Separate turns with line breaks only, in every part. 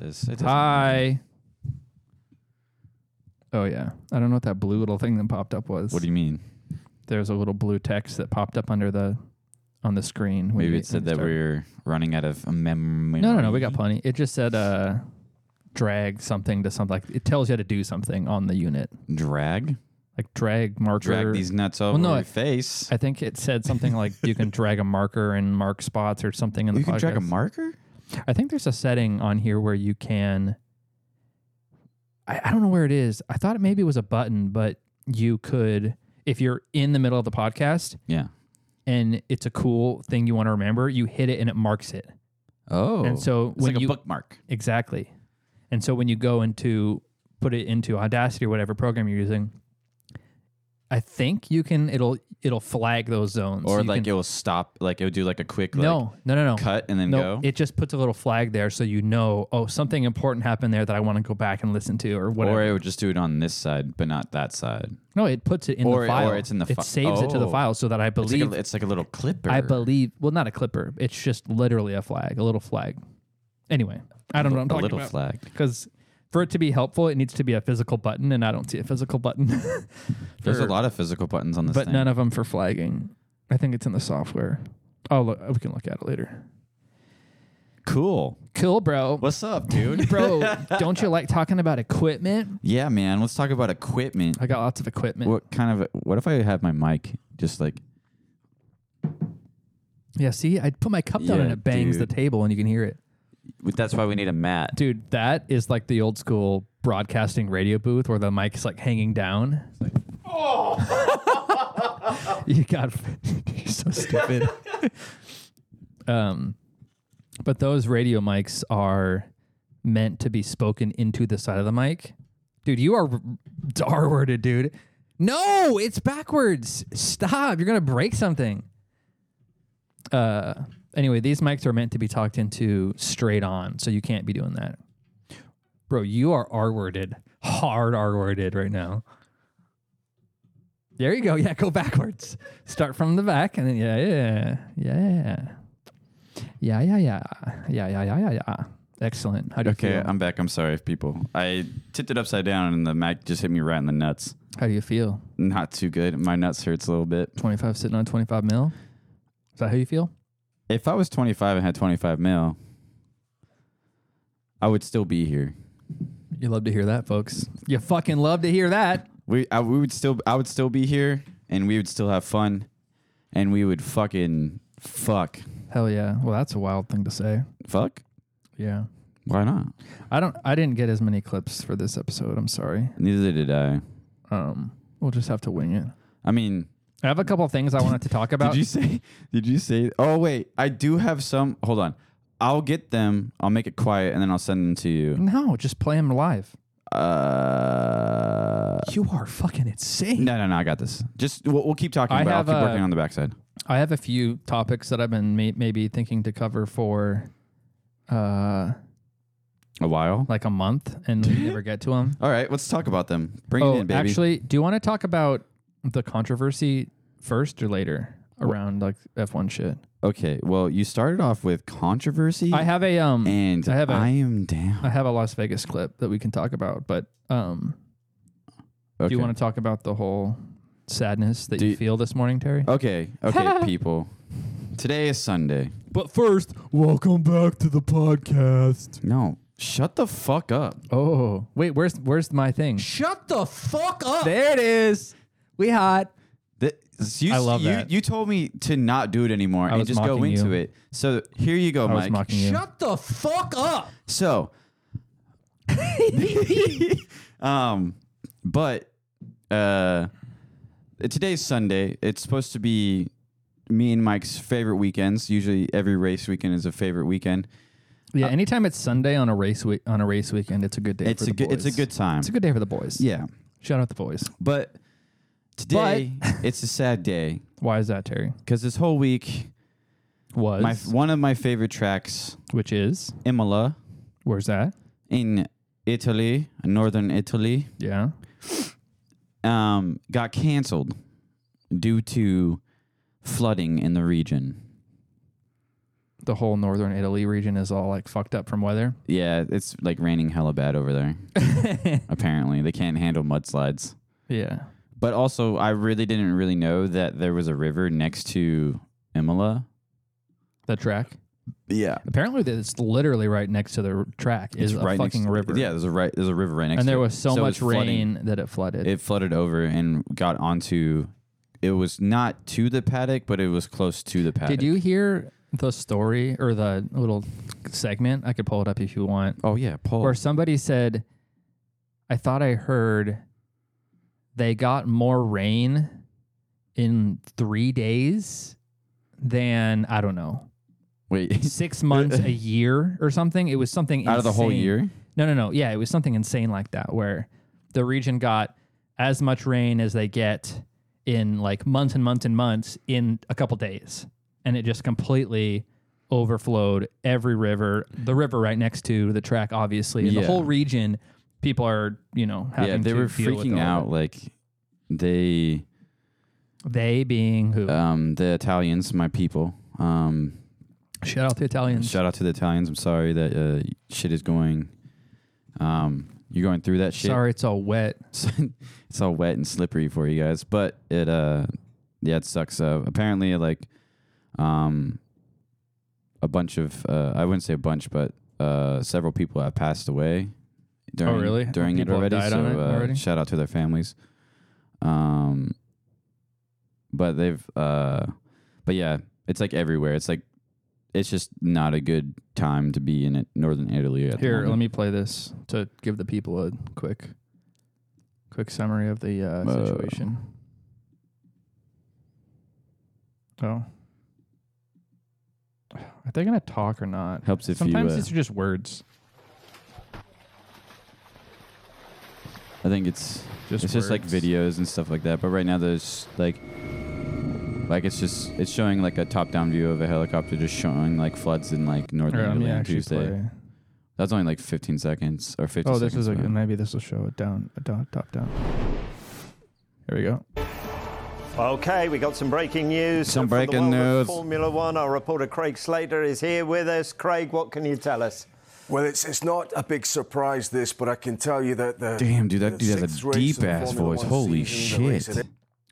is. It doesn't matter.
Hi. Oh yeah, I don't know what that blue little thing that popped up was.
What do you mean?
There's a little blue text that popped up under the on the screen. when
Maybe
you-
it said
when
that
you start-
we're running out of memory.
No, no, no. We got plenty. It just said uh, drag something to something. Like it tells you how to do something on the unit,
drag.
like drag marker.
Drag these nuts over
no, I-
your face.
I think it said something like you can drag a marker and mark spots or something in the
you can drag a
podcast.
marker.
I think there's a setting on here where you can. I, I don't know where it is. I thought it maybe was a button, but you could, if you're in the middle of the podcast
Yeah.
and it's a cool thing you want to remember, you hit it and it marks it.
Oh.
and so
it's
when
like
you
a bookmark.
exactly, and so when you go into put it into Audacity or whatever program you're using, I think you can. It'll it'll flag those zones, So
Or
you
like
can-
it will stop. Like it would do like a quick like,
no, no, no, no,
cut and then
No,
go.
it just puts a little flag there so you know, oh, something important happened there that I want to go back and listen to or whatever.
Or it would just do it on this side, but not that side.
no, it puts it in
or- or
the file.
it's in the
it
fi-
saves it to the
Oh.
file so that I
It's like,
believe
a, it's like a little clipper.
I believe well not a clipper. It's just literally a flag, a little flag. Anyway, I don't know what I'm
a
talking
little
about.
flag.
Because for it to be helpful, it needs to be a physical button, and I don't see a physical button.
There's a
for-
lot of physical buttons on this
but
thing.
none of them for flagging. I think it's in the software. Oh, look, we can look at it later.
cool.
Cool, bro.
What's up, dude?
bro, don't you like talking about equipment?
yeah, man. Let's talk about equipment.
I got lots of equipment.
What kind of? What if I had my mic just like?
Yeah, see, I put my cup down
Yeah,
and it bangs
dude.
the table and you can hear it.
That's why we need a mat.
Dude, that is like the old school broadcasting radio booth where the mic's like hanging down. oh. you got you're so stupid. um but those radio mics are meant to be spoken into the side of the mic. Dude, you are darwarded, dude. No, it's backwards. Stop. You're going to break something. Uh anyway, these mics are meant to be talked into straight on, so you can't be doing that. Bro, you are R-worded. Hard R-worded right now. There you go. Yeah, go backwards. Start from the back and then yeah, yeah. Yeah. Yeah, yeah, yeah. Yeah, yeah, yeah, yeah, yeah. Excellent. How do you
Okay, um,
feel?
I'm back. I'm sorry, people. I tipped it upside down and the mic just hit me right in the nuts.
How do you feel?
Not too good. My nuts hurts a little bit.
25 sitting on 25 mil? Is that how you feel?
If I was 25 and had 25 mil, I would still be here.
You love to hear that, folks. You fucking love to hear that.
We I, we would still I would still be here and we would still have fun and we would fucking fuck.
Hell yeah. Well, that's a wild thing to say.
Fuck?
Yeah.
Why not?
I don't. I didn't get as many clips for this episode. I'm sorry.
Neither did I.
Um, we'll just have to wing it.
I mean,
I have a couple of things I wanted to talk about.
did you say did you say Oh wait, I do have some. Hold on. I'll get them. I'll make it quiet and then I'll send them to you.
no, just play them live.
Uh
You are fucking insane.
No, no, no. I got this. Just we'll, we'll keep talking.
I
but
have,
I'll keep
uh,
working on the backside.
I have a few topics that I've been may- maybe thinking to cover for, uh,
A while.
like a month, and we never get to them.
All right, let's talk about them. Bring
oh,
it in, baby.
actually, do you want to talk about the controversy first or later around like F1 shit?
okay. Well, you started off with controversy,
I have a um.
and
I
I,
have a-
am down.
I have a Las Vegas clip that we can talk about, but um,
okay.
do you want to talk about the whole sadness that
Do
you
you-
feel this morning, Terry?
Okay, okay, people. Today is Sunday.
But first, welcome back to the podcast.
No, shut the fuck up.
Oh, wait, where's where's my thing?
Shut the fuck up.
There it is. We hot.
you,
I love
you,
that.
You told me to not do it anymore and
was
just go
mocking
into
you.
it. So here you go,
I was
Mike.
mocking you.
Shut the fuck up. So, um, but uh, today's Sunday. It's supposed to be me and Mike's favorite weekends. Usually, every race weekend is a favorite weekend.
Yeah, anytime it's Sunday on a race week on a race weekend, it's a good day.
Uh, It's
for
a
the
good, it's a
boys.
good time.
It's a good day for the boys.
yeah,
Shout out the boys.
but today it's a sad day
Why is that, Terry?
because this whole week,
Was
my one of my favorite tracks,
which is
Imola.
where's that?
in Italy, northern Italy,
Yeah.
um, got canceled due to flooding in the region.
the whole northern Italy region is all like fucked up from weather.
Yeah, it's like raining hella bad over there. Apparently, they can't handle mudslides.
Yeah.
But also, I really didn't really know that there was a river next to Imola.
The track.
Yeah,
Apparently, it's literally right next to the r- track is a fucking river.
Yeah, there's a right. There's a river right next.
and
to
there
it.
was so,
it
much
flooding.
rain that it flooded.
It flooded over and got onto. It was not to the paddock, but it was close to the paddock.
Did you hear the story or the little segment? I could pull it up if you want.
Oh yeah, Paul.
Where somebody said, I thought I heard they got more rain in three days than, I don't know,
Wait,
six months, a year or something. It was something
out of the whole
insane.
year?
No, no, no. Yeah, it was something insane like that where the region got as much rain as they get in like months and months and months in a couple days. And it just completely overflowed every river, the river right next to the track, obviously. And
Yeah.
the whole region, people are, you know, having
Yeah, they
to
were
deal with
freaking
all
out.
of
Like they,
it. They being who?
um, the Italians, my people. Um,
Shout out to Italians.
Shout out to the Italians. I'm sorry that uh, shit is going. Um, you're going through that shit.
Sorry, it's all wet.
it's all wet and slippery for you guys, but it uh, yeah, it sucks. Uh, apparently, like, um, a bunch of uh, I wouldn't say a bunch, but uh, several people have passed away. During,
Oh, really?
During
People
it
have
already.
died
so
on it
uh,
already?
shout out to their families. Um, but they've uh, but yeah, it's like everywhere. It's like it's just not a good time to be in it, northern Italy. At
Here,
the
let
moment.
me play this to give the people a quick quick summary of the
Uh,
uh, situation. Oh. Are they going to talk or not?
helps if
Sometimes
you. Uh,
these are just words.
I think it's
Just
it's just like
words.
videos and stuff like that. But right now there's like like it's just it's showing like a top down view of a helicopter just showing like floods in like northern
Here, let me
Italy on
actually
Tuesday.
play.
That's only like 15 seconds or 50
Oh, this is a
seconds.
good. Maybe this will show it down, a down, top down. Here we go.
Okay, we got some breaking news.
Some
from the
breaking
world
news.
of Formula One. Our reporter Craig Slater is here with us. Craig, what can you tell us?
Well, it's it's not a big surprise this, but I can tell you that the
Damn, dude,
the
that dude has a
sixth race of the
deep-ass
Formula
voice.
One
Holy
season, the race
shit.
at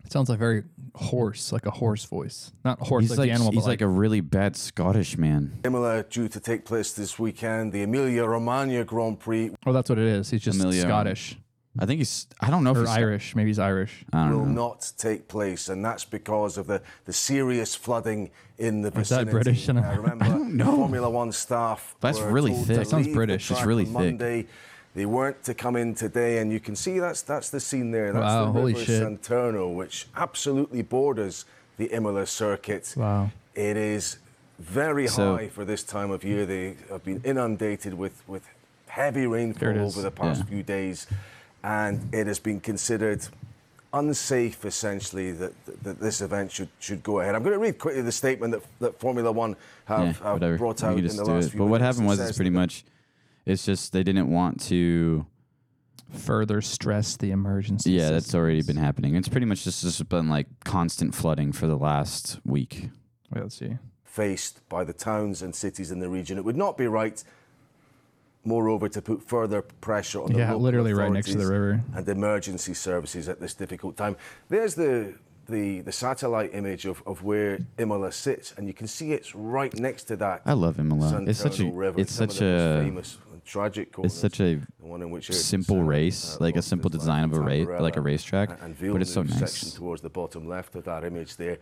It sounds like very hoarse, like a horse voice. Not horse
He's
like,
like
the animal,
he's
but
like a really bad Scottish man.
Imola due to take place this weekend. The Emilia Romagna Grand Prix
oh, that's what it is. He's just
Emilio.
Scottish
I think he's I don't know if
or
he's Scot-
Irish. Maybe he's Irish.
I
will
don't know.
not take place, and that's because of the, the serious flooding in the
Is that
vicinity.
British? I don't-
Now, remember,
I don't know.
Formula One staff.
That's
were
really
told
thick.
to
Sounds
leave the
British. It's
track
really
on
thick.
Monday. They weren't to come in today, and you can see that's that's the scene there. That's
Wow,
the
holy
River
shit.
Santerno, which absolutely borders the Imola circuit.
Wow.
It is very
So-
high for this time of year. They have been inundated with with heavy rainfall
it is.
over the past
Yeah.
few days, and it has been considered unsafe, essentially, that, that this event should should go ahead. I'm going to read quickly the statement that, that Formula One
Yeah,
have, have
whatever.
brought
You
out
can
in
just
the
do
last
it.
few
But what
minutes.
happened
It
was it's
says
pretty much it's just they didn't want to
further stress the emergency.
Yeah, that's
system.
already been happening. It's pretty much just, just been like constant flooding for the last week.
Wait, let's see.
faced by the towns and cities in the region. It would not be right, moreover, to put further pressure on the
Yeah,
local
literally right next to the
authorities
river.
and emergency services at this difficult time. There's the the, the satellite image of, of where Imola sits, and you can see it's right next to that.
I love Imola. It's such a
Santerno river,
it's
some of
such
the most
a
famous and tragic
it's such a
the one in which Ayrton
simple
Senna,
race,
uh,
like a
lost
simple
his life
design of
in
a race,
Tamburello.
like a racetrack,
And
but it's so
Villeneuve's
nice.
section towards the bottom left of that image there,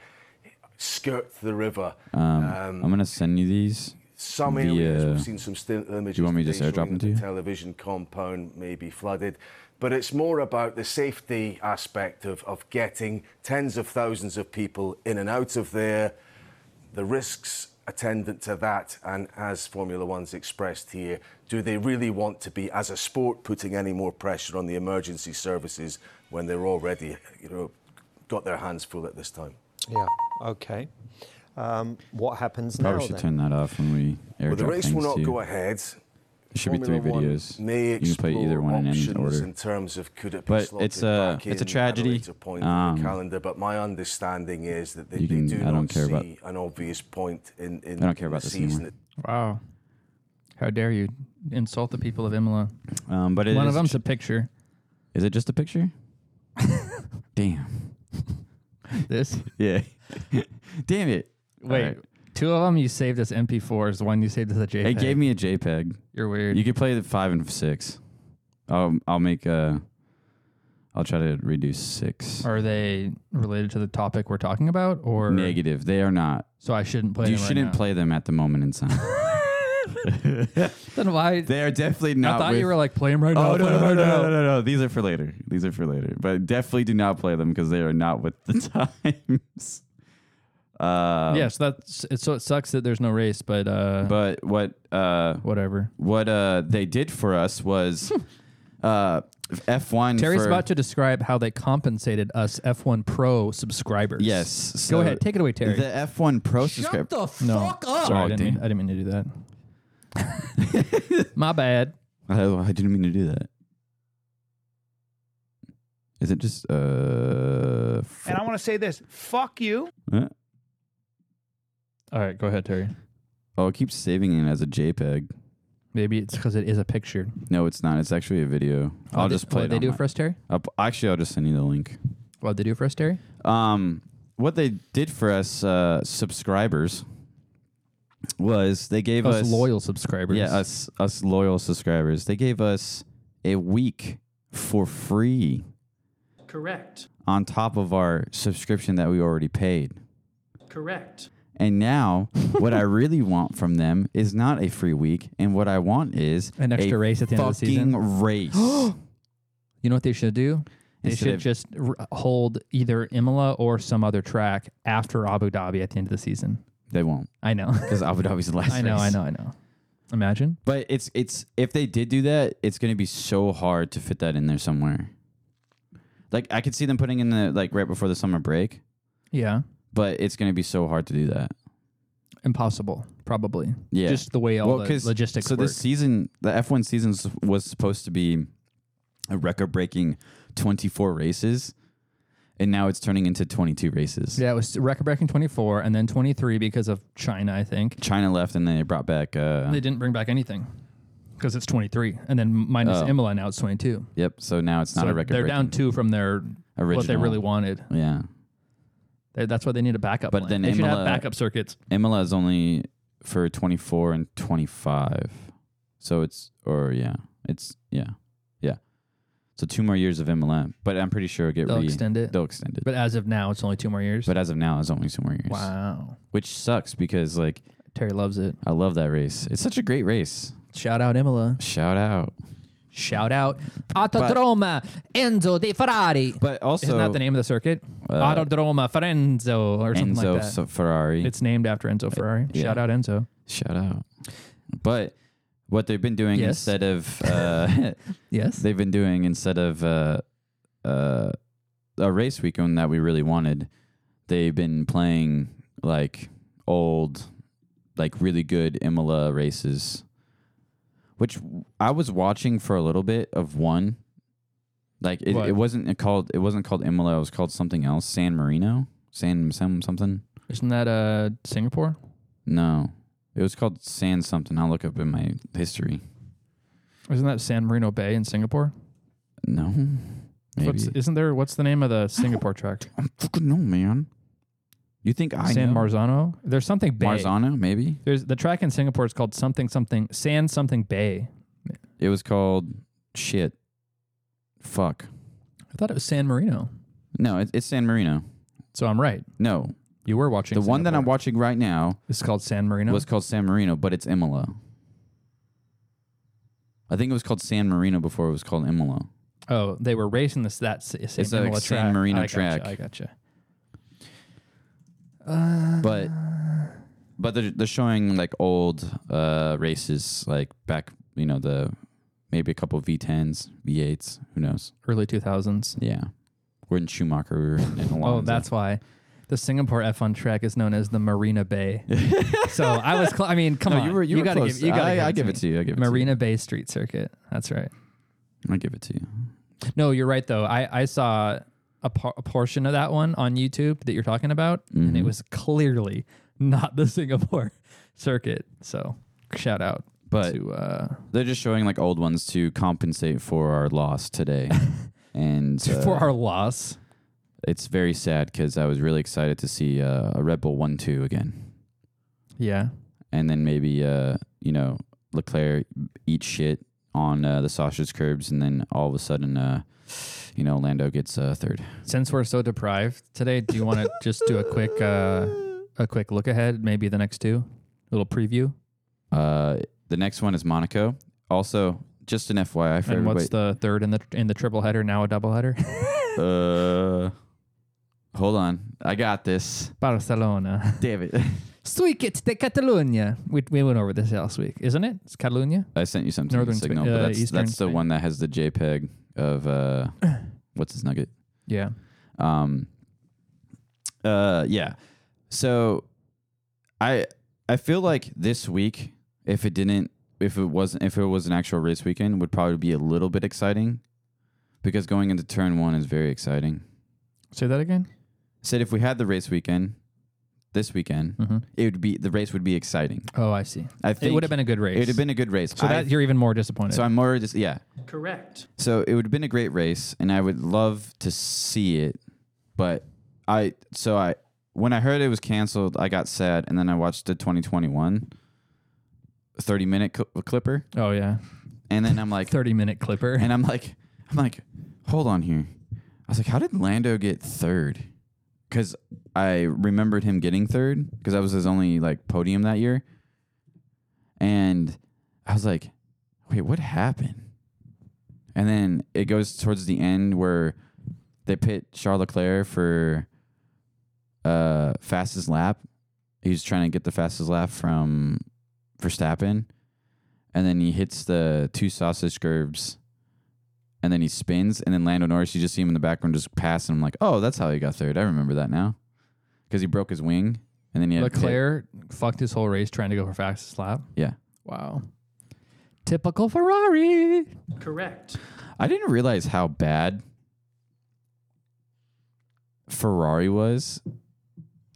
skirt the river.
Um, I'm gonna send you these.
Some
The,
areas
uh,
we've seen some still images.
want me to just
today
airdrop
showing
them to
that
you?
The television compound may be flooded, but it's more about the safety aspect of, of getting tens of thousands of people in and out of there, the risks attendant to that, and as Formula One's expressed here, do they really want to be, as a sport, putting any more pressure on the emergency services when they're already, you know, got their hands full at this time?
Yeah, okay. Um, what happens
Probably
now?
should
then?
turn that off when we air
Well, the race
things
will not
to you.
go ahead.
It should be three
Formula One
videos.
May
You can play either
explore
one in any
options
order.
in terms of could it be
But
slotted
it's a-
back
it's a
in at
tragedy.
later point in
Um,
the calendar. But my understanding is that they,
you
they
can-
do
I don't
not
care about-
see an obvious point in in
I don't care
in
about
the
this
season.
anymore.
Wow. How dare you insult the people of Imola?
Um, but it
One of
is-
them's a picture.
Is it just a picture? Damn.
This.
Yeah. Damn it.
Wait.
All right.
Two of them you saved as MP4s. One you saved as a JPEG.
It gave me a JPEG.
You're weird.
You could play the five and six. Um, I'll make uh, I'll try to reduce six.
Are they related to the topic we're talking about, or
Negative. They are not.
So I shouldn't play.
You
them right
shouldn't
now?
play them at the moment in time.
Then why?
they are definitely not.
I thought
with-
you were like play them right now.
Oh no
play
no
'em
no, no
right now.
no no no! These are for later. These are for later. But definitely do not play them because they are not with the times. Uh,
yeah, so that's it, so it sucks that there's no race, but uh,
But what uh,
whatever.
what uh, they did for us was uh, F one.
Hmm. Terry's
for,
about to describe how they compensated us F1 Pro subscribers.
Yes.
Go
so
ahead, take it away, Terry.
The F one Pro Oh, subscriber.
no, sorry, I, didn't mean, I didn't mean to do that. My bad.
I, I didn't mean to do that. Is it just uh? f-
And I want to say this fuck you.
huh?
All right, go ahead, Terry.
Oh, it keeps saving it as a JPEG.
Maybe it's because it is a picture.
No, it's not. It's actually a video. I'll
What'd Oh, they-
just play. it
what'd they
on
do
my-
for us, Terry?
I'll p- actually, I'll just send you the link.
What they do for us, Terry?
Um, what they did for us uh, subscribers was they gave us,
Us loyal subscribers.
yeah, us us loyal subscribers. They gave us a week for free
Correct.
on top of our subscription that we already paid.
Correct.
And now, what I really want from them is not a free week, and what I want is
An extra
a
race at the end of the
fucking
season?
race.
You know what they should do? They
Instead
should
of-
just r- hold either Imola or some other track after Abu Dhabi at the end of the season.
they won't
I know.
because Abu Dhabi's the last.
I know,
race.
I know, I know. Imagine.
But it's it's if they did do that, it's going to be so hard to fit that in there somewhere. Like I could see them putting in the like right before the summer break,
Yeah.
but it's going to be so hard to do that.
Impossible, probably.
Yeah.
Just the way all
Well,
the
'cause-
logistics
So
work.
this season, the F one season s- was supposed to be a record breaking twenty four races, and now it's turning into twenty two races.
yeah, it was record breaking 24 and then 23 because of China, I think.
China left, and they brought back. Uh,
They didn't bring back anything because it's 23. And then minus
Oh.
Imola, now it's 22.
yep. So now it's not
so
a record.
they're down two from their what they
Original.
really wanted.
Yeah.
They, that's why they need a backup.
But
plan.
then
they should have
Imola-
backup circuits.
Imola is only for 24 and 25. So it's, or yeah, it's, yeah, yeah. So two more years of Imola, but I'm pretty sure it'll get
They'll
re-
extend it.
They'll extend it. But,
But as of now, it's only two more years.
as of now, it's only two more years.
wow.
Which sucks because, like,
Terry loves it.
I love that race. It's such a great race.
Shout out Imola.
Shout out.
Shout out Autodroma Enzo De Ferrari.
But also, Uh,
Isn't that the name of the circuit? Autodroma Ferenzo or something
Enzo
like that.
so- Ferrari. Uh,
it's named after Enzo Ferrari.
yeah.
Shout out Enzo.
Shout out. But what they've been doing
Yes.
instead of, uh,
Yes.
they've been doing instead of uh, uh, a race weekend that we really wanted, they've been playing like old, like really good Imola races, which I was watching for a little bit of one. Like it,
What?
it wasn't called it wasn't called Imola. It was called something else. San Marino, San some something.
Isn't that uh, Singapore?
No, it was called San something. I'll look up in my history.
Isn't that San Marino Bay in Singapore?
No, maybe
What's, isn't there? What's the name of the Singapore track?
I don't fucking know, man. You think I
San
know?
Marzano. There's something Bay.
Marzano, maybe?
There's the track in Singapore is called something something San something Bay.
It was called shit. Fuck.
I thought it was San Marino.
No, it, it's San Marino.
So I'm right.
No,
You were watching
the one that I'm
Singapore.
watching right now
It's called San Marino.
was called San Marino, but it's Imola. I think it was called San Marino before it was called Imola.
oh, they were racing this that s- same
It's a
Imola
San
track.
Marino
I gotcha,
track.
I gotcha.
But but they're, they're showing like old uh, races, like back, you know, the maybe a couple V10s, V8s, who knows?
Early 2000s.
Yeah. We're in Schumacher and Alonso.
Oh, that's why. The Singapore F1 track is known as the Marina Bay. so I was, cl- I mean, come
No,
on.
you were- you were
gotta
close.
Give, you gotta
I-
give
I
it
give
to
it
me.
to you, I give it to you.
Marina Bay Street Circuit. That's right.
I'll give it to you.
No, you're right though. I I saw a, por- a portion of that one on YouTube that you're talking about, and
Mm-hmm.
it was clearly not the Singapore circuit. So shout out,
But-
to uh,
They're just showing like old ones to compensate for our loss today. and uh,
for our loss.
it's very sad because I was really excited to see uh, a Red Bull 1 2 again.
Yeah,
And then maybe, uh, you know, Leclerc eat shit on uh, the sausage curbs. And then all of a sudden, uh, you know, Lando gets uh, third.
since we're so deprived today, do you want to just do a quick uh, a quick look ahead? Maybe the next two, little preview.
Uh, the next one is Monaco. Also, just an FYI for everybody.
And what's the third in the in the triple header? Now a double header.
Uh, hold on. I got this.
Barcelona,
David,
Suiket de Catalunya. We we went over this last week, isn't it? It's Catalunya.
I sent you something
Northern
to
Spain-
signal,
uh,
but that's,
Eastern
that's the
Spain.
one that has the JPEG of uh, what's his nugget?
Yeah.
Um, uh, yeah. So, I I feel like this week, if it didn't, if it wasn't, if it was an actual race weekend, would probably be a little bit exciting, because going into turn one is very exciting.
Say that again.
Said if we had the race weekend, this weekend,
Mm-hmm.
it would be the race would be exciting.
Oh, I see.
I think
It would have been a good race.
It would have been a good race.
So
I-
that you're even more disappointed.
so I'm more just yeah.
Correct.
So it would have been a great race, and I would love to see it, but I so I when I heard it was canceled, I got sad, and then I watched the 2021 30 minute cl- clipper,
oh yeah,
and then I'm like,
thirty minute clipper.
and I'm like, I'm like, hold on here. I was like, how did Lando get third? Because I remembered him getting third because that was his only like podium that year, and I was like, wait, what happened? And then it goes towards the end where they pit Charles Leclerc for uh fastest lap. He's trying to get the fastest lap from Verstappen. And then he hits the two sausage curves and then he spins, and then Lando Norris, you just see him in the background just pass, and I'm like, oh, that's how he got third. I remember that now, because he broke his wing, and then he had a pit.
Leclerc fucked his whole race trying to go for fastest lap.
Yeah,
Wow. Typical Ferrari.
Correct.
I didn't realize how bad Ferrari was.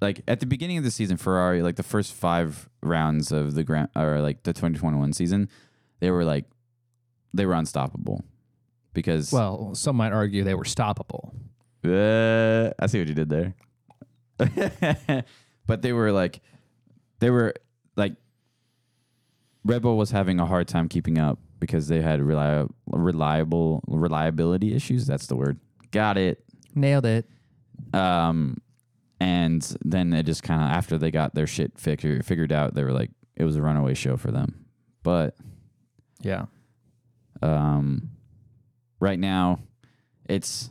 Like at the beginning of the season, Ferrari, like the first five rounds of the grand or like the 2021 season, they were like they were unstoppable because
Well, some might argue they were stoppable.
Uh, I see what you did there. but they were like, they were like, Red Bull was having a hard time keeping up because they had reliable, reliable reliability issues. That's the word. Got it.
Nailed it.
Um, and then it just kind of after they got their shit figure, figured out, they were like, it was a runaway show for them. But
Yeah.
um, right now, it's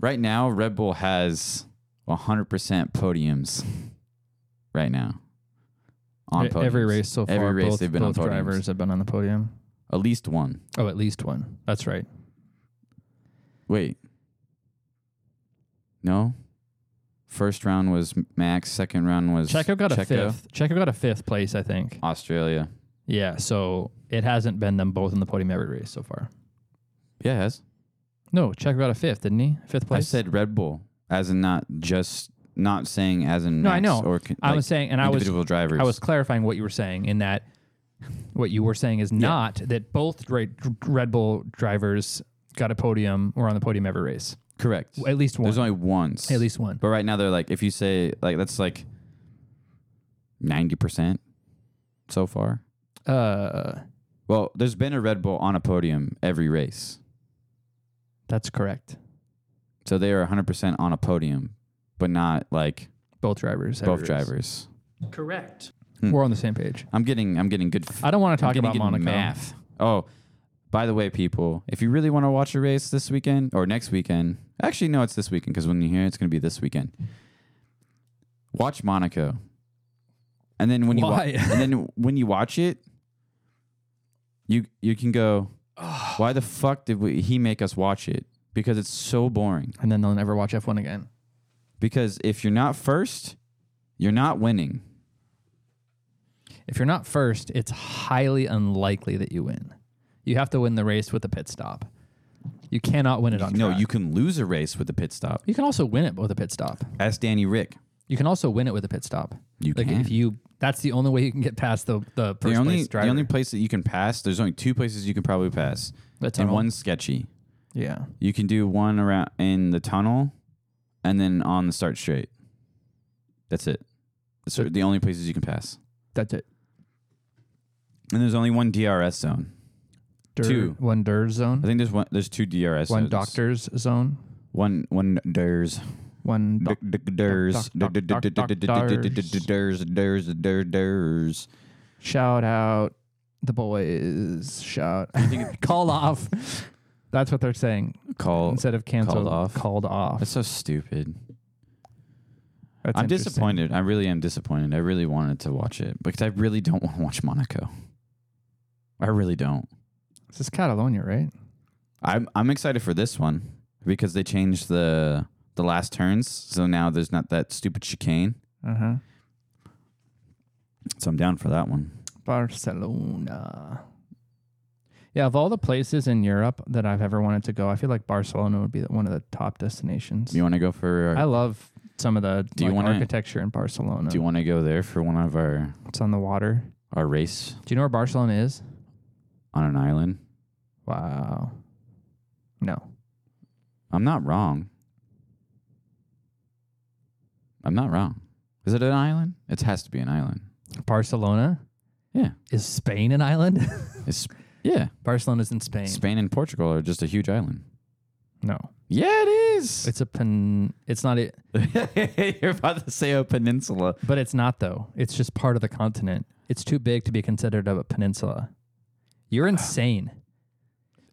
right now Red Bull has 100% podiums right now. On
E- Every
podiums.
race so far,
every race
both,
they've been
both
on podiums.
drivers have been on the podium.
At least one.
Oh, at least one. That's right.
Wait. No. First round was Max. Second round was
Checo got a fifth. Checo got a fifth place, I think.
Australia.
Yeah. So it hasn't been them both in the podium every race so far.
Yeah, it has.
No, Checo got a fifth, didn't he? Fifth
I
place.
said Red Bull, as in not just not saying as in
No,
Max
I know.
Or con-
I
like
was saying, and I was
individual drivers.
I was clarifying what you were saying in that what you were saying is not that both dra- Red Bull drivers got a podium or on the podium every race.
correct.
At least one.
There's only once.
At least one.
But right now they're like, if you say like that's like ninety percent so far.
Uh,
Well, there's been a Red Bull on a podium every race,
that's correct.
so they are 100 percent on a podium, but not like
Both drivers. every
both
race.
drivers.
Correct.
We're on the same page.
Hmm. I'm getting, I'm getting good. F-
I don't want to
I'm
talk
getting
about
good
Monaco.
math. Oh, by the way, people, if you really want to watch a race this weekend or next weekend, actually no, it's this weekend because when you hear it, it's going to be this weekend. Watch Monaco, and then when you wa-
Why?
and then when you watch it, you you can go, why the fuck did we, he make us watch it? Because it's so boring.
And then they'll never watch F1 again.
Because if you're not first, you're not winning.
If you're not first, it's highly unlikely that you win. You have to win the race with a pit stop. You cannot win it on
No,
track.
you can lose a race with a pit stop.
You can also win it with a pit stop.
Ask Danny Rick.
You can also win it with a pit stop.
You
like
can.
if you that's the only way you can get past the the first
the only
place driver.
the only place that you can pass. There's only two places you can probably pass,
The
and
tunnel.
one's sketchy.
yeah.
You can do one around in the tunnel, and then on the start straight. That's it. That's the only places you can pass.
That's it.
And there's only one DRS zone.
Dirt,
Two.
One dirt
I
zone.
think there's one. There's two DRS.
One
zones.
doctor's zone.
One one DRS.
One doc-
DRS.
doc- doc- doc-
DRS. DRS. DRS.
shout out the boys. Shout call off. That's what they're saying
Call.
instead of canceled.
called off.
Called off.
That's so stupid.
That's
I'm
interesting.
disappointed. I really am disappointed. I really wanted to watch it because I really don't want to watch Monaco. I really don't.
This is Catalonia, right?
I'm I'm excited for this one because they changed the the last turns, so now there's not that stupid chicane.
Uh huh.
So I'm down for that one.
Barcelona. Yeah, of all the places in Europe that I've ever wanted to go, I feel like Barcelona would be one of the top destinations.
You want to go for?
I love some of the
Do you
like,
wanna-
architecture in Barcelona.
do you want to go there for one of our
it's on the water.
our race
Do you know where Barcelona is?
on an island?
Wow. No.
I'm not wrong. I'm not wrong. Is it an island? It has to be an island.
Barcelona
Yeah.
is Spain an island?
It's yeah.
Barcelona's in Spain.
Spain and Portugal are just a huge island.
No.
Yeah, it is.
It's a pen it's not it
You're about to say a peninsula.
but it's not though. It's just part of the continent. It's too big to be considered a peninsula.
Ah,
You're insane.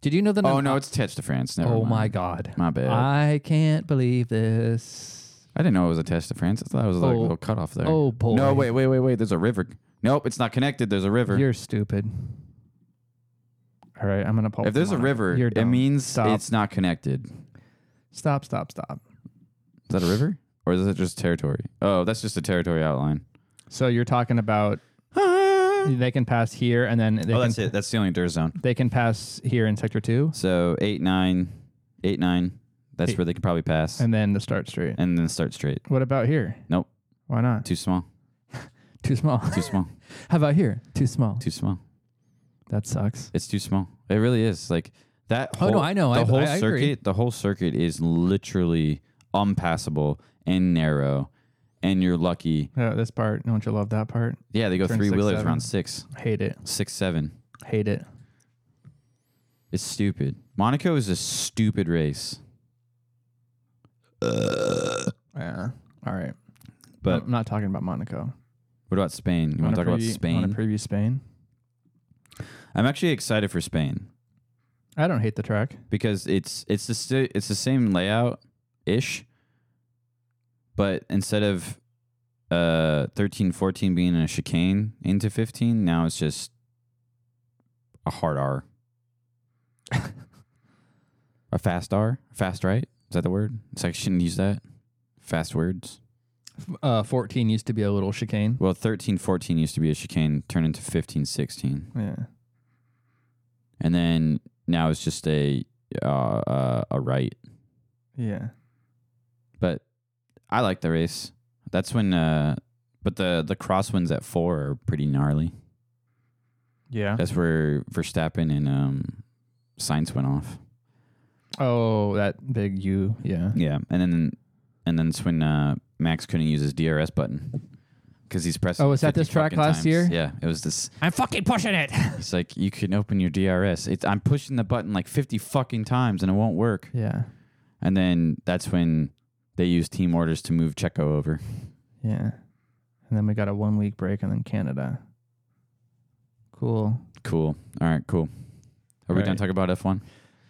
Did you know that
Oh
an
no, it's attached to France. Never
Oh
mind.
my Ah. god.
My bad. I,
I can't believe this.
didn't know it was attached to France. I thought it was like a
Oh.
little cutoff there.
Oh boy.
no, wait, wait, wait, wait. There's a river. Nope, it's not connected. There's a river.
You're stupid. All right, I'm gonna pause.
if there's a river,
You're
it
dumb.
means
Stop.
it's not connected. Is
stop, stop, stop.
that a river? Or is it just territory? Oh, that's just a territory outline.
So you're talking about
oh,
they can pass here and then they can,
that's it. That's the only dirt zone.
They can pass here in sector two
So eight, nine, eight, nine. That's
Eight.
where they could probably pass, and,
and then the start straight.
then start straight.
What about here?
Nope,
Why not?
too small,
Too small.
too small,
How about here? Too small.
too small.
That sucks.
It's too small. It really is. Like that.
Oh,
Whole,
no, I know.
The
I-
whole
I- I
circuit.
agree.
The whole circuit is literally unpassable and narrow, and you're lucky.
Uh, this part, don't you love that part?
Yeah, they go
Turn
three
six,
wheelers
seven.
around six,
Hate it.
six, seven.
Hate it.
It's stupid. Monaco is a stupid race,
Yeah. All right.
but
I'm not talking about Monaco.
what about Spain? You want to talk about
Want
Spain?
to preview Spain?
I'm actually excited for Spain
I don't hate the track.
because it's it's the sti- it's the same layout ish, but instead of uh 13 14 being a chicane into 15 now it's just a hard r a fast r fast right is that the word it's like shouldn't use that fast words
Uh, 14 used to be a little chicane.
well 13 14 used to be a chicane turned into 15 16
Yeah.
and then now it's just a uh, uh a right
Yeah.
but I like the race. That's when, uh, but the the crosswinds at four are pretty gnarly.
Yeah.
That's where Verstappen and um, Sainz went off.
Oh, that big U. Yeah.
Yeah, and then and then it's when uh, Max couldn't use his DRS button because he's pressing.
Oh, was that
50
this track
fucking
last
times.
year?
Yeah, it was this.
I'm fucking pushing it.
It's like you can open your DRS. It's, I'm pushing the button like fifty fucking times and it won't work.
Yeah.
And then that's when they use team orders to move Checo over.
Yeah. And then we got a one week break and then Canada. Cool.
Cool. All right. Cool. Are we
Right.
done talking about F one?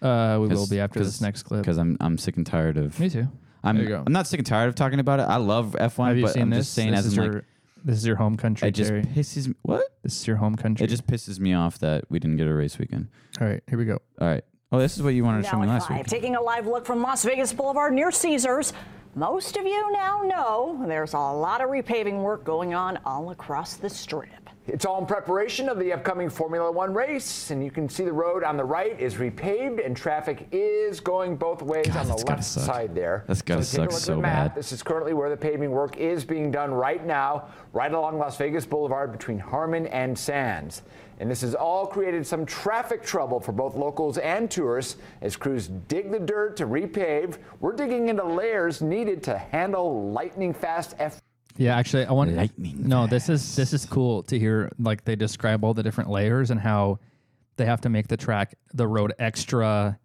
Uh, we will
Cause-
be after this
cause-
next clip.
because I'm I'm sick and tired of.
Me too.
I'm
there you go.
I'm not sick and tired of talking about it. I love F1,
Have you
but
seen
I'm
this?
just saying
this
as
is
in
your
like
this is your home country,
it just
Jerry.
pisses me. What?
This is your home country.
It just pisses me off that we didn't get a race weekend.
All right, here we go.
All right. Oh, this is what you wanted to show me
Now at
last
five,
week.
Taking a live look from Las Vegas Boulevard near Caesars Most of you now know there's a lot of repaving work going on all across the strip.
It's all in preparation of the upcoming Formula One race, and you can see the road on the right is repaved, and traffic is going both ways
God,
on the
that's gotta
left
suck.
side there.
That's gotta
so take
suck
a look at
so
the map.
bad.
This is currently where the paving work is being done right now, right along Las Vegas Boulevard between Harmon and Sands. And this has all created some traffic trouble for both locals and tourists as crews dig the dirt to repave. We're digging into layers needed to handle lightning fast F
Yeah, actually, I want
Lightning
No, this is this is cool to hear. Like they describe all the different layers and how they have to make the track, the road extra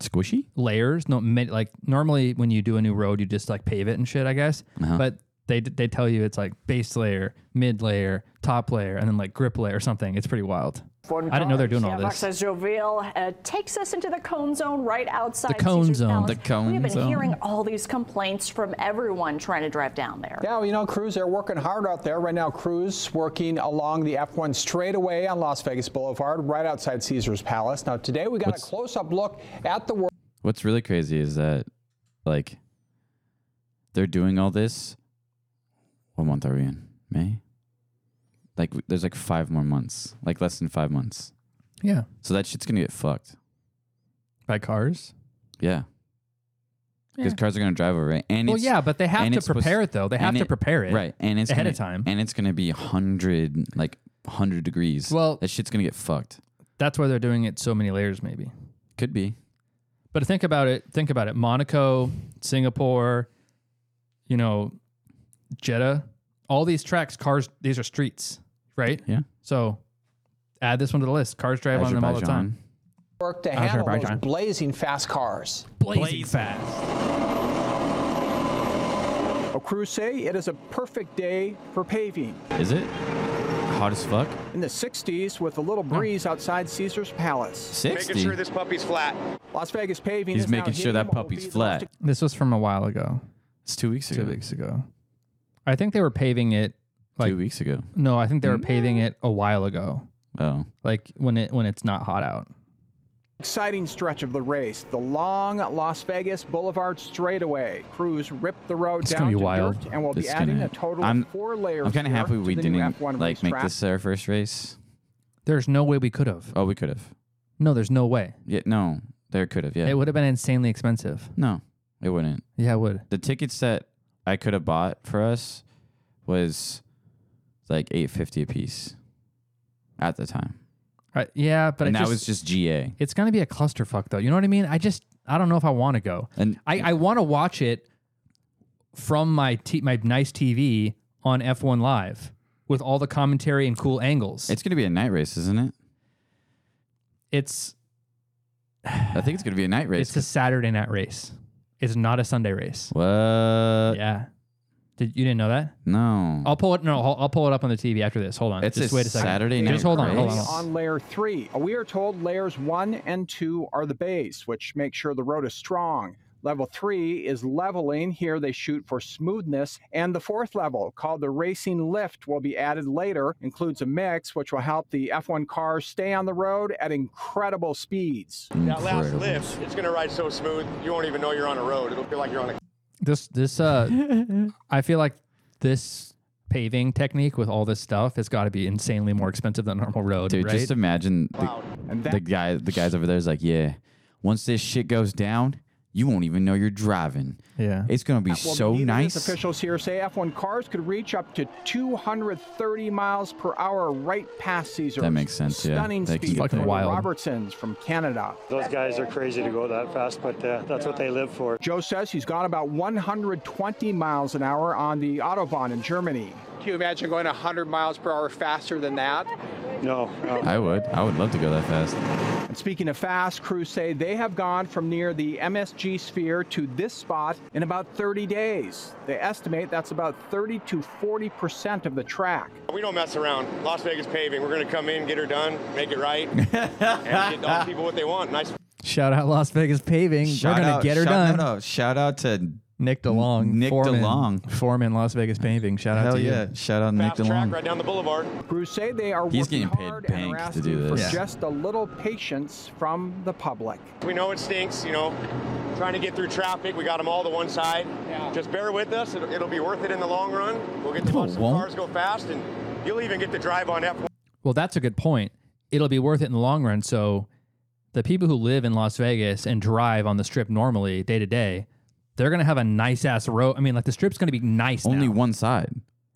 Squishy?
layers. No, ma- like normally when you do a new road, you just like pave it and shit, I guess.
Uh-huh.
But they they tell you it's like base layer, mid layer, top layer, and then like grip layer or something. It's pretty wild. I didn't know they're doing all
Yeah,
this.
Marcus Jovial uh, takes us into the cone zone right outside
The cone
Caesar's
zone.
Palace.
The cone
We've been
zone.
hearing all these complaints from everyone trying to drive down there.
Yeah, well, you know, crews are working hard out there. Right now, crews working along the F1 straightaway on Las Vegas Boulevard, right outside Caesars Palace. Now, today we got
What's-
a close up look at the work
What's really crazy is that, like, they're doing all this. What month are we in? May? Like, w- there's like five more months, like less than five months.
Yeah,
So that shit's gonna get fucked.
by cars.
Yeah. Because cars are gonna drive over it, and
Well,
it's-
yeah, but they have
and
to
it's supposed-
prepare it, though. They have
and
to prepare it
right, and it's
ahead
gonna,
of time.
and it's gonna be hundred like hundred degrees.
Well-
that shit's gonna get fucked.
That's why they're doing it so many layers, maybe.
Could be.
But think about it. Think about it. Monaco, Singapore, you know, Jeddah. All these tracks, cars. These are streets, right?
Yeah.
So add this one to the list. Cars drive on them all the time.
work to
sorry,
handle
Brian,
those
Brian.
blazing fast cars.
Blazing, fast.
Well, crews say it is a perfect day for paving.
Azerbaijan. Is it hot as fuck?
In the 60s, with a little breeze outside Caesars Palace.
Sixty.
puppy's flat.
Las Vegas paving.
He's
is now
making sure
hitting
that
the mobile
puppy's
fees
flat.
This was from a while ago,
It's two weeks ago.
two weeks ago. I think they were paving it. Like
two weeks ago.
no, I think they were paving it a while ago.
Oh,
Like when it when it's not hot out.
Exciting stretch of the race. The long Las Vegas Boulevard straightaway. Crews ripped the road
It's
down
gonna be
to
wild.
dirt, and we'll be
It's
adding
gonna-
a total
I'm-
of four layers.
I'm kind of
here
happy
to
we
the new
didn't
F1
like make
racetrack.
this our first race.
There's no way we could have.
Oh, we could have.
No, there's no way.
Yeah, no, there could have. Yeah,
It would have been insanely expensive.
no, it wouldn't.
Yeah, it would.
The tickets that I could have bought for us was like eight fifty a piece at the time,
I, yeah, but
and
it
that was just GA.
it's gonna be a clusterfuck though. You know what I mean? I just I don't know if I want to go.
And
I, I want to watch it from my t- my nice TV on F1 Live with all the commentary and cool angles. It's
it's gonna be a night race, isn't it?
it's
I think it's gonna be a night race.
it's a Saturday night race. It's not a Sunday race.
what?
yeah. Did you didn't know that?
No.
I'll pull it. No, I'll, I'll pull it up on the TV after this. Hold on.
It's
just
a
wait a second.
Saturday night
Just hold on. Hold on.
race?
hold on.
On layer three, uh, we are told layers one and two are the base, which make sure the road is strong. Level three is leveling. Here they shoot for smoothness. And the fourth level, called the racing lift, will be added later. Includes a mix which will help the F1 cars stay on the road at incredible speeds.
That last
Incredible.
lift, it's going to ride so smooth, you won't even know you're on a road. It'll feel like you're on a
This this uh, I feel like this paving technique with all this stuff has got to be insanely more expensive than a normal road,
Dude,
right?
just imagine the, the guy, the guys over there is like, yeah. Once this shit goes down, you won't even know you're driving.
Yeah.
it's gonna be
Well,
so
neither is
nice.
Officials here say F1 cars could reach up to 230 miles per hour right past Caesars.
That makes sense, yeah.
Stunning
They can
speed
get
Fucking
for
there.
the
wild.
Robertsons from Canada.
Those guys are crazy to go that fast, but uh, that's what they live for.
Joe says he's gone about 120 miles an hour on the autobahn in Germany.
Can you imagine going 100 miles per hour faster than that? No, no.
I would, I would love to go that fast.
And speaking of fast, crews say they have gone from near the MSG sphere to this spot in about 30 days. They estimate that's about 30 to 40 percent of the track.
We don't mess around. Las Vegas paving. We're going to come in, get her done, make it right, and get all the people what they want. Nice
Shout out Las Vegas paving. We're gonna
out,
get her
shout,
done.
No, no, shout out to
Nick DeLong.
Nick
foreman,
DeLong.
Foreman Las Vegas Paving. Shout out
Hell
to
yeah.
you.
Shout out Nick
Fast track
DeLong.
right down the boulevard.
Bruce say they are
He's
working
getting paid
hard and
bank
are
to
asking
do
for
this. Yeah.
just a little patience from the public.
We know it stinks, you know, trying to get through traffic. We got them all to one side. Just bear with us. It'll, it'll be worth it in the long run. We'll get the
No, it
bus and
won't.
cars go fast, and you'll even get to drive on F1.
Well, that's a good point. It'll be worth it in the long run. So, the people who live in Las Vegas and drive on the strip normally day to day, they're gonna have a nice ass road. I mean, like the strip's gonna be nice.
Only
now.
one side.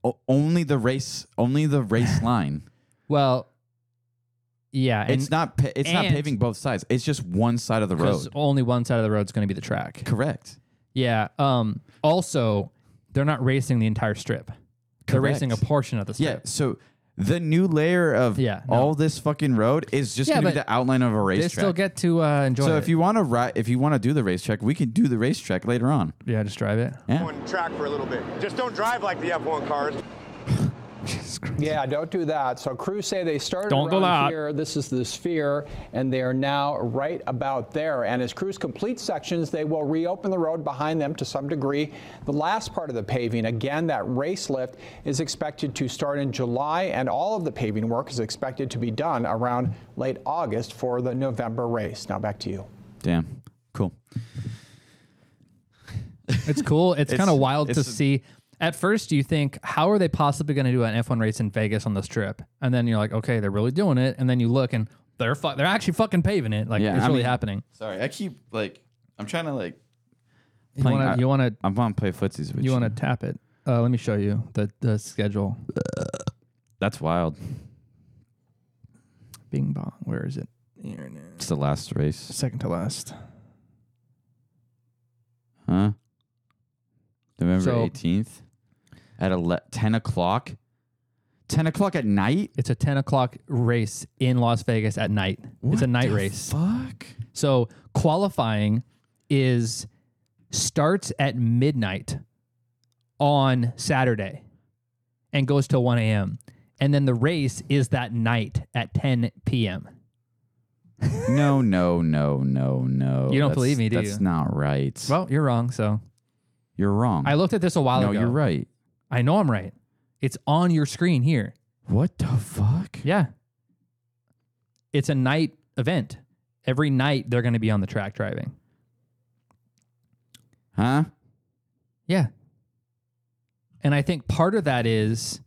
O- only the race. Only the race line.
Well, yeah,
it's not. Pa- it's not
and-
paving both sides. It's just one side of the
because
road.
only one side of the road's gonna be the track.
Correct.
Yeah. Um. Also, they're not racing the entire strip. They're
Correct.
racing a portion of the
Yeah.
strip.
So the new layer of
Yeah, no.
all this fucking road is just
Yeah,
gonna be
but
the outline of a
they
racetrack.
still get to uh, enjoy.
so
it.
if you want to ri- if you want to do the racetrack, we can do the racetrack later on.
yeah, just drive it.
Yeah.
F1 track for a little bit. Just don't drive like the F1 cars.
Yeah, don't do that. So crews say they started
Don't do
around
that.
here. This is the sphere, and they are now right about there. And as crews complete sections, they will reopen the road behind them to some degree. The last part of the paving, again, that race lift is expected to start in July, and all of the paving work is expected to be done around late August for the November race. Now back to you.
Damn. Cool.
It's cool. It's,
It's-
kind of wild to
it's a-
see. At first, you think, how are they possibly going to do an F1 race in Vegas on the Strip? And then you're like, okay, they're really doing it. And then you look and they're fu- they're actually fucking paving it. Like
Yeah,
it's
I
really
mean,
happening.
Sorry, I keep like I'm trying to like.
You
playing-
wanna-
I-
you wanna-
I'm gonna play footsies with
You want to tap it? Uh, let me show you the the schedule.
That's wild.
Bing bong. Where is it? Here it
It's the last race,
is. Second to last.
huh? November
So-
18th at ele- 10 o'clock. 10 o'clock at night.
It's a 10 o'clock race in Las Vegas at night. it's a night race.
Fuck.
So qualifying is starts at midnight on Saturday and goes till 1 a.m. And then the race is that night at 10 p.m.
No, no, no, no, no.
You don't
That's-
believe me, do
That's
you?
not right.
Well, you're wrong. So
You're wrong.
I looked at this a while
no,
ago.
you're right.
I know I'm right. It's on your screen here.
What the fuck?
Yeah. It's a night event. Every night they're going to be on the track driving.
Huh?
Yeah. And I think part of that is,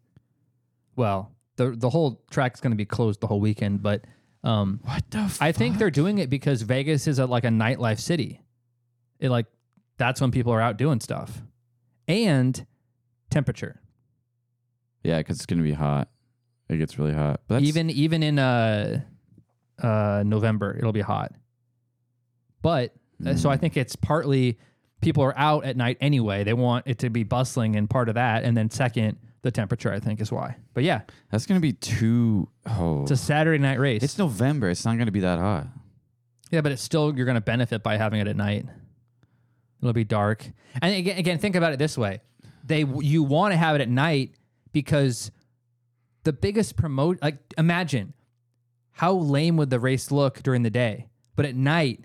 well, the the whole track's going to be closed the whole weekend, but um,
What the fuck?
I think they're doing it because Vegas is a, like a nightlife city. It like that's when people are out doing stuff, and temperature.
Yeah, because it's going to be hot. It gets really hot. But that's,
even even in uh, uh, November, it'll be hot. But uh, so I think it's partly people are out at night anyway. They want it to be bustling, and part of that, and then second, the temperature I think is why. But yeah,
that's going to be too. Oh.
it's a Saturday night race.
It's November. It's not going to be that hot.
yeah, but it's still you're going to benefit by having it at night. It'll be dark, and again, again, think about it this way: they you want to have it at night because the biggest promote like imagine how lame would the race look during the day, but at night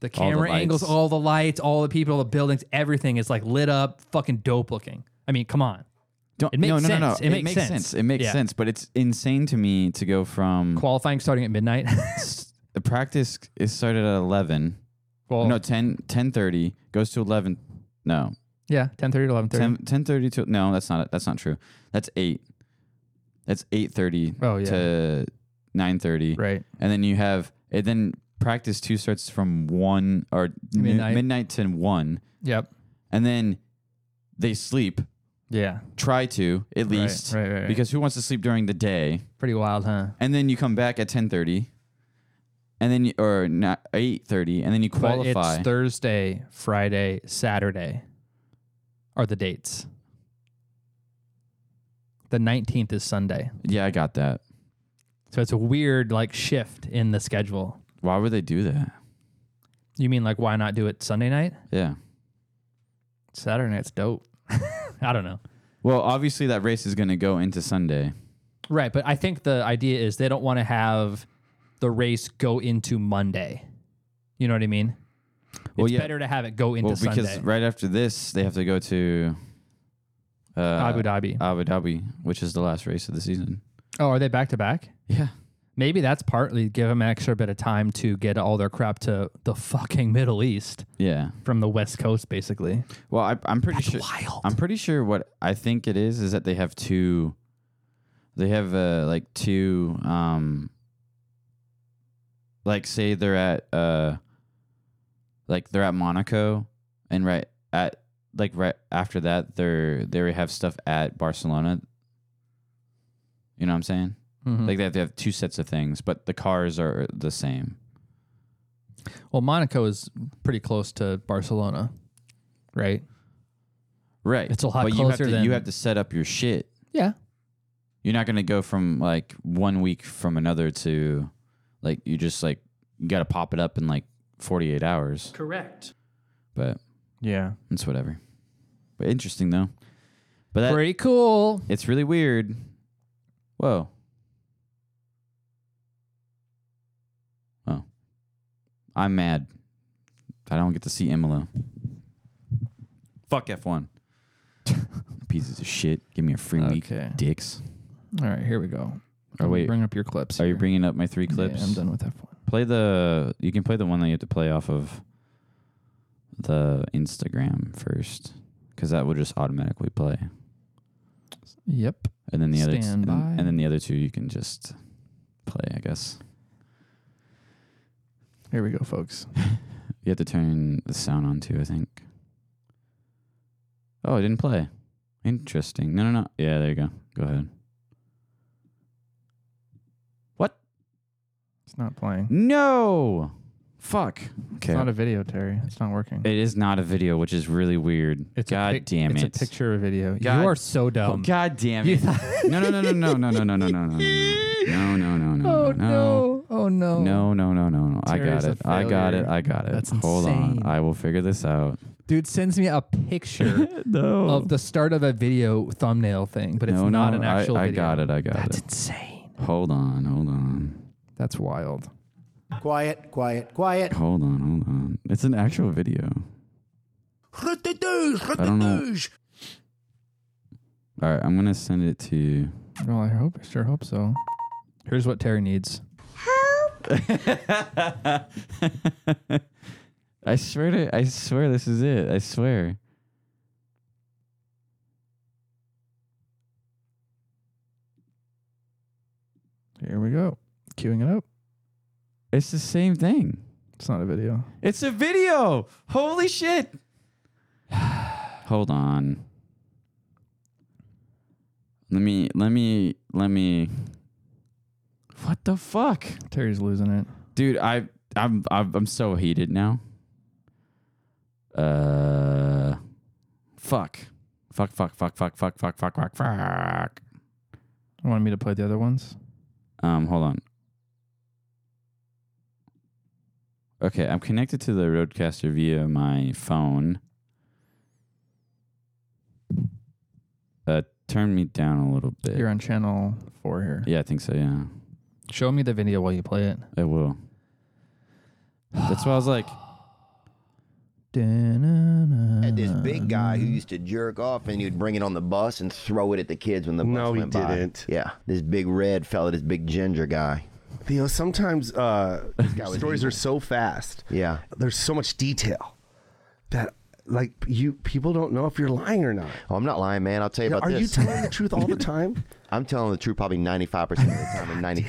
the
All the
camera angles,
lights.
all the lights, all the people, the buildings, everything is like lit up, fucking dope looking. I mean, come on,
Don't,
It makes
no, no, no, no.
sense. It makes sense.
It makes
Yeah.
sense. But it's insane to me to go from
qualifying starting at midnight.
the practice is started at 11.
well,
No, 10, 10.30, goes to 11. No,
yeah, ten thirty to eleven thirty.
10, 10.30 to, no, that's not, that's not true. That's 8. That's 8.30
Oh, yeah.
to 9.30.
Right.
And then you have, and then practice two starts from 1 or noo-
Midnight.
midnight to 1.
Yep.
And then they sleep,
Yeah.
try to at least,
right, right, right.
because who wants to sleep during the day?
Pretty wild, huh?
and then you come back at 10:30 and then you, or not 8:30 and then you
But
qualify.
it's Thursday, Friday, Saturday are the dates. The 19th is Sunday.
yeah, I got that.
So it's a weird like shift in the schedule.
Why would they do that?
You mean like why not do it Sunday night?
Yeah.
Saturday night's dope. I don't know.
Well, obviously that race is going to go into Sunday.
Right, but I think the idea is they don't want to have the race go into Monday. You know what I mean? It's better to have it go into
well, because
Sunday.
right after this, they have to go to uh,
Abu Dhabi.
Abu Dhabi, which is the last race of the season.
Oh, are they back to back?
Yeah.
Maybe that's partly give them an extra bit of time to get all their crap to the fucking Middle East
Yeah.
from the West Coast, basically.
Well, I, I'm pretty sure. I'm pretty sure what I think it is is that they have two. They have uh, like two. Um, like say they're at uh, like they're at Monaco, and right at like right after that they're they already have stuff at Barcelona. You know what I'm saying?
Mhm.
Like they have to have two sets of things, but the cars are the same.
Well, Monaco is pretty close to Barcelona, right?
Right.
It's a lot
but you have
closer
to,
than-
you have to set up your shit.
Yeah.
You're not gonna go from like one week from another to like you just like you gotta pop it up in like forty eight hours.
Correct.
But
Yeah.
It's whatever. But interesting though. But that,
Pretty cool.
It's really weird. Whoa. Oh. I'm mad. I don't get to see Imola. Fuck F one. Pieces of shit. Give me a free
Okay.
week, dicks.
All right, here we go.
Or Oh, wait,
bring up your clips.
Are you bringing up my three
Yeah,
clips?
I'm done with F1.
Play the. You can play the one that you have to play off of the Instagram first, because that will just automatically play.
Yep.
And then the other,
Stand
and,
by.
and then the other two you can just play. I guess
Here we go, folks.
you have to turn the sound on too. I think. Oh, it didn't play. Interesting. No, no, no. Yeah, there you go. Go ahead.
It's not playing.
No. Fuck. Okay.
It's not a video, Terry. It's not working.
It is not a video, which is really weird.
It's a
God
pic-
damn
it's a
it!
picture or video. You
God-
are so dumb.
Oh, God damn
You
it! No, no, no, no, no, no, no, no, no, no, no, no, no, no, no, no, no, no.
Oh no.
No, no, no, no, no. I got
Terry's a
it. I got it.
failure.
I got it.
That's
Hold
insane.
on. I will figure this out.
Dude sends me a picture
No.
of the start of a video thumbnail thing, but it's
no,
not
no,
an
I-
actual
I,
video.
got it. I got
That's
it.
insane.
Hold on. Hold on.
That's wild.
Quiet, quiet, quiet.
Hold on. Hold on. It's an actual video. I don't know. All right. I'm going to send it to you.
Well, I hope I sure hope so. Here's what Terry needs.
I swear to I swear this is it. I swear.
Here we go. Queuing it up.
It's the same thing.
It's not a video.
It's a video. Holy shit. Hold on. Let me let me let me What the fuck?
Terry's losing it.
Dude, I I'm I'm, I'm so heated now. Uh fuck. Fuck fuck fuck fuck fuck fuck fuck fuck fuck.
You want me to play the other ones?
Um hold on. Okay, I'm connected to the roadcaster via my phone. Uh turn me down a little bit.
You're on channel four here.
Yeah, I think so, yeah.
Show me the video while you play it.
I will. That's why I was like
Had this big guy who used to jerk off and he'd bring it on the bus and throw it at the kids when the bus
No, he
went by.
didn't.
Yeah, this big red fella, this big ginger guy.
You know, sometimes uh,
guy was
stories are so fast.
Yeah.
There's so much detail that like you people don't know if you're lying or not.
Oh, I'm not lying, man. I'll tell you
Yeah,
about
are you
this.
telling the truth all the time?
I'm telling the truth probably 95% of the time and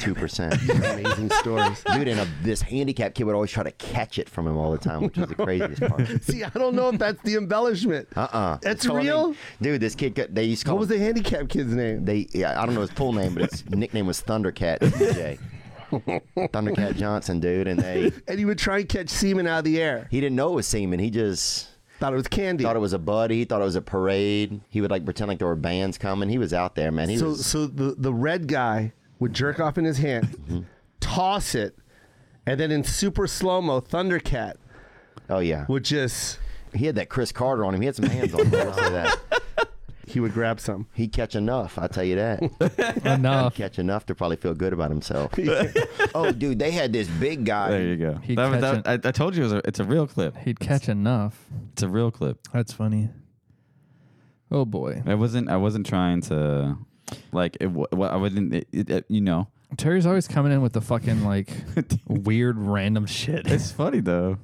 92%.
Amazing stories.
Dude, and a, this handicapped kid would always try to catch it from him all the time, which was the craziest part.
See, I don't know if that's the embellishment.
Uh-uh.
That's
So, I mean,
real?
dude, this kid, got- they used to call
What was the handicapped kid's name?
They, yeah, I don't know his full name, but his nickname was Thundercat DJ. Thundercat Johnson, dude, and they
And you would try and catch semen out of the air.
he didn't know it was semen. He just
thought it was candy.
Thought it was a buddy. He thought it was a parade. He would like pretend like there were bands coming. He was out there, man. He
so
was
so the, the red guy would jerk off in his hand,
Mm-hmm.
toss it, and then in super slow mo, Thundercat.
Oh yeah.
Would just
he had that Chris Carter on him. He had some hands on him. I will say that.
he would grab some.
He'd catch enough, I'll tell you that.
enough.
Catch enough to probably feel good about himself. oh, dude, they had this big guy.
There you go.
He'd
That-
catch
that- I, I told you it was a, it's a real clip.
He'd catch enough.
It's a real clip.
That's funny. Oh boy.
I wasn't. I wasn't trying to, like, it, wa- wa- I wasn't. It, it, it- you know,
Terry's always coming in with the fucking like weird random shit.
it's funny though.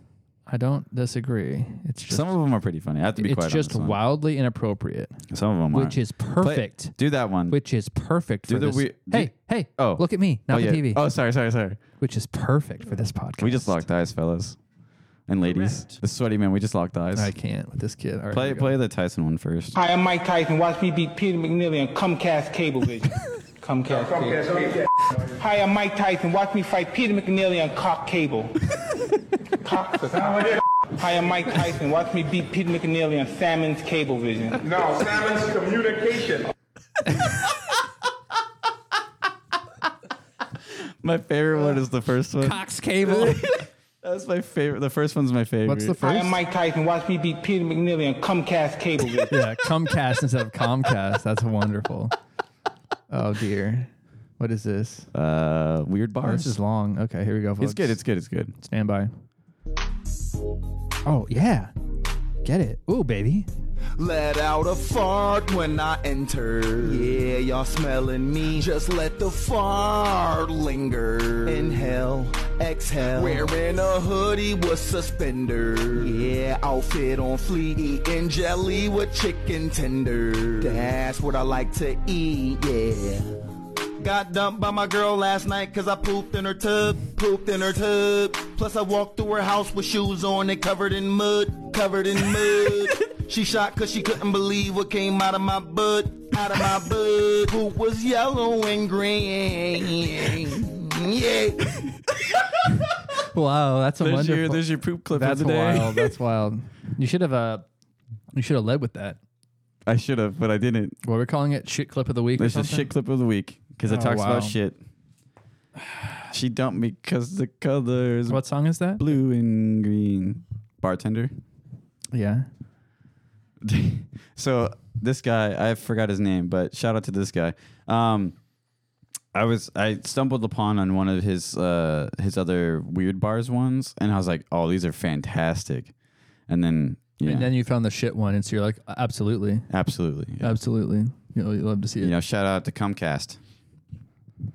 I don't disagree. It's just
Some of them are pretty funny. I have to be
it's
quiet.
just
on this one.
wildly inappropriate,
Some of them are,
which is perfect.
do that one.
Which is perfect
Do
for
the
this.
weird- do-
hey, hey!
Oh.
look at me, not
Oh,
the
yeah.
TV.
Oh, sorry, sorry, sorry.
Which is perfect for this podcast.
We just locked eyes, fellas, and ladies. The sweaty man. We just locked eyes.
I can't with this kid. All right,
play
here we go.
play the Tyson one first.
Hi, I'm Mike Tyson. Watch me beat Peter McNeely on Comcast Cablevision. Comcast Cablevision. Hi, I'm Mike Tyson. Watch me fight Peter McNeely on Cock Cable. Cock. Hi, I'm Mike Tyson. Watch me beat Peter McNeely on Salmon's Cablevision.
No, Salmon's communication.
My favorite one is the first one.
Cox Cable.
That's my favorite. The first one's my favorite.
Hi, I'm Mike Tyson. Watch me beat Peter McNeely on Comcast Cablevision.
yeah, Comcast instead of Comcast. That's wonderful. Oh dear, what is this?
Uh, weird
Oh,
bars.
this is long. Okay, here we go. Folks.
It's good. It's good. It's good.
Stand by. Oh yeah, get it. Ooh baby.
Let out a fart when I enter. Yeah, y'all smelling me. Just let the fart linger. Inhale, exhale. Wearing a hoodie with suspenders. Yeah, outfit on fleek. Eating jelly with chicken tender. That's what I like to eat, yeah. Got dumped by my girl last night cause I pooped in her tub, pooped in her tub. Plus I walked through her house with shoes on and covered in mud, covered in mud. she shot cause she couldn't believe what came out of my butt, out of my butt. Poop was yellow and green. Yeah.
Wow, that's a
There's your-
wonderful.
there's your poop clip of
That's
the day.
wild. That's wild. You should have uh, you should have led with that.
I should have, but I didn't.
What we're calling it, shit clip of the week.
This
or
is
something?
shit clip of the week because it
Oh,
talks
wow.
about shit. She dumped me because the colors.
What song is that?
Blue and green. Bartender.
Yeah.
so this guy, I forgot his name, but shout out to this guy. Um, I was I stumbled upon on one of his uh his other weird bars ones, and I was like, oh, these are fantastic. And then yeah,
And then you found the shit one, and so you're like, absolutely,
absolutely, yeah.
absolutely. You know, you love to see it.
you know, shout out to Comcast.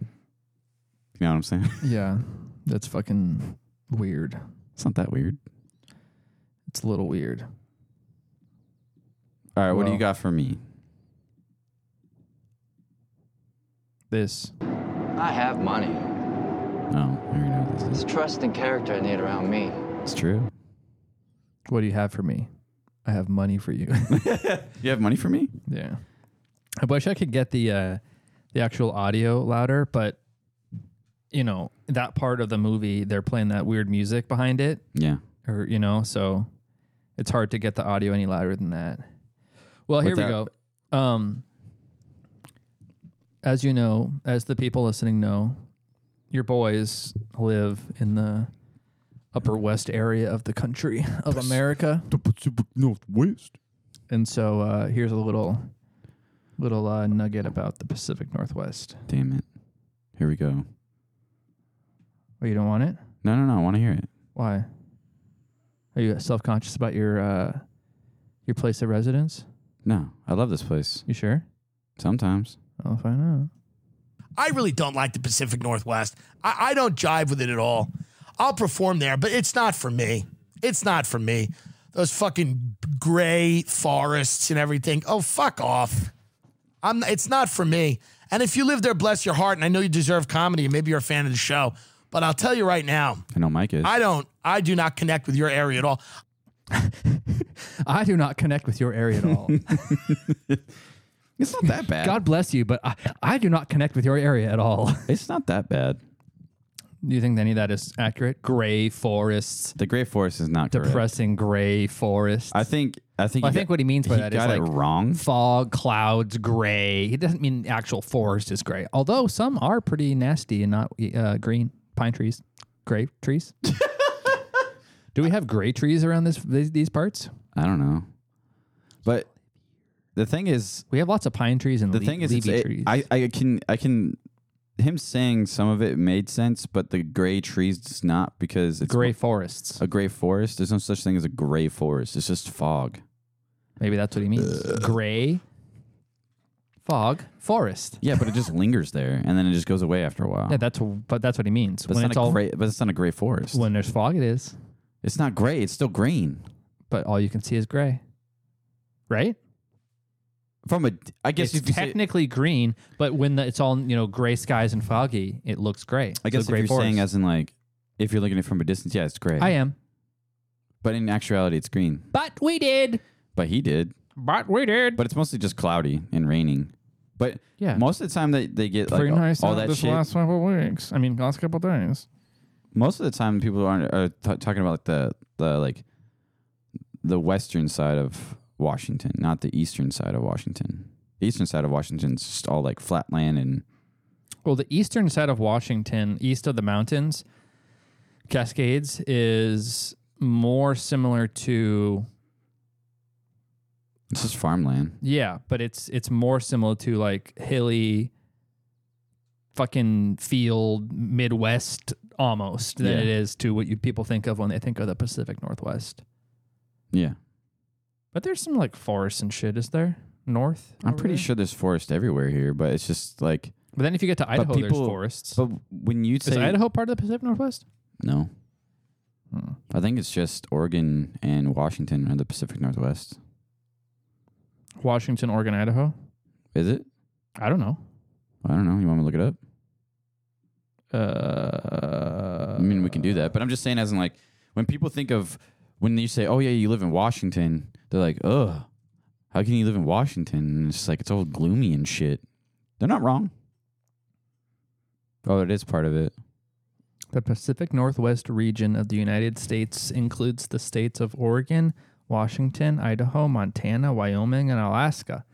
You know what I'm saying?
Yeah, that's fucking weird.
It's not that weird.
It's a little weird.
All right, what do
Well.
you got for me?
This.
I have money.
Oh, I already know what this
It's
is.
trust and character I need around me.
It's true.
What do you have for me? I have money for you.
You have money for me?
yeah. I wish I could get the uh, the actual audio louder, but you know that part of the movie they're playing that weird music behind it,
Yeah.
or you know, so it's hard to get the audio any louder than that. Well, here
Without-
we go. Um, as you know, as the people listening know, your boys live in the upper west area of the country of America. The Pacific Northwest. And so uh, here's a little little uh, nugget about the Pacific Northwest.
Damn it. Here we go.
Oh, you don't want it?
No, no, no. I want to hear it.
Why? Are you self conscious about your uh, your place of residence?
No, I love this place.
You sure?
Sometimes.
I'll find out.
I really don't like the Pacific Northwest. I, I don't jive with it at all. I'll perform there, but it's not for me. It's not for me. Those fucking gray forests and everything. Oh, fuck off. I'm, it's not for me. And if you live there, bless your heart. And I know you deserve comedy. and Maybe you're a fan of the show. But I'll tell you right now,
I know Mike is.
I don't, I do not connect with your area at all.
I do not connect with your area at all.
it's not that bad.
God bless you, but I, I do not connect with your area at all.
It's not that bad.
Do you think any of that is accurate? Gray forests,
The Great Forest is not correct.
depressing gray forests.
I think. I think.
Well, I
he
think
got-
what he means by that is
got it
like-
wrong.
Fog, clouds, gray. He doesn't mean actual forest is gray. Although some are pretty nasty and not uh, green. Pine trees, gray trees. Do we have gray trees around this these, these parts?
I don't know. But the thing is,
we have lots of pine trees and
the
le-
thing is, it's-
leafy
it-
trees.
I I can I can him saying some of it made sense, but the gray trees does not because it's
Gray forests.
A gray forest. There's no such thing as a gray forest. It's just fog.
Maybe that's what he means. Gray fog forest.
Yeah, but it just lingers there, and then it just goes away after a while.
Yeah, that's but that's what he means.
But it's
when
not
it's
a
all
gray. But it's not a gray forest.
when there's fog, it is.
It's not gray. It's still green.
But all you can see is gray, right?
From a, I guess
it's
if you say-
technically green, but when the, it's all you know, gray skies and foggy, it looks gray.
I guess
so gray
if you're
forest.
saying as in like, if you're looking at it from a distance, yeah, it's gray.
I am.
But in actuality, it's green.
But we did.
But he did.
But we did.
But it's mostly just cloudy and raining. But
Yeah.
most of the time that they get like
Pretty
all-
nice
all
out
that
this
shit.
last couple weeks. I mean, last couple days.
most of the time people aren't are t- talking about like the the like the western side of Washington, not the eastern side of Washington. The eastern side of Washington's just all like flat land and
Well, the eastern side of Washington, east of the mountains, Cascades, is more similar to
it's just farmland.
yeah, but it's it's more similar to like hilly, fucking field Midwest almost than
Yeah.
it is to what you people think of when they think of the Pacific Northwest.
Yeah.
But there's some like forests and shit, is there? North?
I'm
over
pretty
there?
sure there's forest everywhere here, but it's just like
But then if you get to
but
Idaho, there's
people-
forests.
But when you say
Is Idaho part of the Pacific Northwest?
No. I think it's just Oregon and Washington are the Pacific Northwest.
Washington, Oregon, Idaho?
Is it?
I don't know.
I don't know. You want me to look it up?
Uh,
I mean, we can do that, but I'm just saying, as in like when people think of when you say, "Oh yeah, you live in Washington," they're like, "Ugh, how can you live in Washington?" And it's like it's all gloomy and shit. They're not wrong. Oh, it is part of it.
The Pacific Northwest region of the United States includes the states of Oregon, Washington, Idaho, Montana, Wyoming, and Alaska.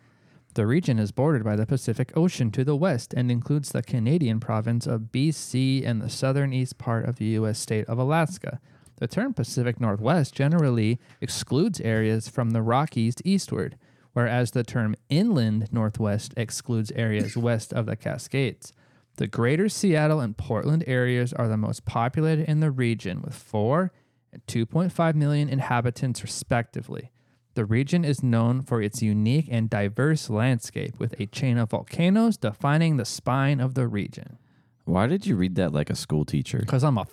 The region is bordered by the Pacific Ocean to the west and includes the Canadian province of BC and the southern east part of the U.S. state of Alaska. The term Pacific Northwest generally excludes areas from the Rockies eastward, whereas the term Inland Northwest excludes areas west of the Cascades. The greater Seattle and Portland areas are the most populated in the region, with 4 and 2.5 million inhabitants, respectively. The region is known for its unique and diverse landscape, with a chain of volcanoes defining the spine of the region.
Why did you read that like a school teacher?
Because I'm a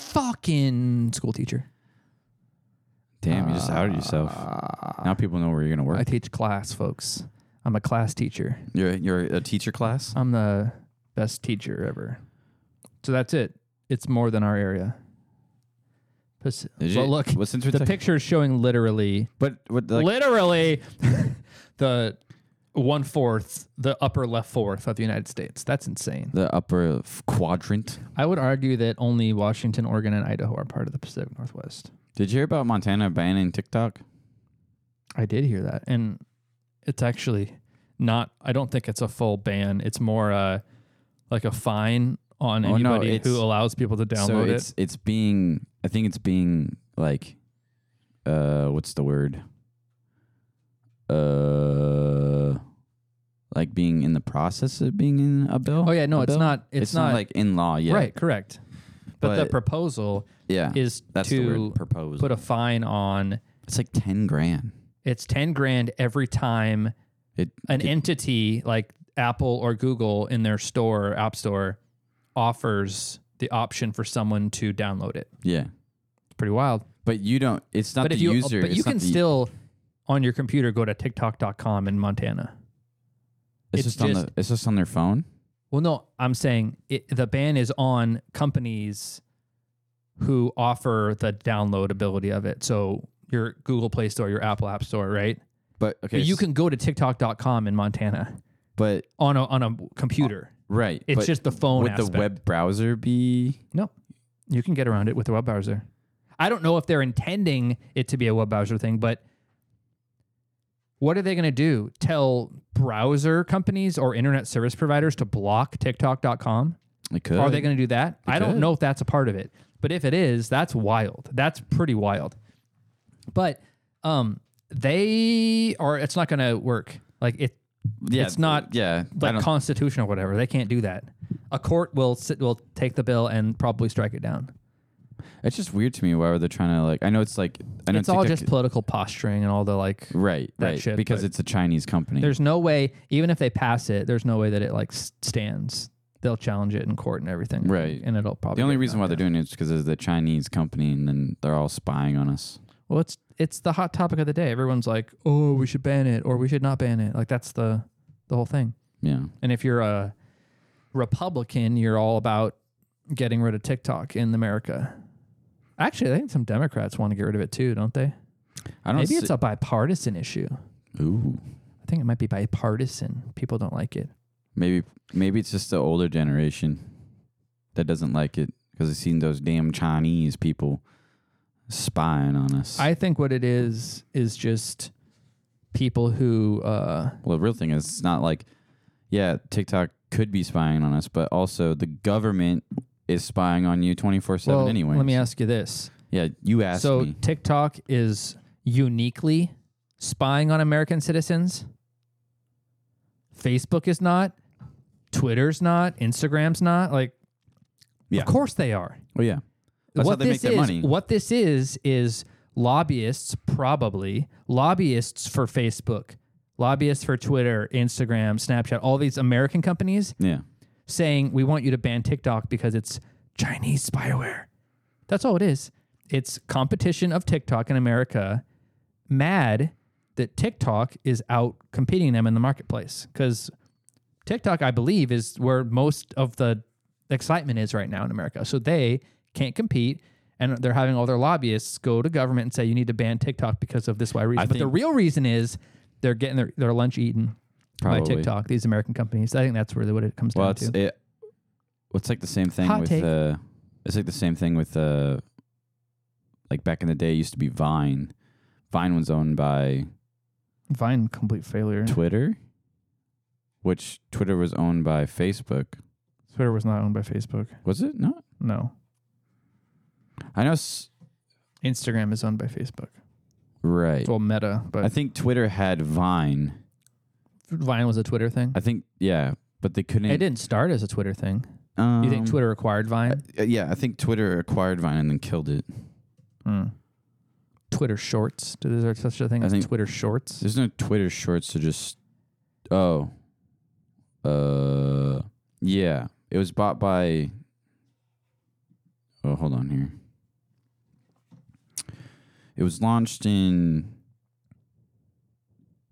fucking school teacher.
Damn, you just outed yourself. Now people know where you're gonna work.
I teach class, folks. I'm a class teacher.
you're you're a teacher class.
I'm the best teacher ever. So that's it. It's more than our area. But
Is it?
look,
Well, since we're
the
talking-
picture is showing literally,
but like-
literally, the one fourth, the upper left fourth of the United States. That's insane.
The upper f- quadrant.
I would argue that only Washington, Oregon, and Idaho are part of the Pacific Northwest.
Did you hear about Montana banning TikTok?
I did hear that, and it's actually not. I don't think it's a full ban. It's more uh, like a fine on
Oh, no,
anybody
it's-
who allows people to download
so
it.
it's it's being I think it's being like uh what's the word? Uh like being in the process of being in a bill.
Oh yeah, no,
A
it's
bill?
not. It's,
It's not, like in law yet.
Right, correct. But, the
But-
proposal,
Yeah,
is
that's the
to
word, proposal.
put a fine on.
It's like ten grand.
It's ten grand every time an entity like Apple or Google in their store, or app store, offers the option for someone to download it.
Yeah.
It's pretty wild.
But you don't it's not
but
the
if you,
user.
but
it's
you
not
can
the-
still on your computer go to TikTok.com in Montana.
it's, just, on the it's just on their phone.
Well, no, I'm saying it, the ban is on companies who offer the downloadability of it. So your Google Play Store, your Apple App Store, right?
But okay,
you
s-
can go to TikTok.com in Montana,
but
on a on a computer,
Right.
It's
but
just the phone
Would the
aspect.
web browser be
No, you can get around it with a web browser. I don't know if they're intending it to be a web browser thing, but what are they going to do? Tell browser companies or internet service providers to block TikTok.com?
It could.
Are they going to do that?
They
I don't
could.
know if that's a part of it, but if it is, that's wild. That's pretty wild. But um, they are. It's not going to work. Like it.
Yeah,
it's not.
yeah, I
like
don't-
constitutional or whatever. They can't do that. A court will sit, will take the bill and probably strike it down.
It's just weird to me why they're trying to like. I know it's like. I know
it's all
TikTok-
just political posturing and all the like.
right,
that
right,
shit,
because
but-
it's a Chinese company.
There's no way, even if they pass it, there's no way that it like s- stands. They'll challenge it in court and everything.
Right.
and it'll probably.
the only reason why they're doing it is because it's the Chinese company, and then they're all spying on us.
Well, it's it's the hot topic of the day. Everyone's like, "Oh, we should ban it," or "We should not ban it." Like that's the the whole thing.
Yeah.
And if you're a Republican, you're all about getting rid of TikTok in America. Actually, I think some Democrats want to get rid of it too, don't they?
I don't
Maybe
see-
it's a bipartisan issue.
Ooh.
I think it might be bipartisan. People don't like it.
Maybe maybe it's just the older generation that doesn't like it because I've seen those damn Chinese people spying on us.
I think what it is is just people who uh
well, the real thing is it's not like yeah, TikTok could be spying on us, but also the government is spying on you twenty four seven
well,
anyway.
Let me ask you this.
Yeah, you asked
so
me.
TikTok is uniquely spying on American citizens. Facebook is not. Twitter's not. Instagram's not. Like,
Yeah.
of course they are.
Well, yeah, that's
what
how they
this
make their
is,
money.
What this is is lobbyists, probably lobbyists for Facebook, lobbyists for Twitter, Instagram, Snapchat, all these American companies
Yeah,
saying we want you to ban TikTok because it's Chinese spyware. That's all it is. It's competition of TikTok in America. Mad that TikTok is out competing them in the marketplace because TikTok, I believe, is where most of the excitement is right now in America. So they can't compete. And they're having all their lobbyists go to government and say you need to ban TikTok because of this why reason. but the
think-
real reason is they're getting their, their lunch eaten by
Probably.
TikTok. These American companies. I think that's really what it comes
well,
down
it's
to.
it. It's like the same thing
Hot
with
take.
uh, it's like the same thing with uh, like back in the day, it used to be Vine. Vine was owned by
Vine complete failure.
Twitter, which Twitter was owned by Facebook.
Twitter was not owned by Facebook.
Was it not?
No.
I know. S-
Instagram is owned by Facebook.
right.
Well, Meta, but
I think Twitter had Vine.
Vine was a Twitter thing.
I think yeah, but they couldn't. e-,
It didn't start as a Twitter thing.
Um,
you think Twitter acquired Vine?
Uh, Yeah, I think Twitter acquired Vine and then killed it.
Hmm. Twitter Shorts. Do- Is there such a thing
I
as
think-
Twitter Shorts?
There's no Twitter shorts to just. Oh. Uh. Yeah, it was bought by. Oh, hold on here. It was launched in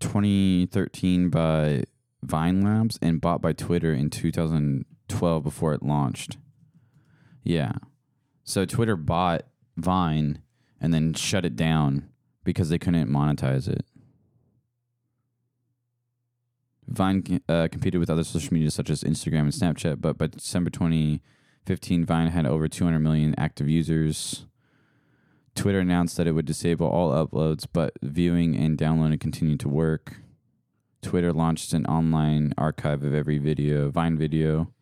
2013 by Vine Labs and bought by Twitter in 2012 before it launched. Yeah. So Twitter bought Vine and then shut it down because they couldn't monetize it. Vine uh, competed with other social media such as Instagram and Snapchat, but by December 2015, Vine had over 200 million active users. Twitter announced that it would disable all uploads, but viewing and downloading continued to work. Twitter launched an online archive of every video, Vine video,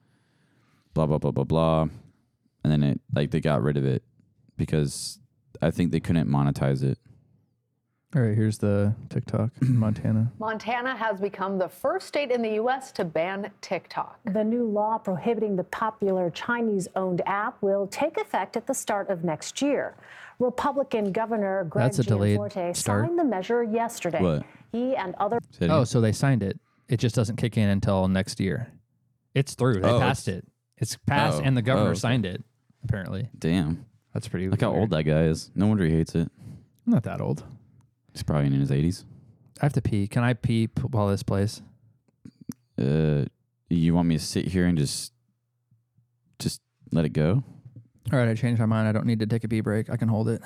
blah blah blah blah blah, and then it like they got rid of it because I think they couldn't monetize it.
All right, here's the TikTok in Montana.
Montana has become the first state in the U.S. to ban TikTok.
The new law prohibiting the popular Chinese owned app will take effect at the start of next year. Republican Governor Greg
That's a delayed
Gianforte
start.
signed the measure yesterday.
What?
He and other
Oh, so they signed it. It just doesn't kick in until next year. It's through. They
Oh,
passed
it's-
it. It's passed,
Oh,
and the governor
oh, okay.
signed it. Apparently,
Damn,
that's pretty.
Look how old that guy is. No wonder he hates it.
I'm not that old.
He's probably in his eighties.
I have to pee. Can I pee p- while this plays?
Uh, you want me to sit here and just, just let it go?
All right, I changed my mind. I don't need to take a pee break. I can hold it.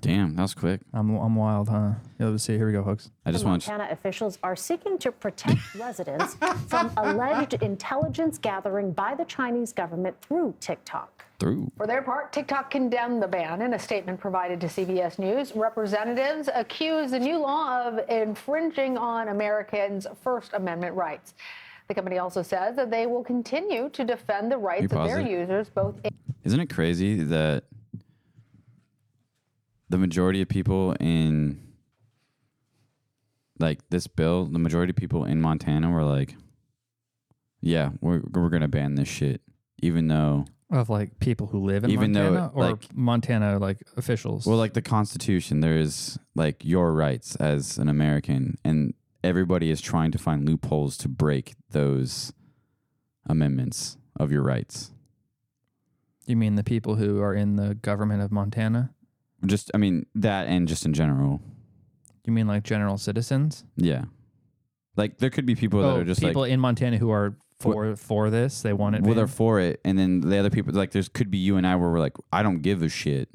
Damn, that was quick.
I'm I'm wild, huh? Yeah, let's see. Here we go, folks.
I just want.
Montana officials are seeking to protect residents from alleged intelligence gathering by the Chinese government through TikTok.
Through.
For their part, TikTok condemned the ban in a statement provided to CBS News. Representatives accuse the new law of infringing on Americans' First Amendment rights. The company also says that they will continue to defend the rights of
pause
their
it?
users, both in
Isn't it crazy that the majority of people in like this bill, the majority of people in Montana were like, "Yeah, we're we're gonna ban this shit," even though
of like people who live in
Even though
Montana
it,
or
like-
Montana like officials.
Well, like the Constitution, there is like your rights as an American, and everybody is trying to find loopholes to break those amendments of your rights.
you mean the people who are in the government of Montana?
Just, I mean, that and just in general.
You mean like general citizens?
Yeah. Like there could be people that
Oh,
are just
people
like,
in Montana who are for for this. They want it.
well, they're
banned.
for it. And then the other people, like, there's could be you and I where we're like, I don't give a shit.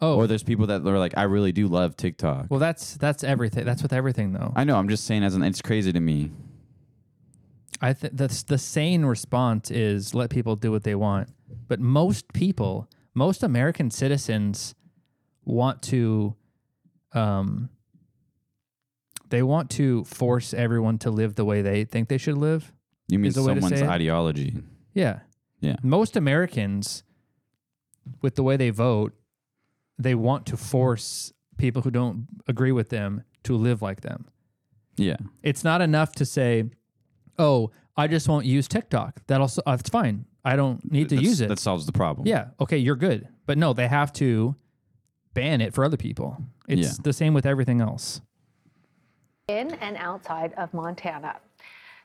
Oh.
Or there's people that are like, I really do love TikTok.
well, that's that's everything. That's with everything though.
I know. I'm just saying, as an, it's crazy to me.
I think that's the sane response is let people do what they want. But most people, most American citizens want to um they want to force everyone to live the way they think they should live.
You mean
is a way to
someone's
say it.
ideology?
Yeah.
Yeah.
Most Americans with the way they vote, they want to force people who don't agree with them to live like them.
Yeah.
It's not enough to say, "Oh, I just won't use TikTok." That'll s- uh, it's fine. I don't need to
That's-
use it.
That solves the problem.
Yeah. Okay, you're good. But no, they have to ban it for other people. It's
Yeah.
the same with everything else.
in and outside of Montana.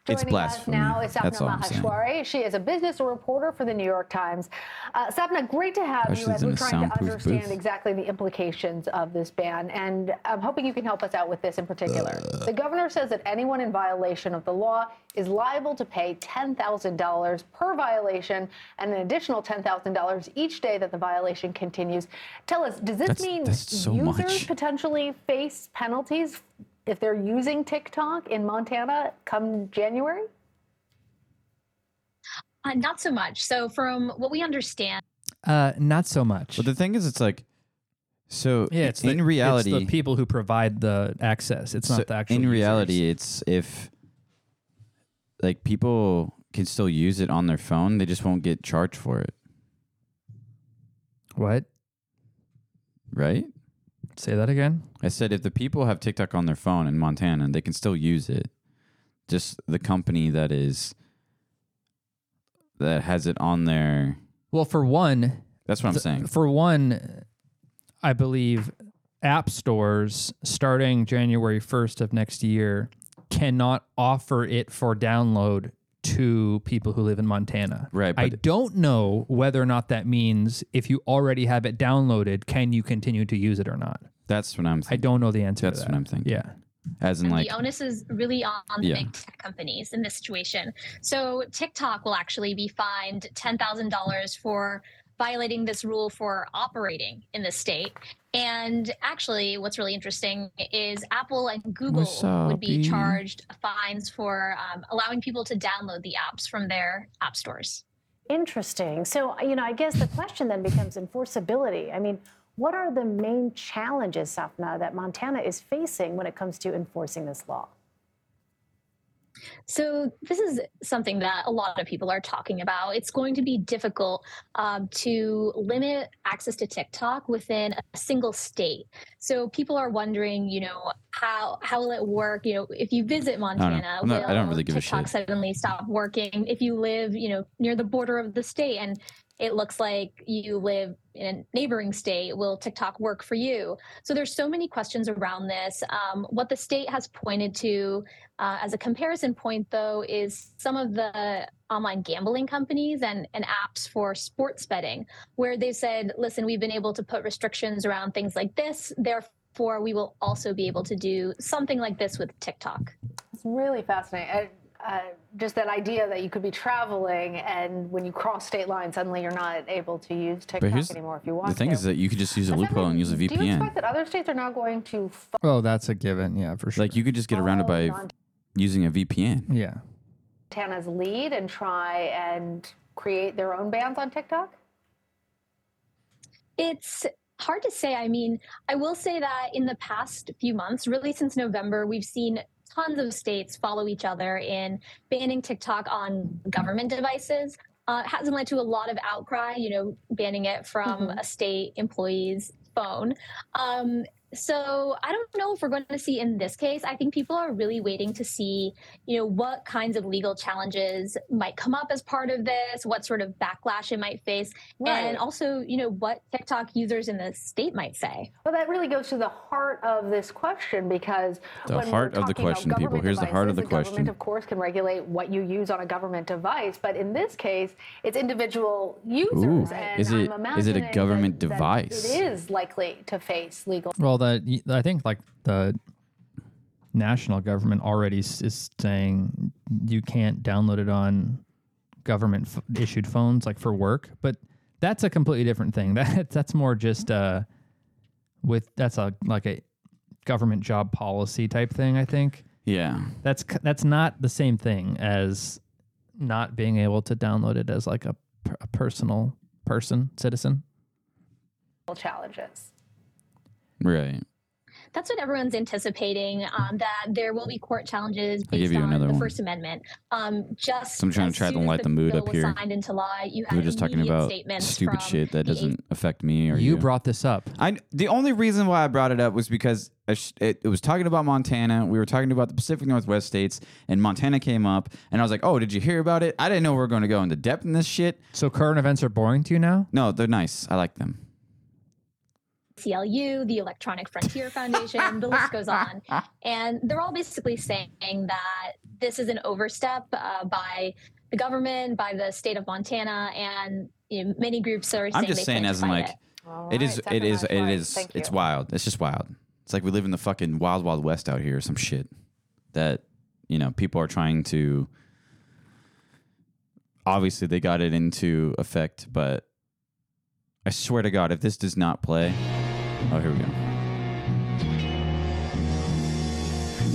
It's
Joining us
blasphemy.
now is
That's all
Sapna
I'm saying.
Maheshwari. She is a business reporter for the New York Times. Uh, Sapna, great to have
Gosh,
you
she's
as
in
we're
a
trying to
soundproof
understand
booth.
exactly the implications of this ban. And I'm hoping you can help us out with this in particular.
Uh.
The governor says that anyone in violation of the law is liable to pay $10,000 per violation and an additional $10,000 each day that the violation continues. Tell us, does this
That's-
mean
that's so
users
much.
potentially face penalties if they're using TikTok in Montana come January?
Uh, not so much. So, from what we understand,
Uh not so much.
But the thing is, it's like, so
Yeah, it's the-
in
it's the
reality,
people who provide the access. It's
so
not the actual
In
users.
reality, it's if like people can still use it on their phone, they just won't get charged for it,
What?
right?
Say that again.
I said if the people have TikTok on their phone in Montana, they can still use it. Just the company that is that has it on their
Well, for one,
That's what I'm
th-
saying.
For one, I believe app stores starting January 1st of next year cannot offer it for download to people who live in Montana.
Right,
I
but-
don't know whether or not that means if you already have it downloaded, can you continue to use it or not?
That's what I'm. Thinking.
I don't know the answer.
That's
to that.
what I'm thinking.
Yeah.
As in like
the onus is really on the
Yeah.
big tech companies in this situation. So, TikTok will actually be fined $10,000 for violating this rule for operating in the state. And actually, what's really interesting is Apple and Google
What's up,
would be
B?
charged fines for um, allowing people to download the apps from their app stores.
Interesting. So, you know, I guess the question then becomes enforceability. I mean, what are the main challenges, Safna, that Montana is facing when it comes to enforcing this law?
So this is something that a lot of people are talking about. It's going to be difficult um, to limit access to TikTok within a single state. So people are wondering, you know, how how will it work? You know, if you visit Montana,
I'm not- I don't really give a
TikTok
shit.
suddenly stop working? If you live, you know, near the border of the state and it looks like you live in a neighboring state will tiktok work for you so there's so many questions around this um, what the state has pointed to uh, as a comparison point though is some of the online gambling companies and, and apps for sports betting where they said listen we've been able to put restrictions around things like this therefore we will also be able to do something like this with tiktok
It's really fascinating. And, uh, just that idea that you could be traveling and when you cross state lines, suddenly you're not able to use TikTok anymore if you want
the thing
to.
is that you could just use a
But
loophole
then
and use a
Do you expect
VPN.
that other states are now going to
Oh, that's a given. Yeah, for sure.
Like you could just get around it by
Montana.
using a VPN.
Yeah.
Montana's lead and try and create their own bans on TikTok?
It's hard to say. I mean, I will say that in the past few months, really since November, we've seen tons of states follow each other in banning TikTok on government devices. Uh, it hasn't led to a lot of outcry, you know, banning it from a state employee's phone. Um, so I don't know if we're going to see in this case. I think people are really waiting to see, you know, what kinds of legal challenges might come up as part of this, what sort of backlash it might face,
Right.
and also, you know, what TikTok users in the state might say.
Well, that really goes to the heart of this question because
The
when we're
heart of
talking
the
about
question, people.
government
Here's the heart of
devices,
the question.
Government, of course, can regulate what you use on a government device, but in this case, it's individual users.
Ooh,
and
is it
I'm
is it
imagining
a
that-
government
that
device?
It is likely to face legal.
Well, the I think like the national government already s- is saying you can't download it on government f- issued phones like for work, but that's a completely different thing. That that's more just uh with that's a like a government job policy type thing, I think.
Yeah.
That's c- that's not the same thing as not being able to download it as like a, per- a personal person, citizen.
challenges.
Right.
That's what everyone's anticipating. Um, that there will be court challenges
I'll give
based
you
on
another
the
one.
First Amendment. Um, just
So I'm trying to
as
try to
soon as
light the mood
bill
up
was
here.
Signed into law, you had
We're just talking
immediate
about
statements
stupid
from
shit that
the
doesn't affect me or
You
you.
brought this up.
I the only reason why I brought it up was because I sh- it, it was talking about Montana. We were talking about the Pacific Northwest states, and Montana came up, and I was like, "Oh, did you hear about it? I didn't know we were going to go into depth in this shit."
So current events are boring to you now?
No, they're nice. I like them.
CLU, the Electronic Frontier Foundation, the list goes on. And they're all basically saying that this is an overstep uh, by the government, by the state of Montana, and you know, many groups are saying
I'm just
they
saying,
plan to
as in
fight
like, it is, it is, it is, it's wild. It's just wild. It's like we live in the fucking wild, wild west out here, or some shit that you know people are trying to. Obviously, they got it into effect, but I swear to God, if this does not play, oh, here we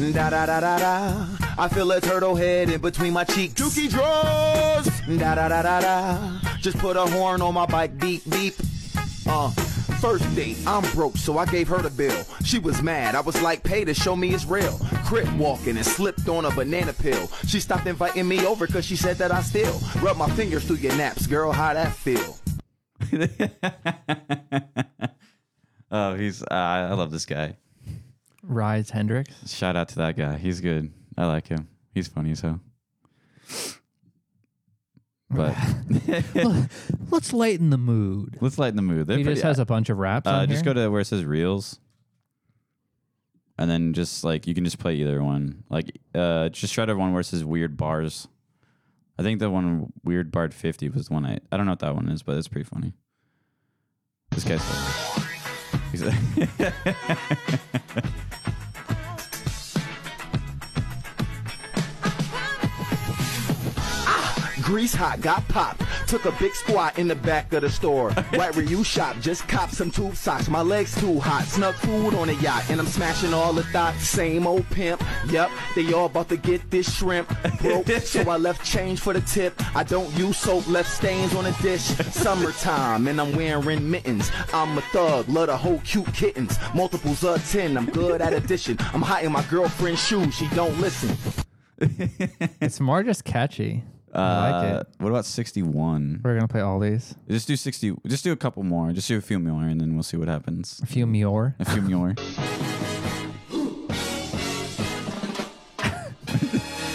go.
Da da da da da. I feel a turtle head in between my cheeks. Dookie draws. Da da da da da. Just put a horn on my bike. Beep beep. Uh. First date, I'm broke, so I gave her the bill. She was mad. I was like, pay to show me it's real. Crit walking and slipped on a banana pill. She stopped inviting me over cause she said that I still rub my fingers through your naps. Girl, how that feel?
Oh, he's uh, I love this guy.
Rise Hendricks.
Shout out to that guy. He's good. I like him. He's funny as hell. But
let's lighten the mood.
Let's lighten the mood. They're
He just
pretty-
has a bunch of raps
Uh,
on
just
here?
go to where it says reels, and then just like you can just play either one. Like uh, just try to one where it says weird bars. I think the one weird barred fifty was the one I I don't know what that one is, but it's pretty funny. This guy's. He's like
Grease hot, got popped. Took a big squat in the back of the store. Right where you shop, just cop some tube socks. My legs too hot. Snuck food on a yacht, and I'm smashing all the thoughts. Same old pimp. Yep, they all about to get this shrimp. Broke, so I left change for the tip. I don't use soap, left stains on a dish. Summertime, and I'm wearing mittens. I'm a thug, love to hold cute kittens. Multiples of 10, I'm good at addition. I'm hiding my girlfriend's shoes, she don't listen.
it's more just catchy. I like
Uh,
it.
What about 61?
We're going to play all these.
Just do 60. Just do a couple more. Just do a few more and then we'll see what happens. A
few more?
A few more.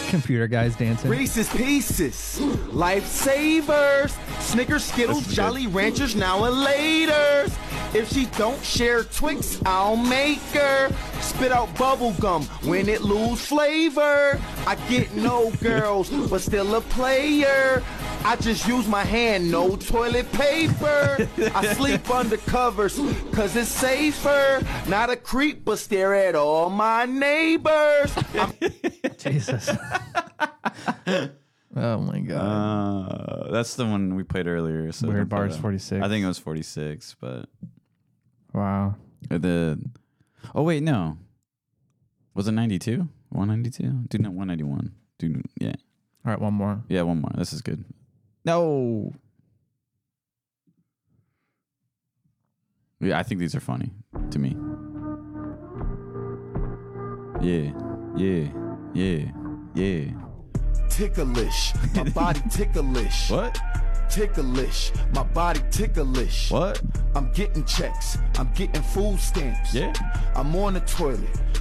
Computer guys dancing.
Reese's Pieces, Lifesavers, Snickers, Skittles, Jolly Ranchers, now and later. If she don't share Twix, I'll make her spit out bubble gum when it lose flavor. I get no girls, but still a player. I just use my hand, no toilet paper. I sleep under covers, cause it's safer. Not a creep, but stare at all my neighbors. I'm-
Jesus. Oh my
god. Uh, that's the one we played earlier. So don't
Weird
play
Bars
that.
46.
I think it was 46, but Uh,
Wow.
the Oh wait, no. Was it 92? 192? Dude, no, 191. Dude, yeah.
All right, one more.
Yeah, one more. This is good.
No.
Yeah, I think these are funny to me. Yeah. Yeah. Yeah. Yeah.
ticklish. My body ticklish.
What?
ticklish. My body ticklish.
What?
I'm getting checks. I'm getting food stamps. Yeah. I'm on the toilet.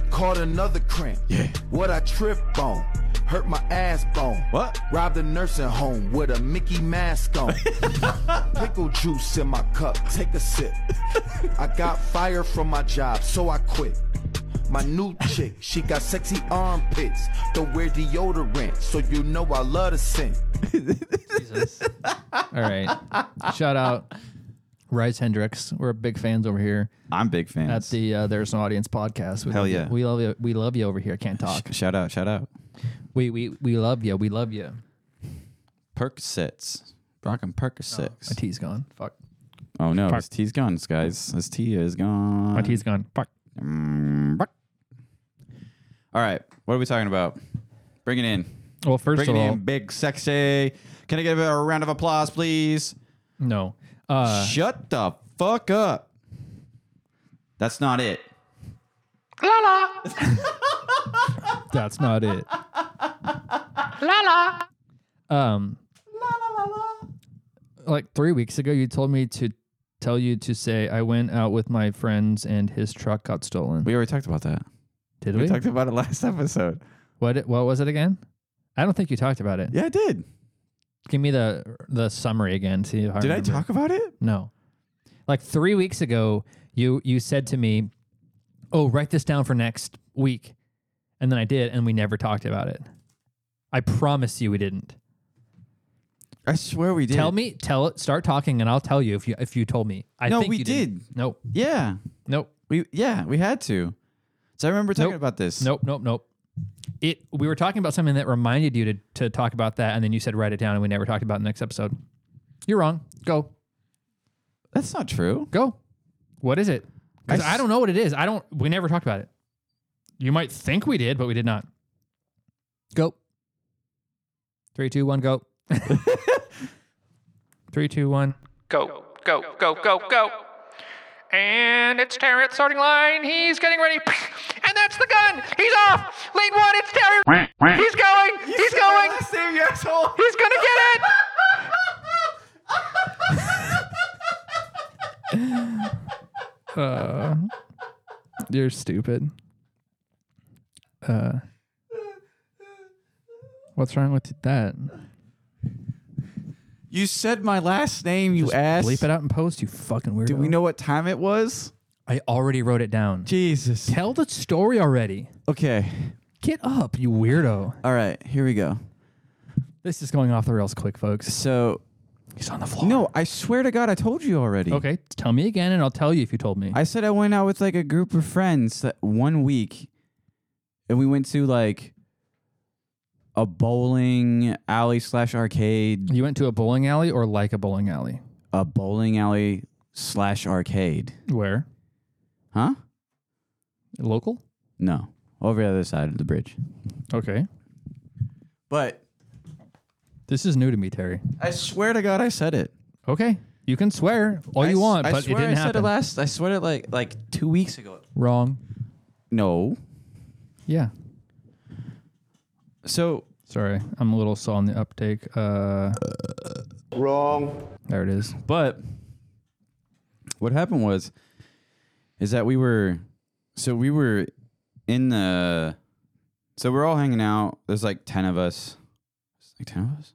Caught another cramp. Yeah. What I trip on. Hurt my ass bone. What? Robbed a nursing home with a Mickey mask on. Pickle juice in my cup. Take a sip. I got fired from my job, so I quit. My new chick, she got sexy armpits. Don't wear deodorant, so you know I love the scent.
All right. Shout out Rice Hendricks. We're big fans over here.
I'm big fans.
At the uh, There's No Audience podcast. We
Hell
love you.
yeah.
We love you. We love you over here. Can't talk.
Shout out, shout out.
We we we love you. We love you.
Percocets. Rockin' Percocets.
My tea's gone. Fuck.
Oh no,
Fuck.
his tea's gone, guys. His tea is gone.
My tea's gone. Fuck.
Mm, fuck. All right, what are we talking about? Bring it in.
Well, first
Bring
of
it
all-
in, big sexy. Can I give a round of applause, please?
No. Uh,
Shut the fuck up. That's not it.
La la,
That's not it.
la la.
Um, Like three weeks ago, you told me to tell you to say I went out with my friends and his truck got stolen.
We already talked about that.
Did we?
We talked about it last episode.
What? it- What was it again? I don't think you talked about it.
Yeah, I did.
Give me the the summary again. See if I
Did I
remember.
talk about it?
No. Like three weeks ago, you you said to me, "Oh, write this down for next week," and then I did, and we never talked about it. I promise you, we didn't.
I swear we did.
Tell me, tell it, start talking, and I'll tell you if you if you told me. I
no,
think
we
you
did.
Nope.
Yeah.
Nope.
We yeah, we had to. So I remember talking
Nope.
about this.
Nope, nope, nope. It. We were talking about something that reminded you to to talk about that, and then you said write it down, and we never talked about it in the next episode. You're wrong. Go.
That's not true.
Go. What is it? Because I, don't know what it is. I don't. We never talked about it. You might think we did, but we did not. Go. Three, two, one, go. Three, two, one.
Go, go, go, go, go. And it's Terry at the starting line. He's getting ready. And that's the gun. He's off. Lane one, it's Terry. He's going. He's going. He's going to get it.
Uh, you're stupid. Uh, what's wrong with that?
You said my last name, you
Just
ass.
Bleep it out and post, you fucking weirdo.
Do we know what time it was?
I already wrote it down.
Jesus.
Tell the story already.
Okay.
Get up, you weirdo.
All right, here we go.
This is going off the rails quick, folks.
So
he's on the floor.
No, I swear to God, I told you already.
Okay, tell me again, and I'll tell you if you told me.
I said I went out with like a group of friends that one week, and we went to like a bowling alley slash arcade.
You went to a bowling alley or like a bowling alley?
A bowling alley slash arcade.
Where?
Huh?
Local?
No, over the other side of the bridge.
Okay.
But
this is new to me, Terry.
I swear to God, I said it.
Okay, you can swear all
I
you
s-
want,
I
but
swear
it didn't
I
happen.
said it last. I swear it like like two weeks ago.
Wrong.
No.
Yeah.
So
sorry, I'm a little slow on the uptake. Uh,
Wrong.
There it is.
But what happened was is that we were so we were in the so we're all hanging out. There's like ten of us. It's like ten of us?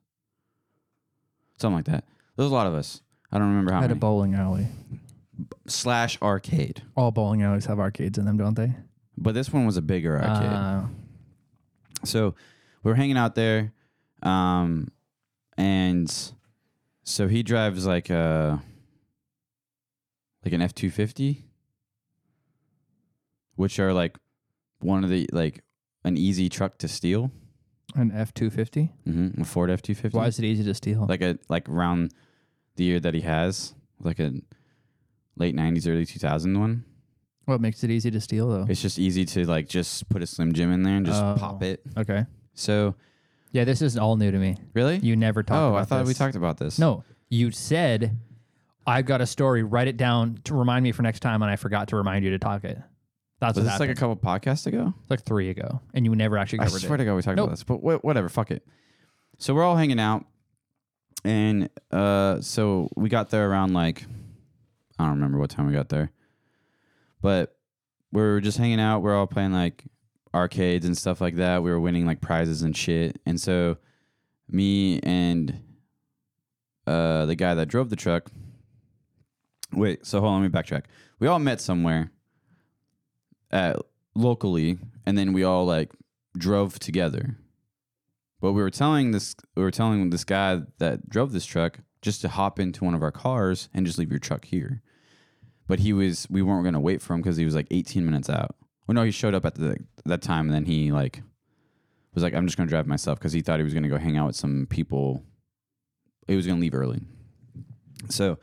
Something like that. There's a lot of us. I don't remember how
at a
many.
bowling alley.
slash arcade.
All bowling alleys have arcades in them, don't they?
But this one was a bigger arcade.
Ah.
So we were hanging out there, um, and so he drives like a like an F two fifty, which are like one of the like an easy truck to steal.
An F two fifty.
Mm-hmm. A Ford F two fifty.
Why is it easy to steal?
Like a like around the year that he has, like a late nineties, early two thousand one.
What makes it easy to steal though?
It's just easy to like just put a Slim Jim in there and just pop
Oh,
it.
Okay.
So
Yeah, this is all new to me.
Really?
You never talked
Oh,
about
I thought we
this.
talked about this.
No, you said I've got a story, write it down to remind me for next time and I forgot to remind you to talk it. That's
was
what
this like a
happened.
couple podcasts ago?
Like three ago. And you never actually
I
covered it.
swear to God, we talked
Nope.
about this, but wh- whatever, fuck it. So we're all hanging out, And uh, so we got there around like I don't remember what time we got there, but we were just hanging out. We are all playing like arcades and stuff like that. We were winning like prizes and shit. And so me and uh, the guy that drove the truck. Wait, so hold on, let me backtrack. We all met somewhere at locally, and then we all like drove together. But we were telling this, we were telling this guy that drove this truck just to hop into one of our cars and just leave your truck here. But he was, we weren't gonna wait for him because he was like 18 minutes out. Well, no, he showed up at the that time, and then he like was like, "I'm just gonna drive myself" because he thought he was gonna go hang out with some people. He was gonna leave early. So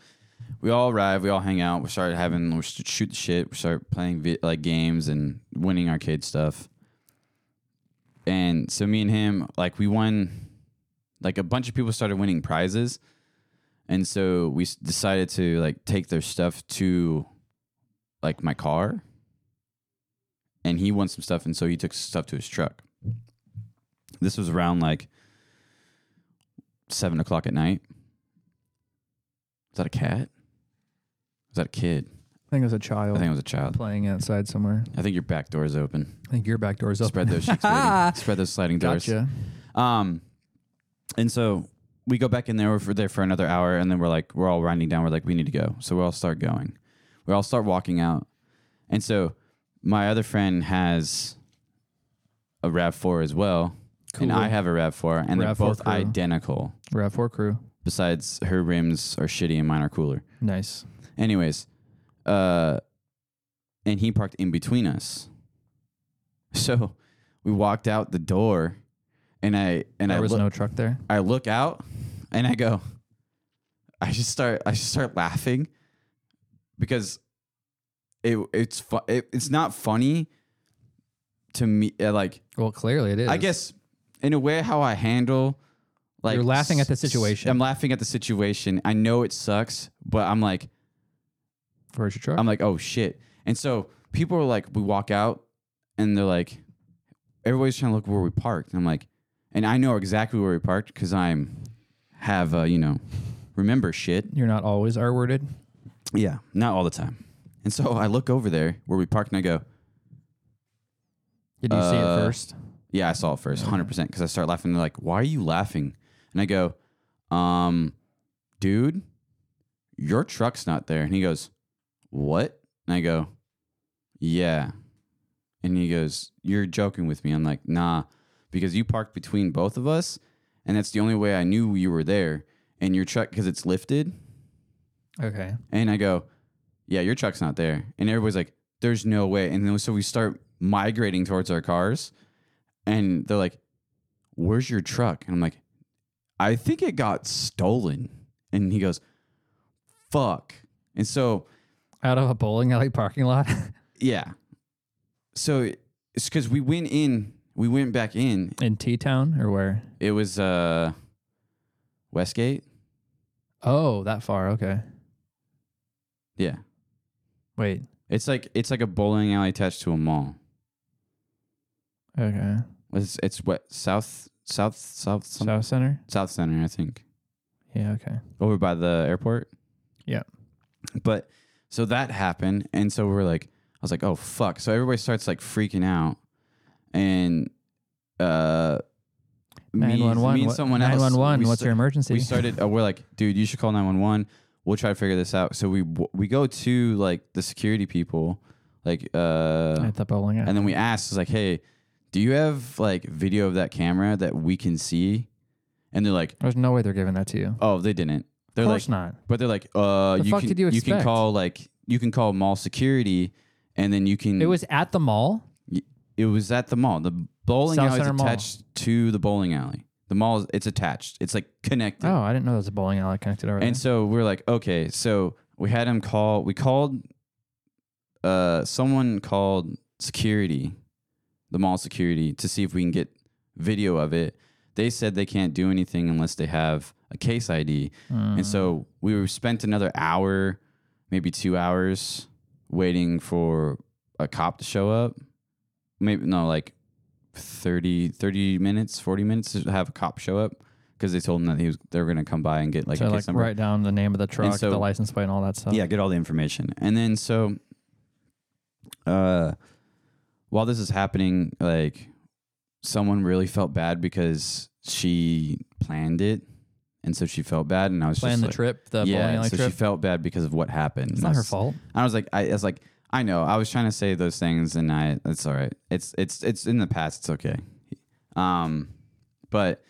we all arrive, we all hang out, we start having, we st- shoot the shit, we start playing vi- like games and winning arcade stuff. And so me and him, like we won, like a bunch of people started winning prizes, and so we s- decided to like take their stuff to, like my car. And he won some stuff, and so he took stuff to his truck. This was around like seven o'clock at night. Is that a cat? Is that a kid?
I think it was a child.
I think it was a child.
playing outside somewhere.
I think your back door is open.
I think your back door is open.
Spread those sheets, baby. Spread those sliding doors.
Gotcha.
Um, and so we go back in there. We're there for another hour, and then we're like, we're all winding down. We're like, we need to go. So we all start going. We all start walking out. And so my other friend has a Rav Four as well, and
Cool.
I have a Rav Four, and they're
RAV4
both
crew.
identical.
Rav Four crew.
Besides, her rims are shitty and mine are cooler.
Nice.
Anyways, uh, and he parked in between us. So we walked out the door, and I and
There
I
was
look-
no truck there?
I look out, and I go. I just start. I just start laughing, because it it's fu- it, it's not funny to me. uh, Like,
well, clearly it is.
I guess in a way how I handle like
You're laughing at the
s- s-
situation.
I'm laughing at the situation. I know it sucks, but I'm like,
where's your truck?
I'm like, oh shit. And so people are like, we walk out, and they're like, everybody's trying to look where we parked. And I'm like, and I know exactly where we parked because I'm have uh, you know remember shit.
You're not always R worded.
Yeah, not all the time. And so I look over there where we parked and I go, uh,
Did you see it first?
Yeah, I saw it first, 100%, because I start laughing. They're like, why are you laughing? And I go, um, dude, your truck's not there. And he goes, what? And I go, yeah. And he goes, you're joking with me. I'm like, nah, because you parked between both of us, and that's the only way I knew you were there. And your truck, because it's lifted,
Okay.
and I go, yeah, your truck's not there. And everybody's like, there's no way. And then so we start migrating towards our cars. And they're like, where's your truck? And I'm like, I think it got stolen. And he goes, fuck. And so
out of a bowling alley parking lot.
yeah. So it's because we went in, we went back in.
In T Town or where?
It was uh Westgate.
Oh, that far. Okay.
Yeah.
Wait.
It's like it's like a bowling alley attached to a mall.
Okay.
It's it's what south south south some-
South Center?
south center I think
Yeah. Okay.
over by the airport.
Yeah.
But so that happened, and so we are like, I was like, oh fuck! So everybody starts like freaking out, and uh, me-
911,
me and
what-
someone else,
911,
we
what's your emergency?
We started. Uh, we're like, dude, you should call nine one one. We'll try to figure this out. So we we go to like the security people, like uh,
At the bowling alley.
and then we asked, it's like, hey, do you have like video of that camera that we can see? And they're like,
There's no way they're giving that to you.
Oh, they didn't. They're like,
course not.
But they're like, uh,
The
you
fuck
can
did you
can
expect?
call like you can call mall security, and then you can.
It was at the mall.
Y- It was at the mall. The bowling
South
alley is
Center Mall.
attached to the bowling alley. The mall is it's attached. It's like connected.
Oh, I didn't know there was a bowling alley connected over
And so we're like, okay, so we had him call. We called. Uh, someone called security, the mall security, to see if we can get video of it. They said they can't do anything unless they have a case ID.
Mm.
And so we were spent another hour, maybe two hours, waiting for a cop to show up. Maybe no, like 30, 30 minutes, 40 minutes to have a cop show up because they told him that he was they were gonna come by and get like a
to
case
like
number.
write down the name of the truck,
so-
the license plate, and all that stuff.
Yeah, get all the information. And then so uh while this is happening, like someone really felt bad because she planned it. And so she felt bad, and I was just
Planned the
like-
trip, the bowling
yeah.
alley
so
trip?
she felt bad because of what happened.
It's
And
not
I
her
was-
fault.
I was like, I, I was like, I know. I was trying to say those things, and I. It's all right. It's it's it's in the past. It's okay. Um, but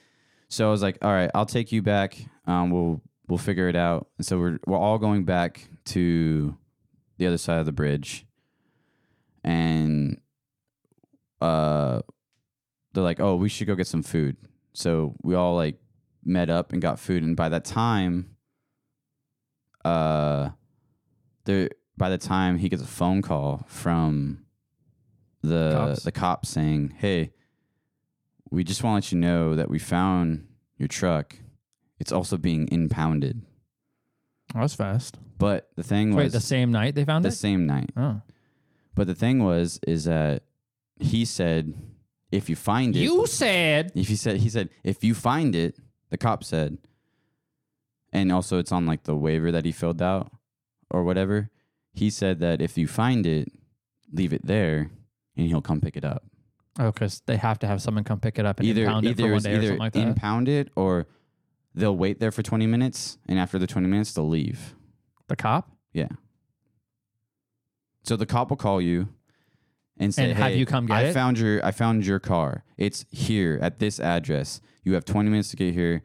so I was like, all right, I'll take you back. Um, we'll we'll figure it out. And so we're we're all going back to the other side of the bridge, and uh, they're like, oh, we should go get some food. So we all like met up and got food, and by that time, uh, there by the time he gets a phone call from the
Cops.
the cop saying, "Hey, we just want to let you know that we found your truck. It's also being impounded."
That was Oh, fast.
But the thing
Wait,
was
the same night they found
the
it?
same night.
Oh.
But the thing was is that he said if you find it
You said
if he said he said if you find it, the cop said and also it's on like the waiver that he filled out or whatever. He said that if you find it, leave it there and he'll come pick it up.
Oh, because they have to have someone come pick it up and
either
impound it
either
for one
it's
day or
either
something like that.
impound it or they'll wait there for 20 minutes and after the 20 minutes they'll leave.
the cop?
Yeah. So the cop will call you and say,
And have
"Hey,
you come get
I
it?"
found your I found your car. It's here at this address. You have 20 minutes to get here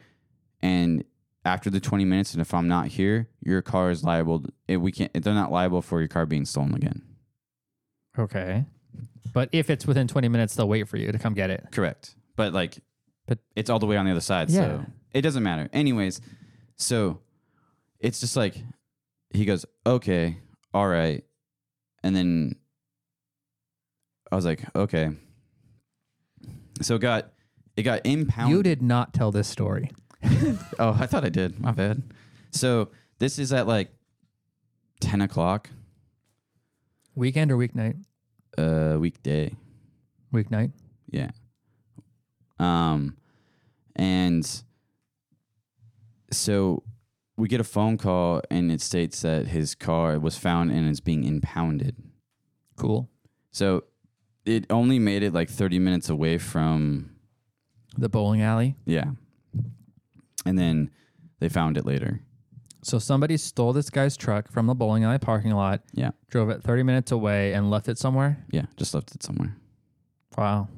and after the 20 minutes and if I'm not here, your car is liable. eh, We can't they're not liable for your car being stolen again."
Okay. But if it's within 20 minutes, they'll wait for you to come get it.
Correct. But like but it's all the way on the other side,
Yeah.
so it doesn't matter. Anyways, so it's just like he goes, "Okay, all right." And then I was like, "Okay." So it got it got impounded.
You did not tell this story.
Oh, I thought I did. My bad. So this is at like ten o'clock
Weekend or weeknight?
uh weekday.
Weeknight.
Yeah. Um, and so we get a phone call, and it states that his car was found and is being impounded.
Cool.
So it only made it like 30 minutes away from,
The bowling alley.
yeah. And then they found it later.
So somebody stole this guy's truck from the bowling alley parking lot.
Yeah.
Drove it 30 minutes away and left it somewhere.
Yeah. Just left it somewhere.
Wow.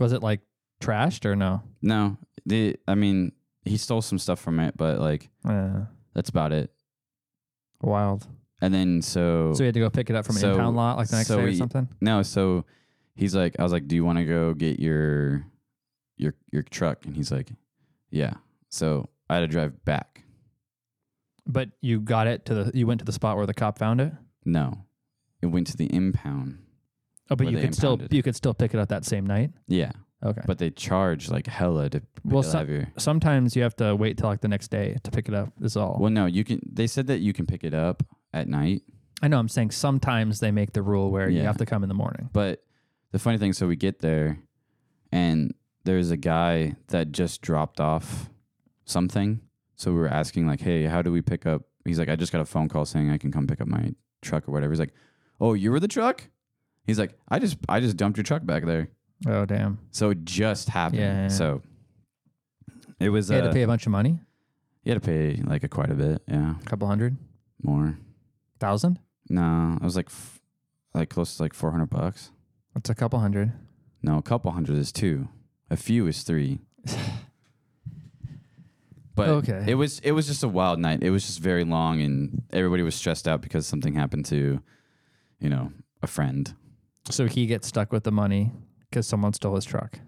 Was it like trashed or no?
No, the, I mean, he stole some stuff from it, but like,
Yeah.
that's about it.
Wild.
And then so
So he had to go pick it up from an impound lot, like, the next day or something?
No, so he's like, I was like, do you want to go get your your your truck? And he's like, yeah. So I had to drive back.
But you got it to the, you went to the spot where the cop found it?
No, it went to the impound.
Oh, but
where
you
they
could still,
impounded.
you could still pick it up that same night?
yeah.
Okay.
But they charge like hella to
Well,
have
some-
your-
sometimes you have to wait till like the next day to pick it up. Is all.
Well, no, you can. They said that you can pick it up at night,
I know. I'm saying sometimes they make the rule where you
Yeah.
have to come in the morning.
but the funny thing, so we get there, and there's a guy that just dropped off something. So we were asking like, "Hey, how do we pick up?" He's like, "I just got a phone call saying I can come pick up my truck or whatever." He's like, "Oh, you were the truck?" He's like, "I just I just dumped your truck back there."
Oh damn!
So it just happened.
Yeah.
So it was.
They had to
uh,
pay a bunch of money,
You had to pay like a quite a bit. Yeah,
a couple hundred
more.
thousand.
No, it was like f- like close to like four hundred bucks.
That's a couple hundred.
No, a couple hundred is two. A few is three. But
Okay.
it was it was just a wild night. It was just very long, and everybody was stressed out because something happened to, you know, a friend.
So he gets stuck with the money because someone stole his truck.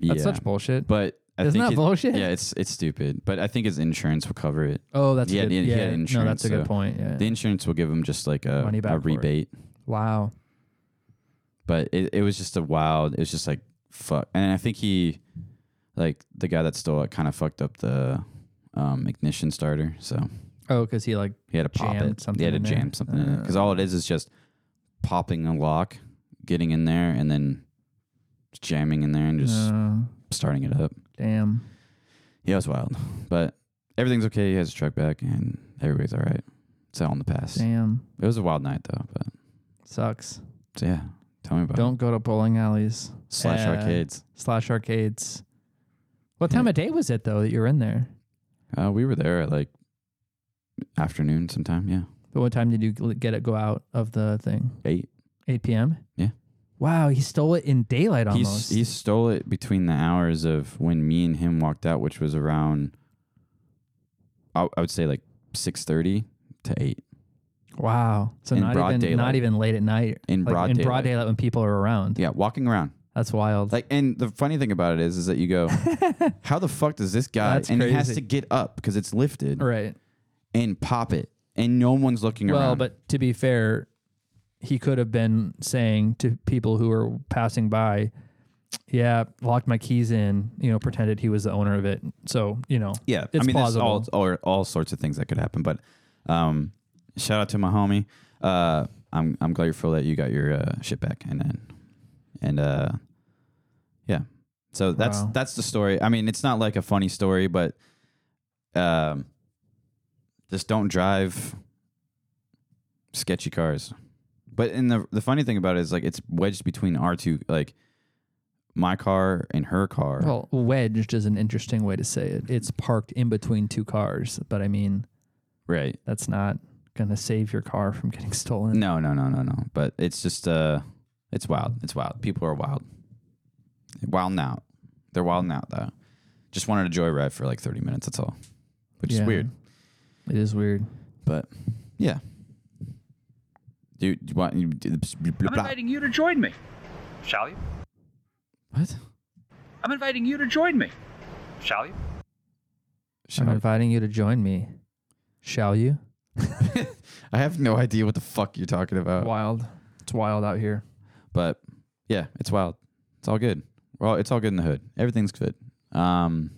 That's such bullshit.
But I
Isn't
think
that
it-
bullshit?
Yeah, it's it's stupid. But I think his insurance will cover it.
Oh, that's a
He had-
good-
he had- he had
yeah, no, that's
insurance,
a good
so
point, yeah.
the insurance will give him just like a
Money back
a
for it.
rebate.
Wow.
but it, it was just a wild it was just like fuck and i think he like the guy that stole it kind of fucked up the um, ignition starter so
Oh, because he like
he had to pop
jammed
it
Something
he had to
in there. Uh.
jam something in it because all it is is just popping a lock getting in there and then jamming in there and just
Oh.
starting it up
Damn.
Yeah, it was wild. But everything's okay. He has his truck back and everybody's all right. It's all in the past.
Damn.
It was a wild night though, but
sucks.
So yeah. Tell me about
Don't go to bowling alleys Eh,
Slash arcades.
Slash arcades. What time of day was it though that you were in there?
it. Uh, we were there at like afternoon sometime. Yeah.
But what time did you gl- get it go out of the thing?
Eight.
Eight p.m.
Yeah.
Wow, he stole it in daylight
He
almost.
s- he stole it between the hours of when me and him walked out, which was around, I, I would say like six thirty to eight.
wow. So
In
not
broad
even
daylight.
not even late at night.
In
Like,
broad
in broad
daylight.
daylight when people are around.
Yeah, walking around.
That's wild.
Like, and the funny thing about it is, is that you go, how the fuck does this guy?
That's
and he has
crazy.
to get up because it's lifted,
Right.
And pop it, and no one's looking
well,
around.
but to be fair, he could have been saying to people who were passing by, "Yeah, locked my keys in," you know, pretended he was the owner of it. So you know,
Yeah, I
it's
mean, there's
plausible.
all, all all sorts of things that could happen. But um, shout out to my homie. Uh, I'm I'm grateful that you got your uh, shit back, and then and uh, yeah. So that's
Wow.
that's the story. I mean, it's not like a funny story, but um, just don't drive sketchy cars. But in the the funny thing about it is like it's wedged between our two like my car and her car.
well, wedged is an interesting way to say it. It's parked in between two cars, but I mean,
right?
That's not gonna save your car from getting stolen.
No, no, no, no, no. But it's just uh it's wild. It's wild. People are wild. Wild now. They're wild now though. Just wanted a joyride for like 30 minutes, that's all. Which
Yeah.
is weird.
It is weird.
But yeah. Dude, you want you, blah,
I'm
blah.
inviting you to join me. Shall you?
What?
I'm inviting you to join me. Shall you?
I'm inviting you to join me. Shall you?
I have no idea what the fuck you're talking about.
Wild. It's wild out here.
But yeah, it's wild. It's all good. Well, it's all good in the hood. Everything's good. Um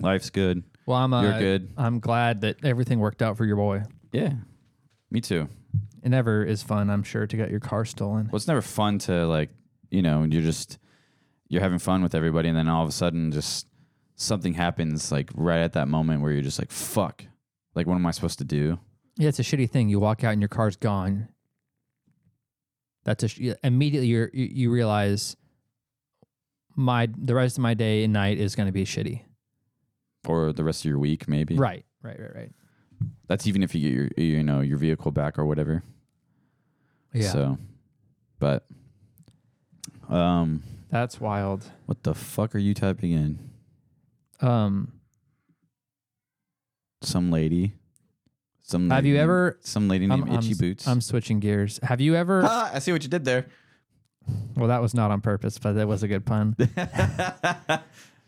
life's good.
Well, I'm. Uh,
You're good.
I'm glad that everything worked out for your boy.
Yeah. Me too.
It never is fun, I'm sure, to get your car stolen.
Well, it's never fun to like, you know, you're just you're having fun with everybody, and then all of a sudden, just something happens like right at that moment where you're just like, "Fuck!" Like, what am I supposed to do?
Yeah, it's a shitty thing. You walk out and your car's gone. That's a sh- yeah, immediately you're, you you realize my the rest of my day and night is going to be shitty.
Or the rest of your week, maybe.
Right, right, right, right.
That's even if you get your you know your vehicle back or whatever.
Yeah.
So, but um,
that's wild.
What the fuck are you typing in?
Um,
Some lady. Some.
Have you
lady-
ever-
Some lady named
I'm,
Itchy
I'm,
Boots.
I'm switching gears. Have you ever?
Ah, I see what you did there.
Well, that was not on purpose, but that was a good pun.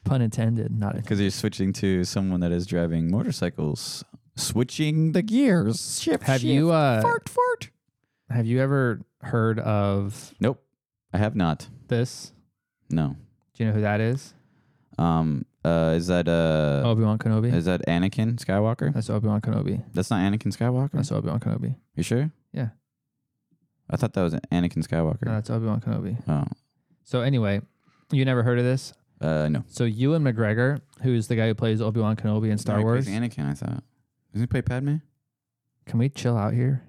pun intended, not
Because you're switching to someone that is driving motorcycles, switching the gears. Shift.
Have
shift.
you uh
Fart, fart.
Have you ever heard of
Nope. I have not.
this?
No.
Do you know who that is?
Um. Uh. Is that uh?
Obi Wan Kenobi.
Is that Anakin Skywalker?
That's Obi Wan Kenobi.
That's not Anakin Skywalker.
That's Obi Wan Kenobi.
You sure?
Yeah.
I thought that was Anakin Skywalker.
No, that's Obi Wan Kenobi.
Oh.
So anyway, you never heard of this?
Uh. No.
So Ewan McGregor, who's the guy who plays Obi Wan Kenobi in Star
No, he
Wars,
plays Anakin. I thought. Doesn't he play Padme?
Can we chill out here?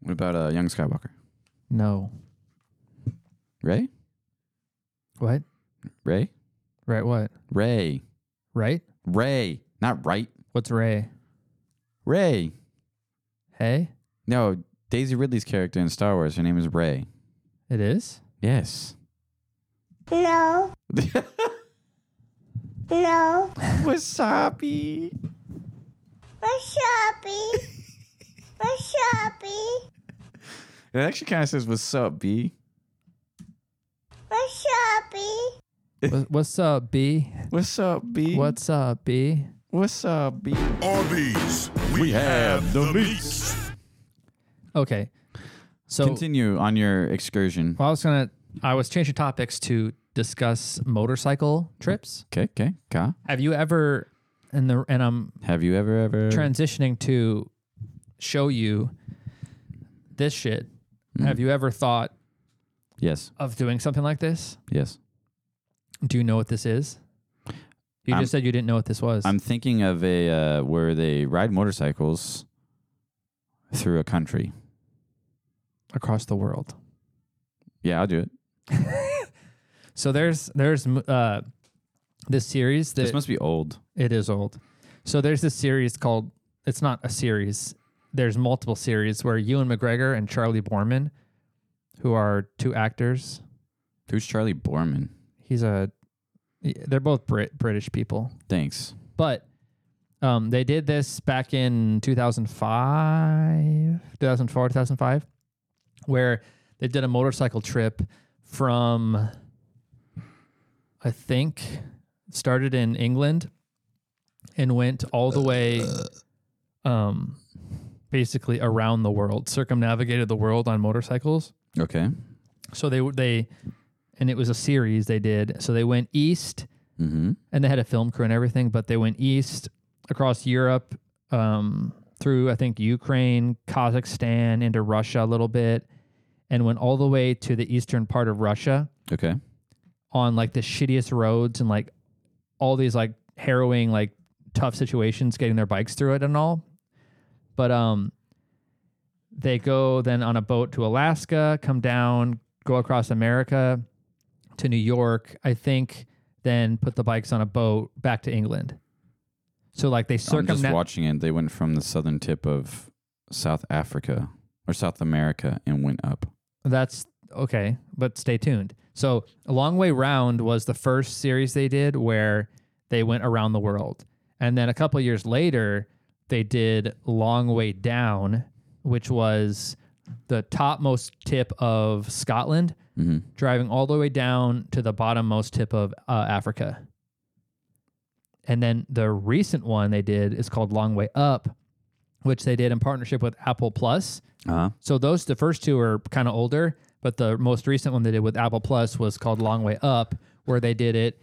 What about uh young Skywalker?
No.
Ray.
What?
Ray.
Right? What?
Ray.
Right?
Ray. Not right.
What's Ray?
Ray.
Hey.
No, Daisy Ridley's character in Star Wars. Her name is Ray.
It is.
Yes.
No. no.
Wasabi.
Wasabi. Wasabi.
It actually kind of says "What's up, B."
Wasabi.
Wha- What's up, B?
What's up, B?
What's up, B?
What's up, B?
Arby's. We, have the meats.
Okay. So
continue on your excursion.
Well, I was gonna. I was changing topics to discuss motorcycle trips.
Okay, okay, Ka.
Have you ever? And the and I'm
Have you ever ever
transitioning to show you this shit.
Mm-hmm.
Have you ever thought
Yes,
of doing something like this?
yes.
Do you know what this is? You
I'm-
just said you didn't know what this was.
I'm thinking of a uh, where they ride motorcycles through a country.
across the world.
Yeah, I'll do it.
So there's there's uh, this series that
This must be old.
It is old. So there's this series called it's not a series. There's multiple series where Ewan McGregor and Charlie Borman, who are two actors.
Who's Charlie Borman?
He's a they're both Brit British people.
Thanks.
But um, they did this back in 2005, 2004, 2005, where they did a motorcycle trip from, I think, started in England and went all the way, um, basically around the world, circumnavigated the world on motorcycles.
Okay.
So they they, and it was a series they did. So they went east, and they had a film crew and everything. But they went east across Europe, um, through I think Ukraine, Kazakhstan, into Russia a little bit, and went all the way to the eastern part of Russia
Okay.
on like the shittiest roads and like all these like harrowing like tough situations getting their bikes through it and all but um they go then on a boat to alaska come down go across america to new york i think then put the bikes on a boat back to england so like they
I'm just
circumnavigate
watching it. They went from the southern tip of South Africa or South America and went up.
That's okay, but stay tuned. So, A Long Way Round was the first series they did where they went around the world. And then a couple of years later, they did Long Way Down, which was the topmost tip of Scotland, driving all the way down to the bottommost tip of uh, Africa. And then the recent one they did is called Long Way Up, which they did in partnership with Apple Plus.
Uh-huh.
So those the first two are kind of older, but the most recent one they did with Apple Plus was called Long Way Up, where they did it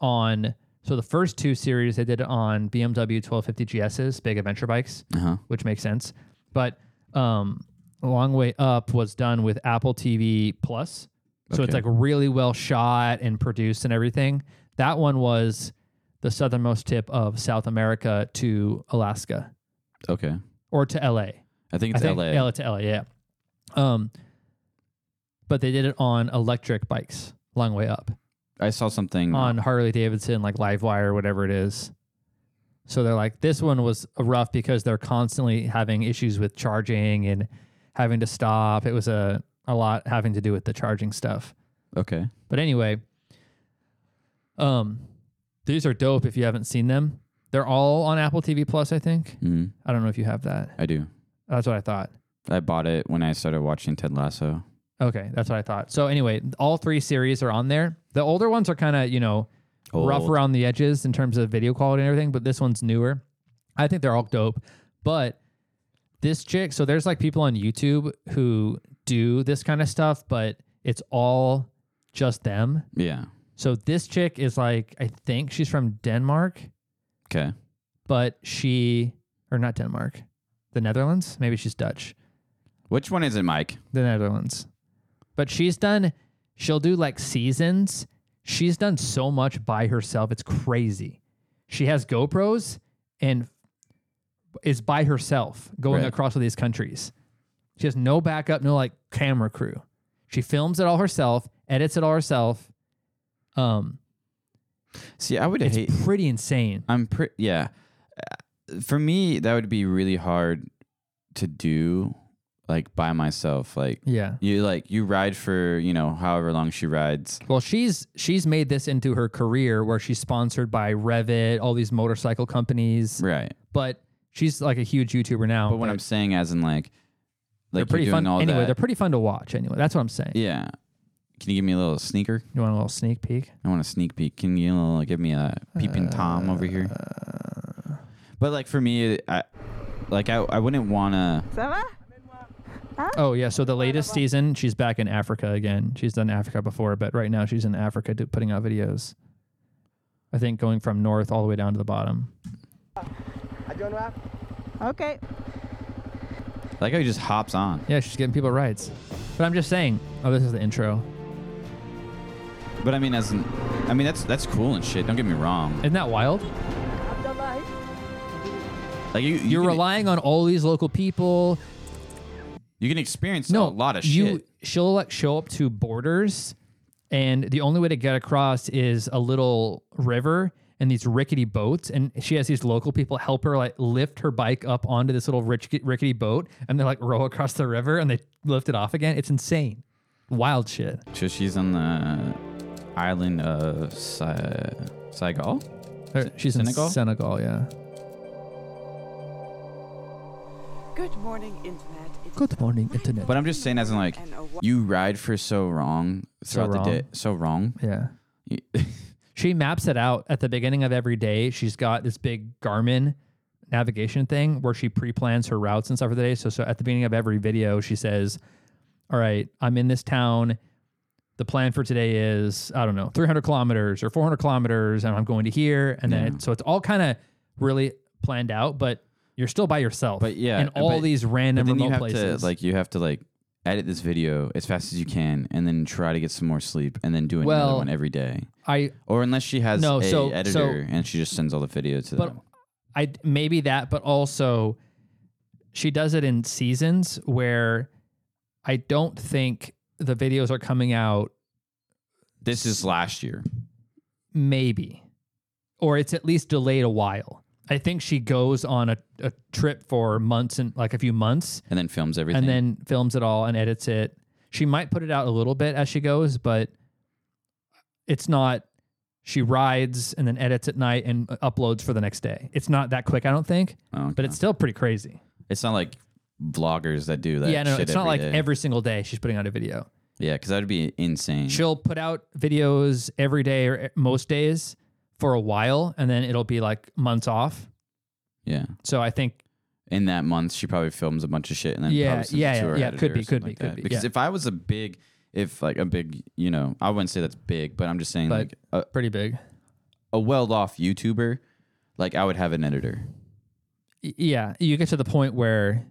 on. So the first two series they did it on BMW 1250 GSs, big adventure bikes,
Uh-huh.
which makes sense. But um, Long Way Up was done with Apple TV Plus, so it's
Okay.
like really well shot and produced and everything. That one was the southernmost tip of South America to Alaska
Okay.
or to LA.
I think it's LA.
LA to LA, yeah. Um, but they did it on electric bikes, long way up,
I saw something.
on Harley Davidson, like Livewire, whatever it is. So they're like, this one was rough because they're constantly having issues with charging and having to stop. It was a, a lot having to do with the charging stuff.
Okay.
But anyway, um, these are dope if you haven't seen them. They're all on Apple TV Plus, I think.
Mhm.
I don't know if you have that.
I do.
That's what I thought.
I bought it when I started watching Ted Lasso.
Okay, that's what I thought. So anyway, all three series are on there. The older ones are kind of you know rough
Old.
around the edges in terms of video quality and everything, but this one's newer. I think they're all dope, but this chick. So there's like people on YouTube who do this kind of stuff, but it's all just them.
Yeah.
So this chick is like, I think she's from Denmark,
Okay.
but she or not Denmark, the Netherlands. Maybe she's Dutch.
Which one is it, Mike?
the Netherlands. But she's done, she'll do like seasons. She's done so much by herself. It's crazy. She has GoPros and is by herself going
Right.
across all these countries. She has no backup, no like camera crew. She films it all herself, edits it all herself. Um,
See, I would
it's
hate.
pretty insane.
I'm pretty. Yeah. Uh, For me, that would be really hard to do, like by myself. Like,
Yeah.
You like you ride for you know however long she rides.
Well, she's she's made this into her career where she's sponsored by Revit, all these motorcycle companies.
Right.
But she's like a huge YouTuber now.
But what I'm saying, as in like, like
they're
you're
pretty
doing
fun.
all
Anyway,
that.
they're pretty fun to watch. Anyway, that's what I'm saying.
Yeah. Can you give me a little sneaker?
You want a little sneak peek?
I want a sneak peek. Can you little- give me a peeping tom over here?
Uh.
But like for me, I like I, I wouldn't wanna.
Oh yeah. So the latest season, she's back in Africa again. She's done Africa before, but right now she's in Africa do, putting out videos. I think going from north all the way down to the bottom.
Okay.
Like how he just hops on.
Yeah, she's getting people rights. But I'm just saying. Oh, this is the intro.
But I mean, as an, I mean, that's that's cool and shit. Don't get me wrong. Isn't
that wild?
Like you, e,
You're relying on all these local people.
You can experience a
no,
lot of
you,
shit.
She'll like show up to borders, and the only way to get across is a little river and these rickety boats. And she has these local people help her like lift her bike up onto this little rich, rickety boat, and they like row across the river and they lift it off again. It's insane, wild shit.
So she's on the island of Sa- Saigal.
Or She's
Senegal?
in Senegal, yeah.
Good morning, Internet. It's
Good morning, internet.
But I'm just saying, as in like, you ride for so wrong
So
throughout the day.
wrong.
So wrong.
Yeah. she maps it out at the beginning of every day. She's got this big Garmin navigation thing where she pre-plans her routes and stuff for the day. So so at the beginning of every video, she says, "All right, I'm in this town. The plan for today is I don't know, 300 kilometers or 400 kilometers, and I'm going to here." And then
Yeah.
it, so it's all kind of really planned out, but you're still by yourself. But
Yeah.
in all
but-
these random
but then
remote
you have
places.
To, like you have to like edit this video as fast as you can, and then try to get some more sleep, and then do another
Well,
one every day.
I
Or unless she has
No,
a
so- so-
editor and she just sends all the videos to
but
them.
I maybe that, but also she does it in seasons where I don't think the videos are coming out.
This is last year.
Maybe, or it's at least delayed a while. I think she goes on a, a trip for months and like a few months,
And then films everything.
and then films it all and edits it. She might put it out a little bit as she goes, but it's not. She rides and then edits at night and uh, uploads for the next day. It's not that quick, I don't think,
Oh,
but it's still pretty crazy.
it's not like vloggers that do that.
yeah, no,
shit
it's not
every
like
day.
every single day she's putting out a video.
Yeah, because that'd be insane.
She'll put out videos every day or eh, most days for a while, and then it'll be like months off.
yeah.
So I think
in that month she probably films a bunch of shit and then
Yeah,
probably sends
yeah,
it to her
yeah,
editor
could
or
be, could
something
be,
like
could
that.
be,
Because
yeah.
if I was a big, if like a big, you know, I wouldn't say that's big, but I'm just saying
But
like a,
pretty big,
a well-off YouTuber, like I would have an editor.
y- yeah, you get to the point where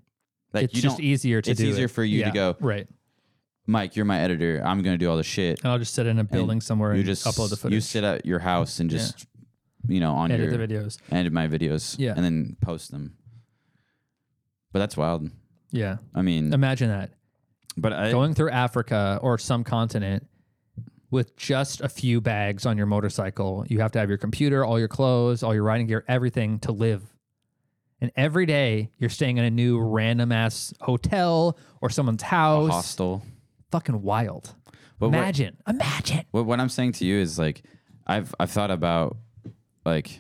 Like
it's
you
just
don't-
easier to
it's
do.
easier
it.
for you to
Yeah,
go,
right.
Mike, you're my editor. I'm gonna do all the shit.
And I'll just sit in a building somewhere
you
and
just
upload the
You
footage.
sit at your house and just, you know, on
Edit
your
the videos.
edit my videos,
Yeah.
and then post them. But that's wild.
Yeah.
I mean,
Imagine that.
But I,
going through Africa or some continent with just a few bags on your motorcycle, you have to have your computer, all your clothes, all your riding gear, everything to live. And every day you're staying in a new random ass hotel or someone's house.
hostel.
Fucking wild.
But what-
Imagine. Imagine.
What what I'm saying to you is like, I've I've thought about like,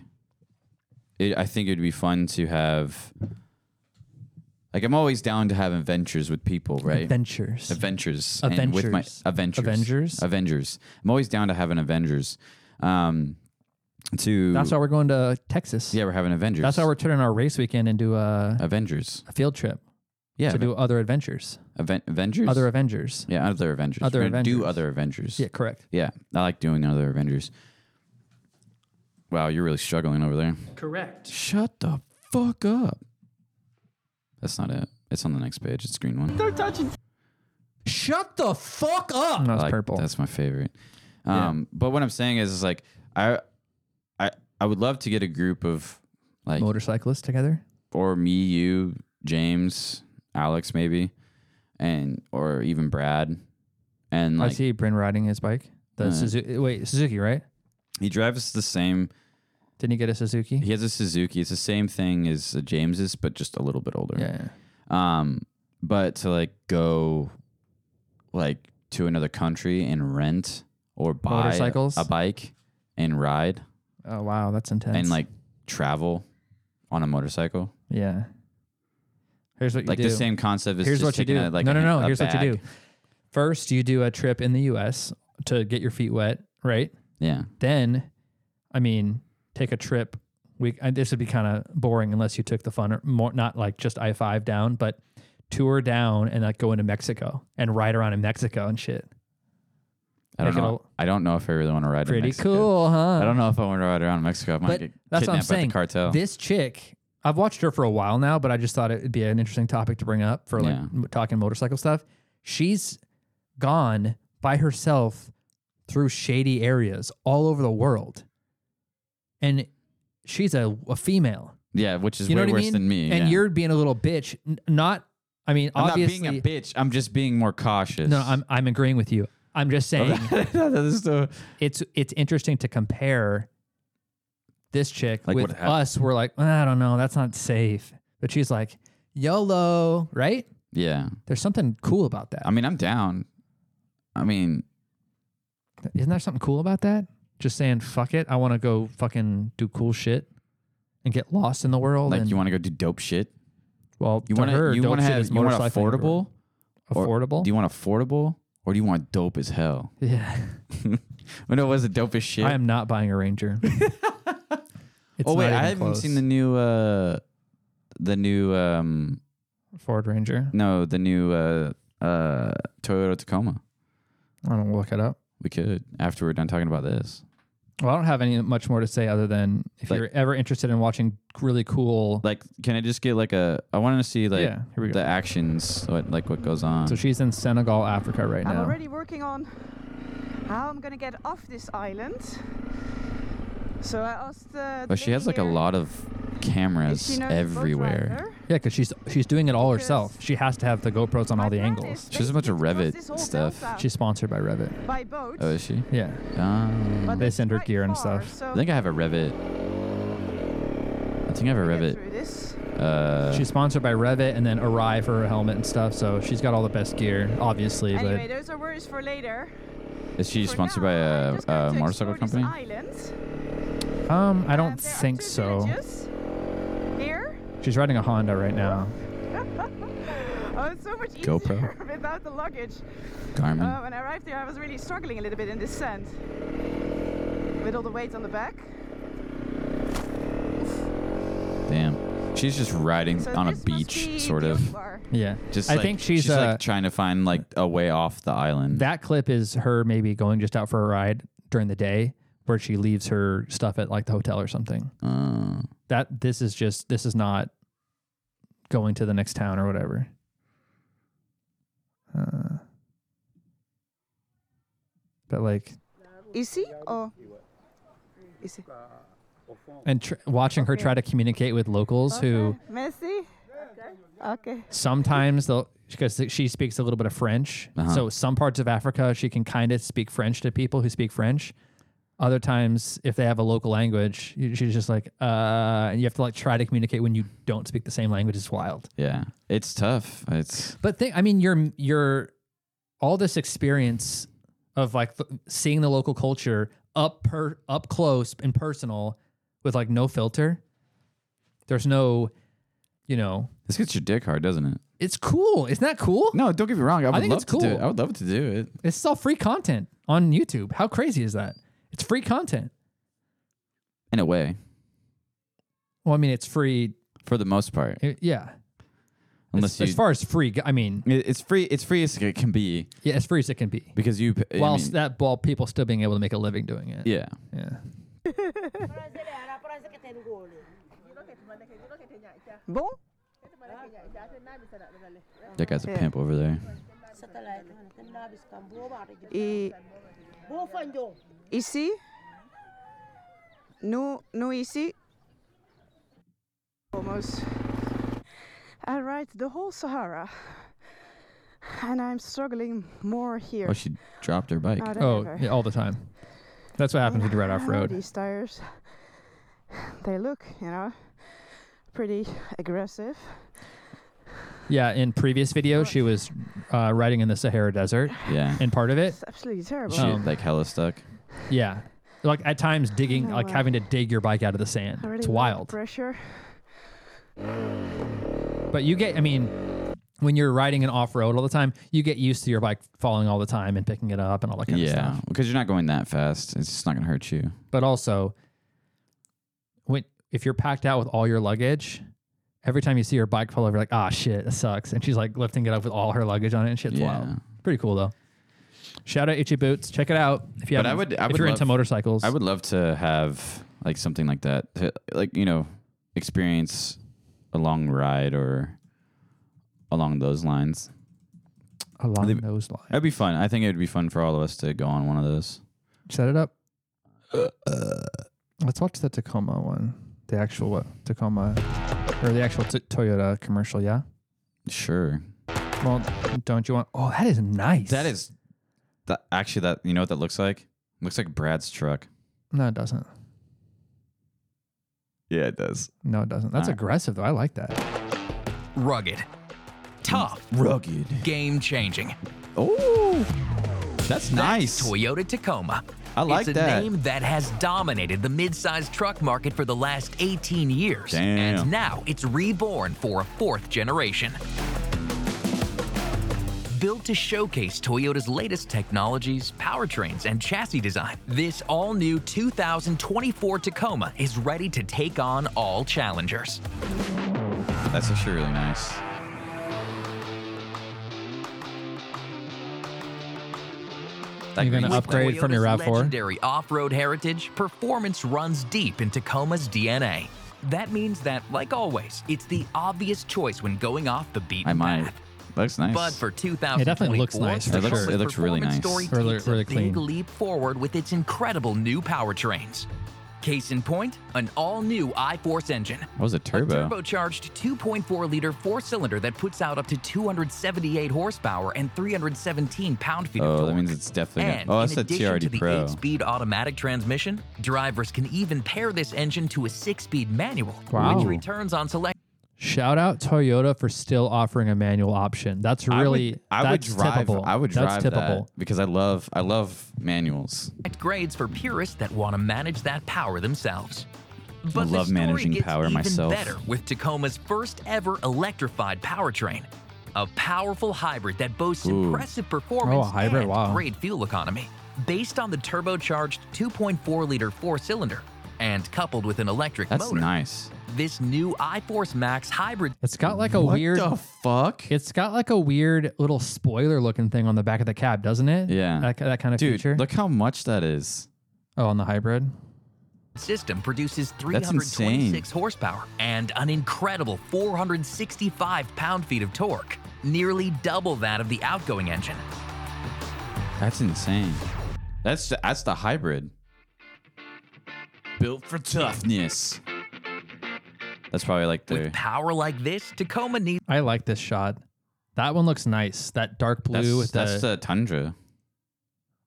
it, I think it'd be fun to have. Like I'm always down to have adventures with people, right?
Adventures.
Adventures. and with my Avengers.
Avengers. Avengers?
Avengers. I'm always down to have an Avengers. Um, to
That's why we're going to Texas.
yeah, we're having Avengers.
That's why we're turning our race weekend into a
Avengers.
a field trip.
Yeah,
To
but-
do other adventures.
Aven- Avengers.
Other Avengers.
Yeah, other Avengers.
Other
We're gonna Do
Avengers.
other Avengers.
Yeah, correct.
Yeah, I like doing other Avengers. Wow, you're really struggling over there.
Correct.
Shut the fuck up. That's not it. It's on the next page. It's green one.
Don't touch it.
Shut the fuck up.
I like- That's my favorite. Um, But what I'm saying is, is like I, I, I would love to get a group of like
motorcyclists together.
or me, you, James, Alex, maybe, and or even Brad, and
I
like
see Bryn riding his bike. The
Uh,
Suzuki. Wait, Suzuki, right?
he drives the same.
Didn't he get a Suzuki?
He has a Suzuki. It's the same thing as a James's, but just a little bit older.
Yeah.
Um, but to like go, like to another country and rent or buy
Motorcycles?
a bike and ride
Oh wow, that's intense.
and like travel on a motorcycle.
yeah. Here's what you
Like
do.
the same concept as
Here's
just
what you
taking
do.
a- like
no, no,
an-
no.
a
Here's what you
bag.
do. First, you do a trip in the U.S. to get your feet wet, right?
Yeah.
Then, I mean, take a trip. We I, this would be kind of boring unless you took the fun, or more not like just I five down, but tour down and like go into Mexico and ride around in Mexico and shit.
I don't
Make it
know. I don't know if I really want to ride.
Pretty
in Mexico.
cool, huh?
I don't know if I want to ride around Mexico. I might
but
get
that's what I'm
kidnapped by
saying.
the cartel.
This chick, I've watched her for a while now, but I just thought it'd be an interesting topic to bring up for like
Yeah.
m- talking motorcycle stuff. She's gone by herself through shady areas all over the world. And she's a, a female.
Yeah, which is
you know
way
what
worse
I mean?
than me.
And
yeah.
you're being a little bitch. N- not, I mean,
I'm not
obviously.
being a bitch. I'm just being more cautious.
No, I'm I'm agreeing with you. I'm just saying it's it's interesting to compare this chick
Like
with
what hap-
us. We're like, I don't know, that's not safe. But she's like, YOLO, right?
yeah.
There's something cool about that.
I mean, I'm down. I mean,
Isn't there something cool about that? Just saying, fuck it. I want to go fucking do cool shit and get lost in the world.
like
and
you want to go do dope shit.
Well,
you
to
want
her,
you
dope
want to
shit
have
is
you want
motorcycling or-
affordable, Or-
Affordable?
Do you want affordable or do you want dope as hell?
Yeah.
when it was the dopest shit.
I am not buying a Ranger. It's
oh wait,
not
I
even
haven't
close.
seen the new uh the new um
Ford Ranger.
No, the new uh uh Toyota Tacoma.
I don't look it up.
We could after we're done talking about this.
Well, I don't have any much more to say other than if
Like-
you're ever interested in watching really cool.
Like, can I just get like a? I want to see like
Yeah, here we go.
the actions, what like what goes on.
So she's in Senegal, Africa right
I'm
now.
already working on how I'm gonna get off this island. So I asked. Uh,
But she has like a lot of cameras everywhere.
Yeah, because she's she's doing it all herself. She has to have the GoPros on all the angles.
She has a bunch of Revit stuff.
She's sponsored by Revit.
by boat.
Oh, is she?
Yeah.
Um,
They send her gear and stuff.
I think I have a Revit. I think I have a Revit.
This.
Uh,
she's sponsored by Revit and then Arrive for her helmet and stuff. So she's got all the best gear, obviously.
Anyway, those are worries for later.
is she sponsored by a, a motorcycle company?
Islands
But um, I don't think so.
here.
She's riding a Honda right now.
Oh, it's so much easier
GoPro?
without the luggage.
Garmin.
Uh, when I arrived there, I was really struggling a little bit in this sand with all the weight on the back.
Damn. She's just riding
So
on a
this must be
beach, sort
the
of.
Umpbar.
Yeah.
Just
I
like,
think she's, uh,
like trying to find like a way off the island.
That clip is her maybe going just out for a ride during the day, where she leaves her stuff at like the hotel or something. That this is just this is not going to the next town or whatever. Uh, but like
Is he or is he?
and tr- watching her try to communicate with locals who
Messi? Okay.
sometimes they'll because she speaks a little bit of French.
Uh-huh.
So some parts of Africa she can kind of speak French to people who speak French. Other times, if they have a local language, you- she's just like, uh, and you have to like try to communicate when you don't speak the same language. It's wild.
Yeah, it's tough. It's
But think, I mean, you're you're all this experience of like th- seeing the local culture up per up close and personal with like no filter. There's no, you know,
this gets your dick hard, doesn't it?
it's cool. Isn't that cool?
No, don't get me wrong. I would
think
love
it's cool.
to do it. I would love to do it.
This is all free content on YouTube. How crazy is that? It's free content.
In a way,
Well, I mean, it's free.
for the most part.
I- Yeah.
Unless
as, as
you-
far as free, go- I mean,
It- It's free. It's free as it can be
yeah, as free as it can be.
because you. I
Whilst
mean,
that while people still being able to make a living doing it.
yeah.
Yeah.
Bon?
That guy's a
Yeah.
pimp over there.
Et ici, nous, nous ici, almost. I ride the whole Sahara, and I'm struggling more here.
Oh, she dropped her bike.
Not
Oh,
ever.
yeah, all the time. That's what happens when you ride
I
off
know
road.
These tires, they look, you know, pretty aggressive.
Yeah. In previous video, she was uh, riding in the Sahara Desert.
Yeah.
And part of it,
It's absolutely terrible.
She like hella stuck.
yeah, like at times digging,
know
like
why.
having to dig your bike out of the sand.
Oh, Already
It's
low
wild.
Pressure.
But you get, I mean, when you're riding an off road all the time, you get used to your bike falling all the time and picking it up and all that kind of
Yeah,
stuff.
because you're not going that fast. It's just not gonna hurt you.
But also, when if you're packed out with all your luggage, every time you see your bike fall over, you're like, ah, shit, that sucks. And she's like lifting it up with all her luggage on it and shit's
Yeah.
wild. Pretty cool though. Shout out Itchy Boots. Check it out if you
but
haven't-
I would, I
if
would
you're
love,
into motorcycles.
I would love to have like something like that, to, like you know, experience a long ride or along those lines.
along
That'd be-
those lines.
That'd be fun. I think it would be fun for all of us to go on one of those.
Set it up. Let's watch the Tacoma one. The actual what? Tacoma or the actual t- Toyota commercial, yeah?
Sure.
Well, don't you want Oh, that is nice.
That is that actually that you know what that looks like? Looks like Brad's truck.
No, it doesn't.
Yeah, it does.
No, it doesn't. That's
All right.
aggressive though. I like that.
Rugged. Tough.
Rugged.
Game changing.
Oh, that's nice.
Toyota Tacoma.
I like
it's a
that.
name that has dominated the mid-sized truck market for the last 18 years.
Damn.
And now it's reborn for a fourth generation. Built to showcase Toyota's latest technologies, powertrains, and chassis design, this all new 2024 Tacoma is ready to take on all challengers.
That's actually really nice.
You're gonna
With
upgrade from your
Toyota's
Rav Four.
Legendary off-road heritage, performance runs deep in Tacoma's DNA. That means that, like always, it's the obvious choice when going off the beaten
I might. Looks nice.
But for 2024,
It definitely looks nice. for
It looks,
sure.
it looks really nice.
Story takes a big leap forward with its incredible new powertrains. Case in point, an all-new iForce engine.
What was it, turbo?
Turbocharged 2.4-liter four-cylinder that puts out up to 278 horsepower and 317 pound-feet of
Oh,
torque.
that means it's definitely.
And
Gonna, oh, I
in
said
addition to
TRD
the
Pro.
eight-speed automatic transmission, drivers can even pair this engine to a six-speed manual,
Wow.
which returns on select.
Shout out Toyota for still offering a manual option. That's really
I would, I would
that's
drive.
tippable.
I would
that's
drive
tippable.
that because I love. I love manuals.
select grades for purists that want to manage that power themselves.
I
But the
love
story
managing
gets
power
even
myself.
better with Tacoma's first ever electrified powertrain, a powerful hybrid that boasts
Ooh.
impressive performance
Oh, a hybrid,
and
wow.
great fuel economy. Based on the turbocharged 2.4-liter four-cylinder and coupled with an electric
That's
motor,
nice.
this new iForce Max hybrid
It's got like a
What
weird
the
fuck.
It's got like a weird little spoiler looking thing on the back of the cab, doesn't it?
Yeah.
That, that kind of
Dude,
feature.
look how much that is.
Oh, on the hybrid.
system produces
That's insane.
326 horsepower and an incredible 465 pound-feet of torque, nearly double that of the outgoing engine.
That's insane. That's that's the hybrid. Built for toughness. That's probably like the.
Power like this, Tacoma needs
I like this shot. That one looks nice. That dark blue
That's,
with
that's
the
the Tundra.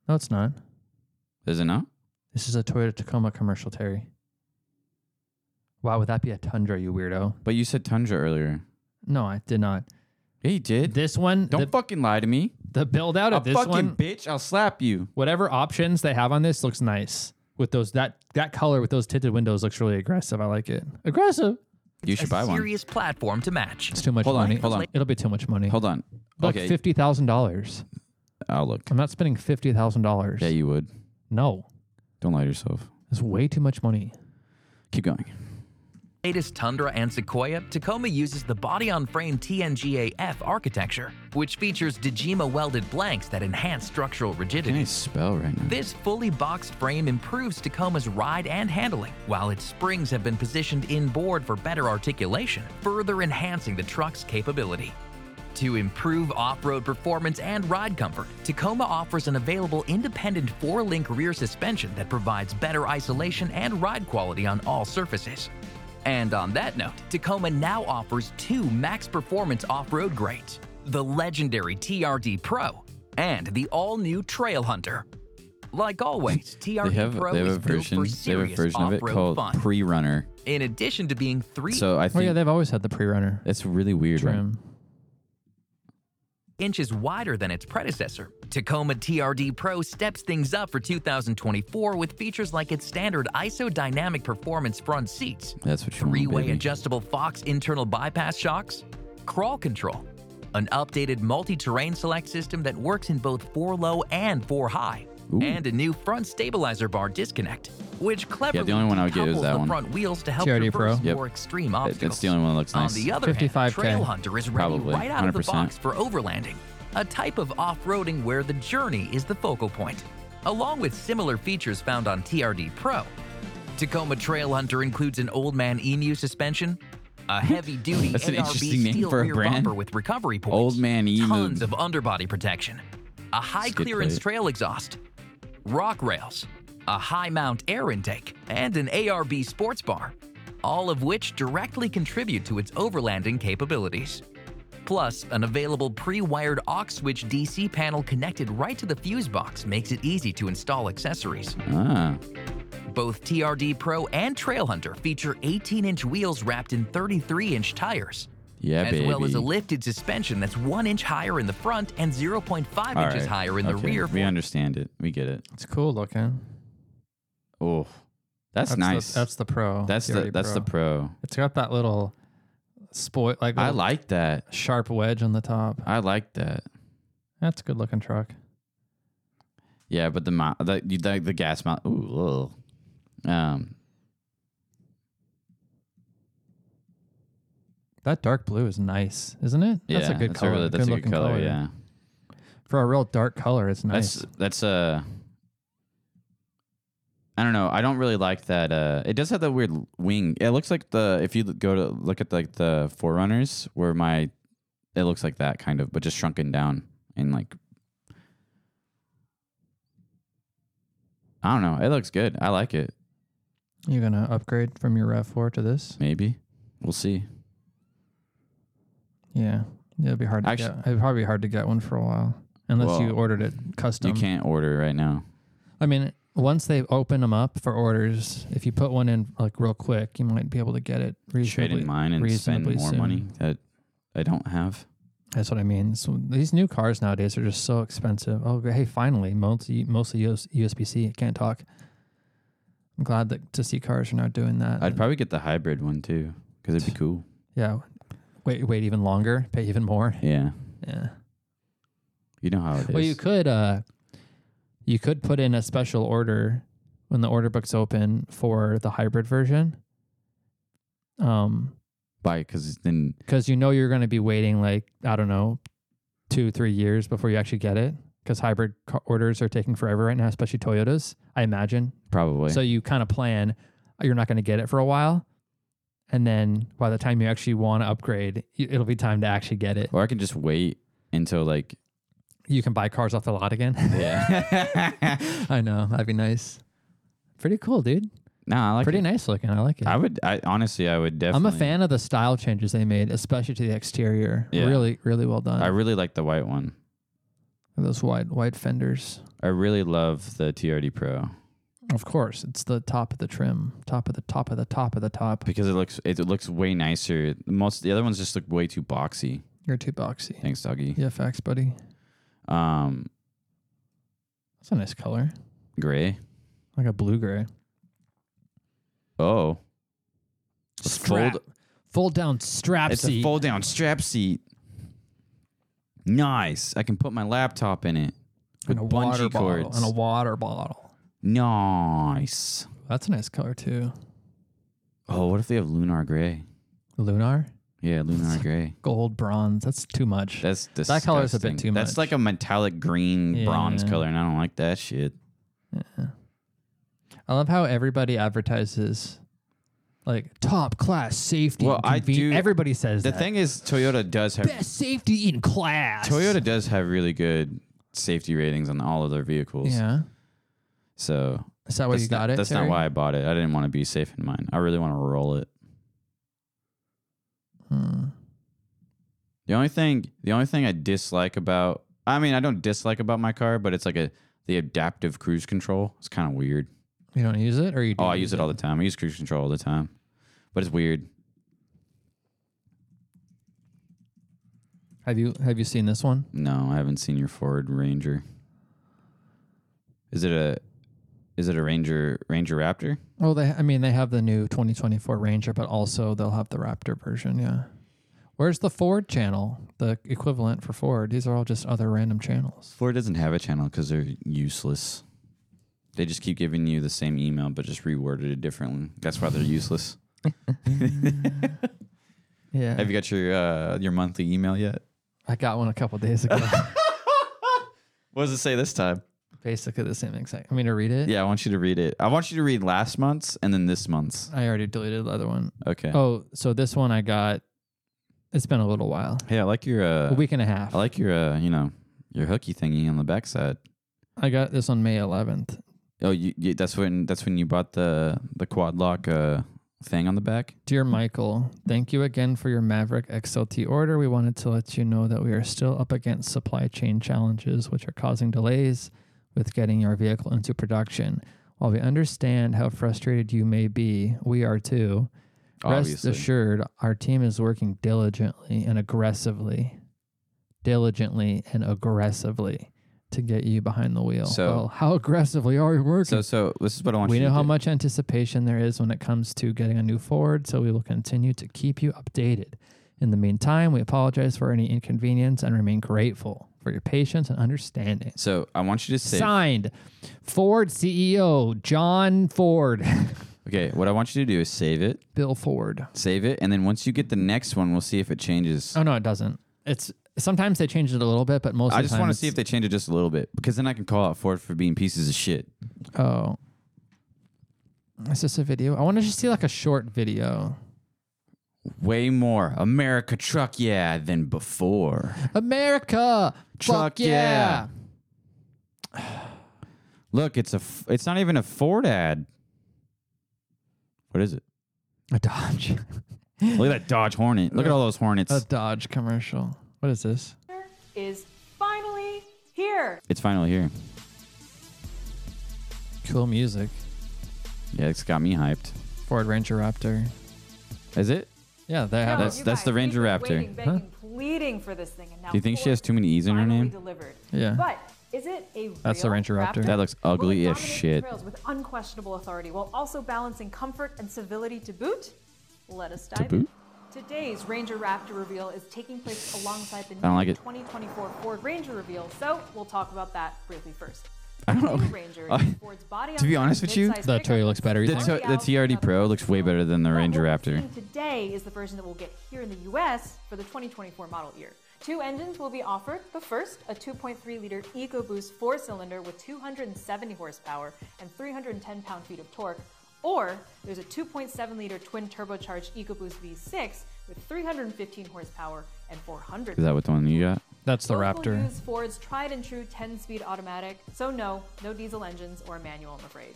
No, it's not.
Is it not?
This is a Toyota Tacoma commercial, Terry. Wow, would that be a Tundra, you weirdo?
But you said Tundra earlier.
No, I did not.
He did.
This one.
Don't fucking lie to me.
The build out of
A
this
fucking
one,
bitch. I'll slap you.
Whatever options they have on this looks nice. With those that that color with those tinted windows looks really aggressive. I like it. Aggressive.
You should buy one.
serious platform to match.
It's too much
Hold on,
money.
hold on.
It'll be too much money.
Hold on.
Like
Okay.
fifty thousand dollars.
I'll look.
I'm not spending fifty thousand dollars.
Yeah, you would.
No,
Don't lie to yourself.
it's way too much money.
Keep going.
Latest Tundra and Sequoia, Tacoma uses the body-on-frame TNGAF architecture, which features Dejima welded blanks that enhance structural rigidity.
Nice spell right now.
This fully boxed frame improves Tacoma's ride and handling, while its springs have been positioned inboard for better articulation, further enhancing the truck's capability. To improve off road performance and ride comfort, Tacoma offers an available independent four link rear suspension that provides better isolation and ride quality on all surfaces. And on that note, Tacoma now offers two max performance off road grades the legendary TRD Pro and the all new Trail Hunter. Like always, TRD
They have,
Pro
they have
is
a version.
built for
They have a
serious
version of it
off-road
called
fun.
Pre-Runner.
In addition to being three
So I
Oh
think
yeah, they've always had the pre-runner.
it's really weird, right?
Trim.
inches wider than its predecessor. Tacoma TRD Pro steps things up for 2024 with features like its standard isodynamic performance front seats,
That's what you want,
three-way
baby.
adjustable Fox internal bypass shocks, crawl control, an updated multi-terrain select system that works in both 4-low and 4-high, and a new front stabilizer bar disconnect, which cleverly
the only one I would get is
decouples
that
the
one.
front wheels to help
TRD Pro.
traverse
Yep.
more extreme
It-
obstacles.
It's the only one that looks nice.
On the other hand, Trail Hunter is ready
Probably,
right out of the
100%.
box for overlanding, a type of off-roading where the journey is the focal point. Along with similar features found on TRD Pro, Tacoma Trail Hunter includes an Old Man Emu suspension, a heavy-duty
That's an
NRB
interesting name
steel
for a
rear
brand.
bumper with recovery points,
Old man emu.
tons of underbody protection, a
a good
high-clearance
plate.
trail exhaust, rock rails, a high mount air intake, and an ARB sports bar, all of which directly contribute to its overlanding capabilities. Plus, an available pre wired aux switch DC panel connected right to the fuse box makes it easy to install accessories.
Ah.
Both TRD Pro and Trailhunter feature 18 inch wheels wrapped in 33 inch tires.
Yeah,
as well as a
baby.
lifted suspension that's one inch higher in the front and 0.5
All
inches
right.
higher in the
Okay.
rear.
We understand it. We get it.
It's cool looking.
Oh, that's,
That's the-
nice.
that's the pro,
That's the
TRD
that's the pro.
It's got that little spoil like
I
little
like that.
sharp wedge on the top.
I like that.
That's a good looking truck.
Yeah, but the mou- the you- the, the gas mount. Ooh, ugh. um,
That dark blue is nice, isn't it? that's a
Yeah,
good
that's a
color.
really- that's a good
looking
color, yeah.
For a real dark color, it's nice.
that's that's Uh, I don't know. I don't really like that. Uh, it does have that weird wing. It looks like the if you go to look at like the forerunners where my it looks like that kind of, but just shrunken down and like I don't know. It looks good. I like it.
You're gonna upgrade from your Rav4 to this?
Maybe we'll see.
Yeah, it'll be hard to
Actu-
get. It'd probably be hard to get one for a while, unless you
Well,
ordered it
You
custom.
can't order right now.
I mean, once they open them up for orders, if you put one in like real quick, you might be able to get it
Trade
reasonably.
in mine and spend
reasonably
more
soon.
money that I don't have.
That's what I mean. So these new cars nowadays are just so expensive. Oh, hey, finally, mostly mostly US, USB C. Can't talk. I'm glad that to see cars are now doing that.
I'd probably get the hybrid one too because it'd be cool.
yeah, wait, wait even longer, pay even more.
Yeah.
Yeah.
You know how it is.
Well, you could uh, you could put in a special order when the order book's open for the hybrid version. Um,
buy because then
because you know you're going to be waiting like I don't know, two three years before you actually get it because hybrid ca- orders are taking forever right now, especially Toyotas. I imagine
probably.
so you kind of plan uh, you're not going to get it for a while, and then by the time you actually want to upgrade, y- it'll be time to actually get it.
or I can just wait until like
You can buy cars off the lot again.
yeah.
I know that'd be nice. Pretty cool, dude.
no, I like
Pretty
it.
nice looking. I like it.
I would. I honestly, I would
I'm
definitely.
a fan of the style changes they made, especially to the exterior.
Yeah.
Really, really well done.
I really like the white one.
Those wide, wide fenders.
I really love the TRD Pro
Of course, it's the top of the trim, top of the top of the top of the top.
because it looks it, looks way nicer. Most the other ones just look way too boxy.
You're too boxy.
Thanks, doggy.
Yeah, facts, buddy.
Um,
That's a nice color,
gray.
like a blue gray.
Oh, Let's
Strap. Fold down strap
It's
seat.
a fold down strap seat. Nice. I can put my laptop in it.
and a
with
water
bungee
bottle.
cords.
And a water bottle.
nice.
That's a nice color too.
Oh, what if they have lunar gray?
Lunar,
Yeah, lunar gray.
gold, bronze. That's too much.
That's disgusting.
That color's a bit too
That's
much.
like a metallic green bronze
Yeah.
color, and I don't like that shit.
I love how everybody advertises like top class safety.
Well, I
conven-
do.
Everybody says
the
that.
thing is, Toyota does have
best safety in class.
Toyota does have really good safety ratings on all of their vehicles.
Yeah.
So
Is that why
that's
you got
not-
it,
That's
Terry?
not why I bought it. I didn't want to be safe in mine. I really want to roll it.
Hmm.
The only thing, the only thing I dislike about, I mean, I don't dislike about my car, but it's like a the adaptive cruise control. It's kind of weird.
You don't use it, or you? Do
Oh, I use it all the time. I use cruise control all the time, but it's weird.
Have you Have you seen this one?
No, I haven't seen your Ford Ranger. Is it a, is it a Ranger Ranger Raptor?
Well, they. I mean, they have the new 2024 Ranger, but also they'll have the Raptor version. Yeah. Where's the Ford channel, the equivalent for Ford? These are all just other random channels.
Ford doesn't have a channel because they're useless. They just keep giving you the same email, but just reworded it differently. That's why they're useless.
Yeah.
Have you got your uh, your monthly email yet?
I got one a couple days ago.
What does it say this time?
Basically the same exact. I mean, to read it.
Yeah, I want you to read it. I want you to read last month's and then this month's.
I already deleted the other one.
Okay.
Oh, so this one I got. It's been a little while.
Hey, I like your uh,
A week and a half.
I like your uh, you know your hooky thingy on the backside.
I got this on May 11th.
Oh, you, you, that's when that's when you bought the the quad lock uh, thing on the back.
Dear Michael, thank you again for your Maverick XLT order. We wanted to let you know that we are still up against supply chain challenges, which are causing delays with getting your vehicle into production. While we understand how frustrated you may be, we are too. Rest
Obviously.
assured, our team is working diligently and aggressively, diligently and aggressively to get you behind the wheel.
So-
well, how aggressively are we working?
So so this is what I want
we
you
know
to
how
do.
much anticipation there is when it comes to getting a new Ford, so we will continue to keep you updated. In the meantime, we apologize for any inconvenience and remain grateful for your patience and understanding.
So I want you to save.
Signed, Ford CEO John Ford.
Okay, what I want you to do is save it.
Bill Ford.
Save it, and then once you get the next one, we'll see if it changes.
oh no, it doesn't. It's sometimes they change it a little bit, but most.
I
of the
just
time
want to
it's-
see if they change it just a little bit, because then I can call out Ford for being pieces of shit.
Oh, is this a video? I want to just see like a short video.
Way more America truck, yeah, than before.
America,
Truck,
fuck yeah.
Look, it's a. F- it's not even a Ford ad. What is it?
A Dodge.
Look at that Dodge Hornet. Look at all those Hornets.
A Dodge commercial. What is this?
is finally here.
It's finally here.
Cool music.
Yeah, it's got me hyped.
Ford Ranger Raptor.
Is it?
Yeah, they have
that's
you
that's
guys,
the Ranger
we've been
Raptor.
Waiting, begging, pleading for this thing, and now
Do you think she
Ford
has too many E's in her
finally
name?
Delivered.
Yeah.
But is it a
That's the
real
Rancher Raptor.
Raptor?
That looks
Will it
ugly as
dominate
shit.
Trails with unquestionable authority, while also balancing comfort and civility to boot. Let us dive. in.
boot?
Today's Ranger Raptor reveal is taking place alongside the
I don't
new
like it.
2024 Ford Ranger reveal, so we'll talk about that briefly first.
I don't know.
The new Ranger
I-
is Ford's body
to be honest with you,
the
Toyota looks better.
The, to- the TRD Pro looks way better than the Ranger Raptor.
Today is the version that we'll get here in the US for the 2024 model year. Two engines will be offered. The first, a 2.3 liter EcoBoost four cylinder with 270 horsepower and 310 pound feet of torque. Or there's a 2.7 liter twin turbocharged EcoBoost V6 with 315 horsepower and 400.
Is that what the one you got?
That's the
Both will use Ford's tried and true 10 speed automatic. So, no, no diesel engines or manual, I'm afraid.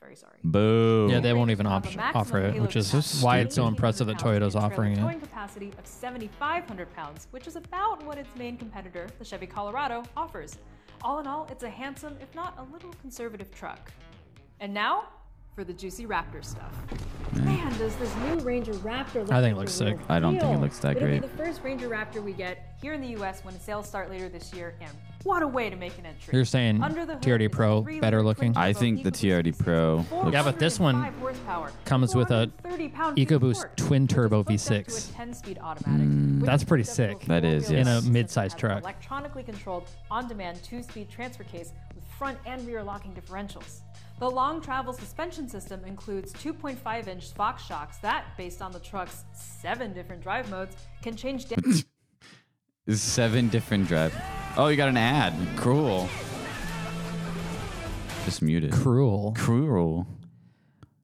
Very sorry.
Boo.
Yeah, they won't even
Have a
option,
maximum
offer it,
payload
which is
capacity
why
of
it's so
1,800
impressive that
pounds
Toyota's
and a
offering
Towing
it.
capacity of 7,500 pounds, which is about what its main competitor, the Chevy Colorado, offers. All in all, it's a handsome, if not a little conservative truck. And now for the juicy Raptor stuff. Man, does this new Ranger Raptor look
I think it
like
looks
the real
sick. I don't think it
deal.
looks that
It'll be
great.
the first Ranger Raptor we get here in the U.S. when sales start later this year, and what a way to make an entry!
You're saying
Under the hood
TRD
is a
Pro
three-liter
better looking?
I think the TRD Pro. Looks,
Yeah, but this one
405 horsepower,
comes with a
430 pound feet of
EcoBoost
torque,
twin turbo
to a
V6.
10-speed automatic. with
That's pretty
adjustable
sick.
That is,
in a
yes.
mid-sized truck.
Electronically controlled, on-demand two-speed transfer case with front and rear locking differentials. The long travel suspension system includes 2.5-inch Fox shocks that, based on the truck's seven different drive modes, can change. Da-
seven different drive. Oh, you got an ad. Cruel. Just muted.
Cruel.
Cruel.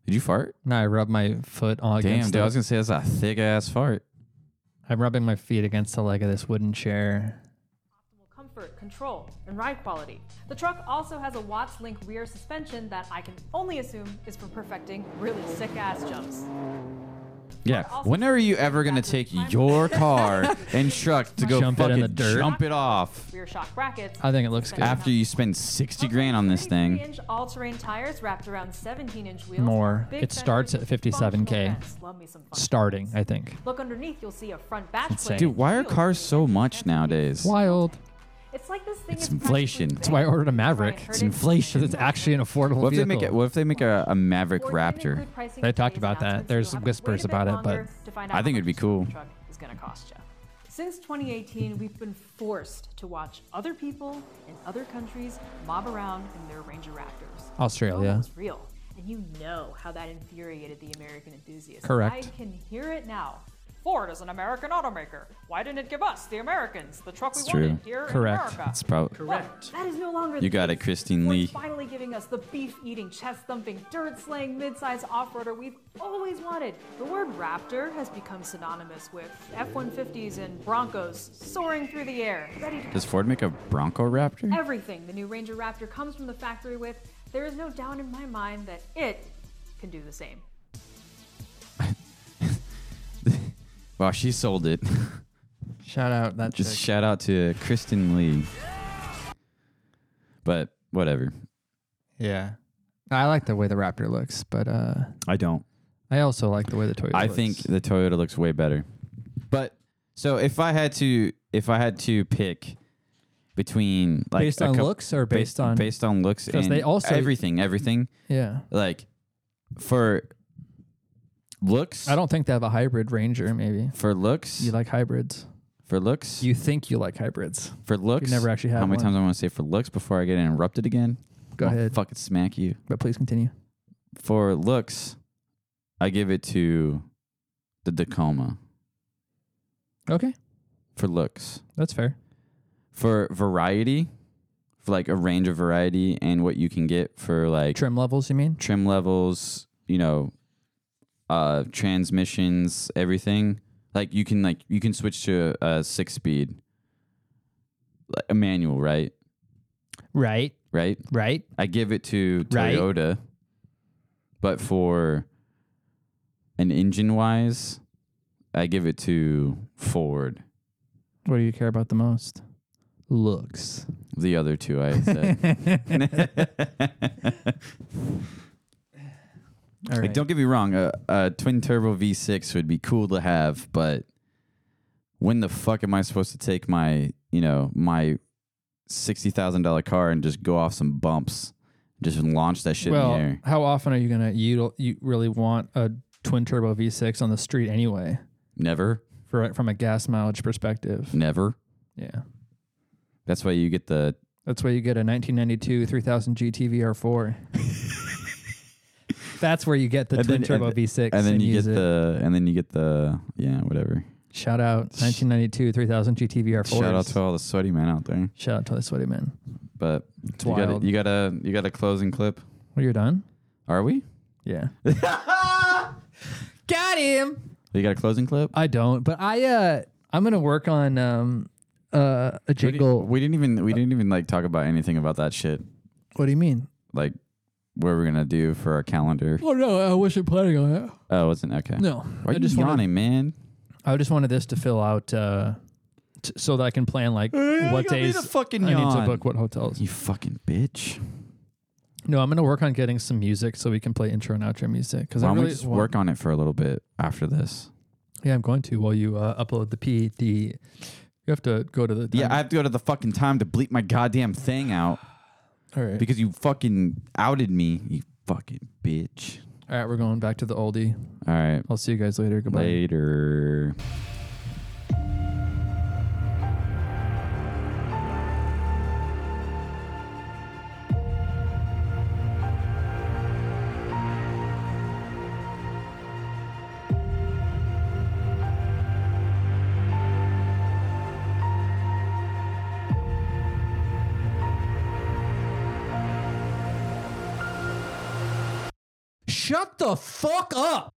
Did you fart?
No, I rubbed my foot on
Damn,
against
dude. I was gonna say that's a thick ass fart.
I'm rubbing my feet against the leg of this wooden chair.
comfort, control, and ride quality. The truck also has a Watts Link rear suspension that I can only assume is for perfecting really sick ass jumps.
Yeah. When are you ever gonna take your car and truck to go
Jump it
fucking
in the dirt?
jump it off
Rear shock brackets.
After you spend sixty grand on this thing.
inch all-terrain tires wrapped around 17-inch wheels.
More.
big
It starts at
fenders
57k.
with functional vents. Love me some fun.
Starting, I think.
Look underneath, you'll see a front batch plate.
Dude, why are cars so much nowadays?
Wild.
It's like this thing
It's
is
inflation.
That's why I ordered a Maverick.
It's inflation.
It's actually an affordable
What if they
vehicle.
make it? What if they make a, a Maverick Raptor?
They talked about that. There's whispers about it, but
I think it'd be cool.
truck is going to cost you. Since 2018, we've been forced to watch other people in other countries mob around in their Ranger Raptors.
Australia.
It's real. And you know how that infuriated the American enthusiast.
Correct.
I can hear it now. Ford is an American automaker. Why didn't it give us, the Americans, the truck we
It's true.
wanted here
Correct.
in America?
It's prob-
Look, that is no longer
You
the
got it,
case.
Christine
Ford's
Lee.
finally giving us the beef-eating, chest-thumping, dirt-slaying, mid-size off-roader we've always wanted. The word Raptor has become synonymous with F-150s and Broncos soaring through the air, ready to
Does Ford make a Bronco Raptor?
Everything the new Ranger Raptor comes from the factory with, there is no doubt in my mind that it can do the same.
Wow, she sold it.
Shout out that
Just
chick.
shout out to Kristen Lee. But whatever.
Yeah. I like the way the Raptor looks, but uh
I don't.
I also like the way the Toyota
I
looks.
think the Toyota looks way better. But so if I had to if I had to pick between like
Based
a
on
coup-
looks or
ba-
based on-
based on looks
'Cause
and
they also-
everything everything
Yeah.
like for looks
I don't think they have a hybrid Ranger maybe.
For looks?
You like hybrids.
For looks?
You think you like hybrids.
for looks
never actually had
how many
one.
times I want to say for looks before I get interrupted again
Go
I'll
ahead.
fucking smack you
But please continue.
for looks I give it to the Tacoma
Okay.
for looks
That's fair.
for variety, for like a range of variety and what you can get for like
trim levels. You mean
trim levels? You know, uh, transmissions, everything. Like you can like you can switch to a six speed, like a manual, right?
Right.
Right.
Right.
I give it to
Right.
Toyota, but for an engine wise, I give it to Ford.
What do you care about the most? Looks.
The other two I said.
All
like,
right.
don't get me wrong, a, a twin turbo V6 would be cool to have, but when the fuck am I supposed to take my, you know, my $60,000 car and just go off some bumps, just launch that shit
well,
in the air?
how often are you gonna you you really want a twin turbo V6 on the street anyway?
Never,
For from a gas mileage perspective.
never.
Yeah.
That's why you get the
That's why you get a 1992 3000 GT VR4. That's where you get the
and
twin
then-
turbo
and-
V6,
and then you
use
get
it.
the and then you get the yeah whatever.
shout out 1992 3000 GT VR4.
Shout out to all the sweaty men out there.
shout out to the sweaty man.
But
It's
you got
wild.
a, you got a you got a closing clip.
Well, you're done.
Are we?
Yeah. Got him.
You got a closing clip?
I don't, but I uh I'm gonna work on um uh a jingle.
We didn't even we didn't even like talk about anything about that shit.
What do you mean?
Like what we're gonna do for our calendar.
Well, no, I wasn't planning on that.
Oh, wasn't okay.
No,
Why
I
you
just wanted-
yawning, man?
I just wanted this to fill out uh t- so that I can plan like what
got me
days
to fucking
I need to
yawn.
book what hotels.
You fucking bitch.
No, I'm gonna work on getting some music so we can play intro and outro music because
Why
I
don't
really
we just
want-
work on it for a little bit after this?
Yeah, I'm going to while you uh, upload the P the. You have to go to the.
Yeah, I have to go to the fucking time to bleep my goddamn thing out.
All right.
Because you fucking outed me, you fucking bitch.
All right, we're going back to the oldie.
All right.
I'll see you guys later. Goodbye.
Later.
Shut the fuck up.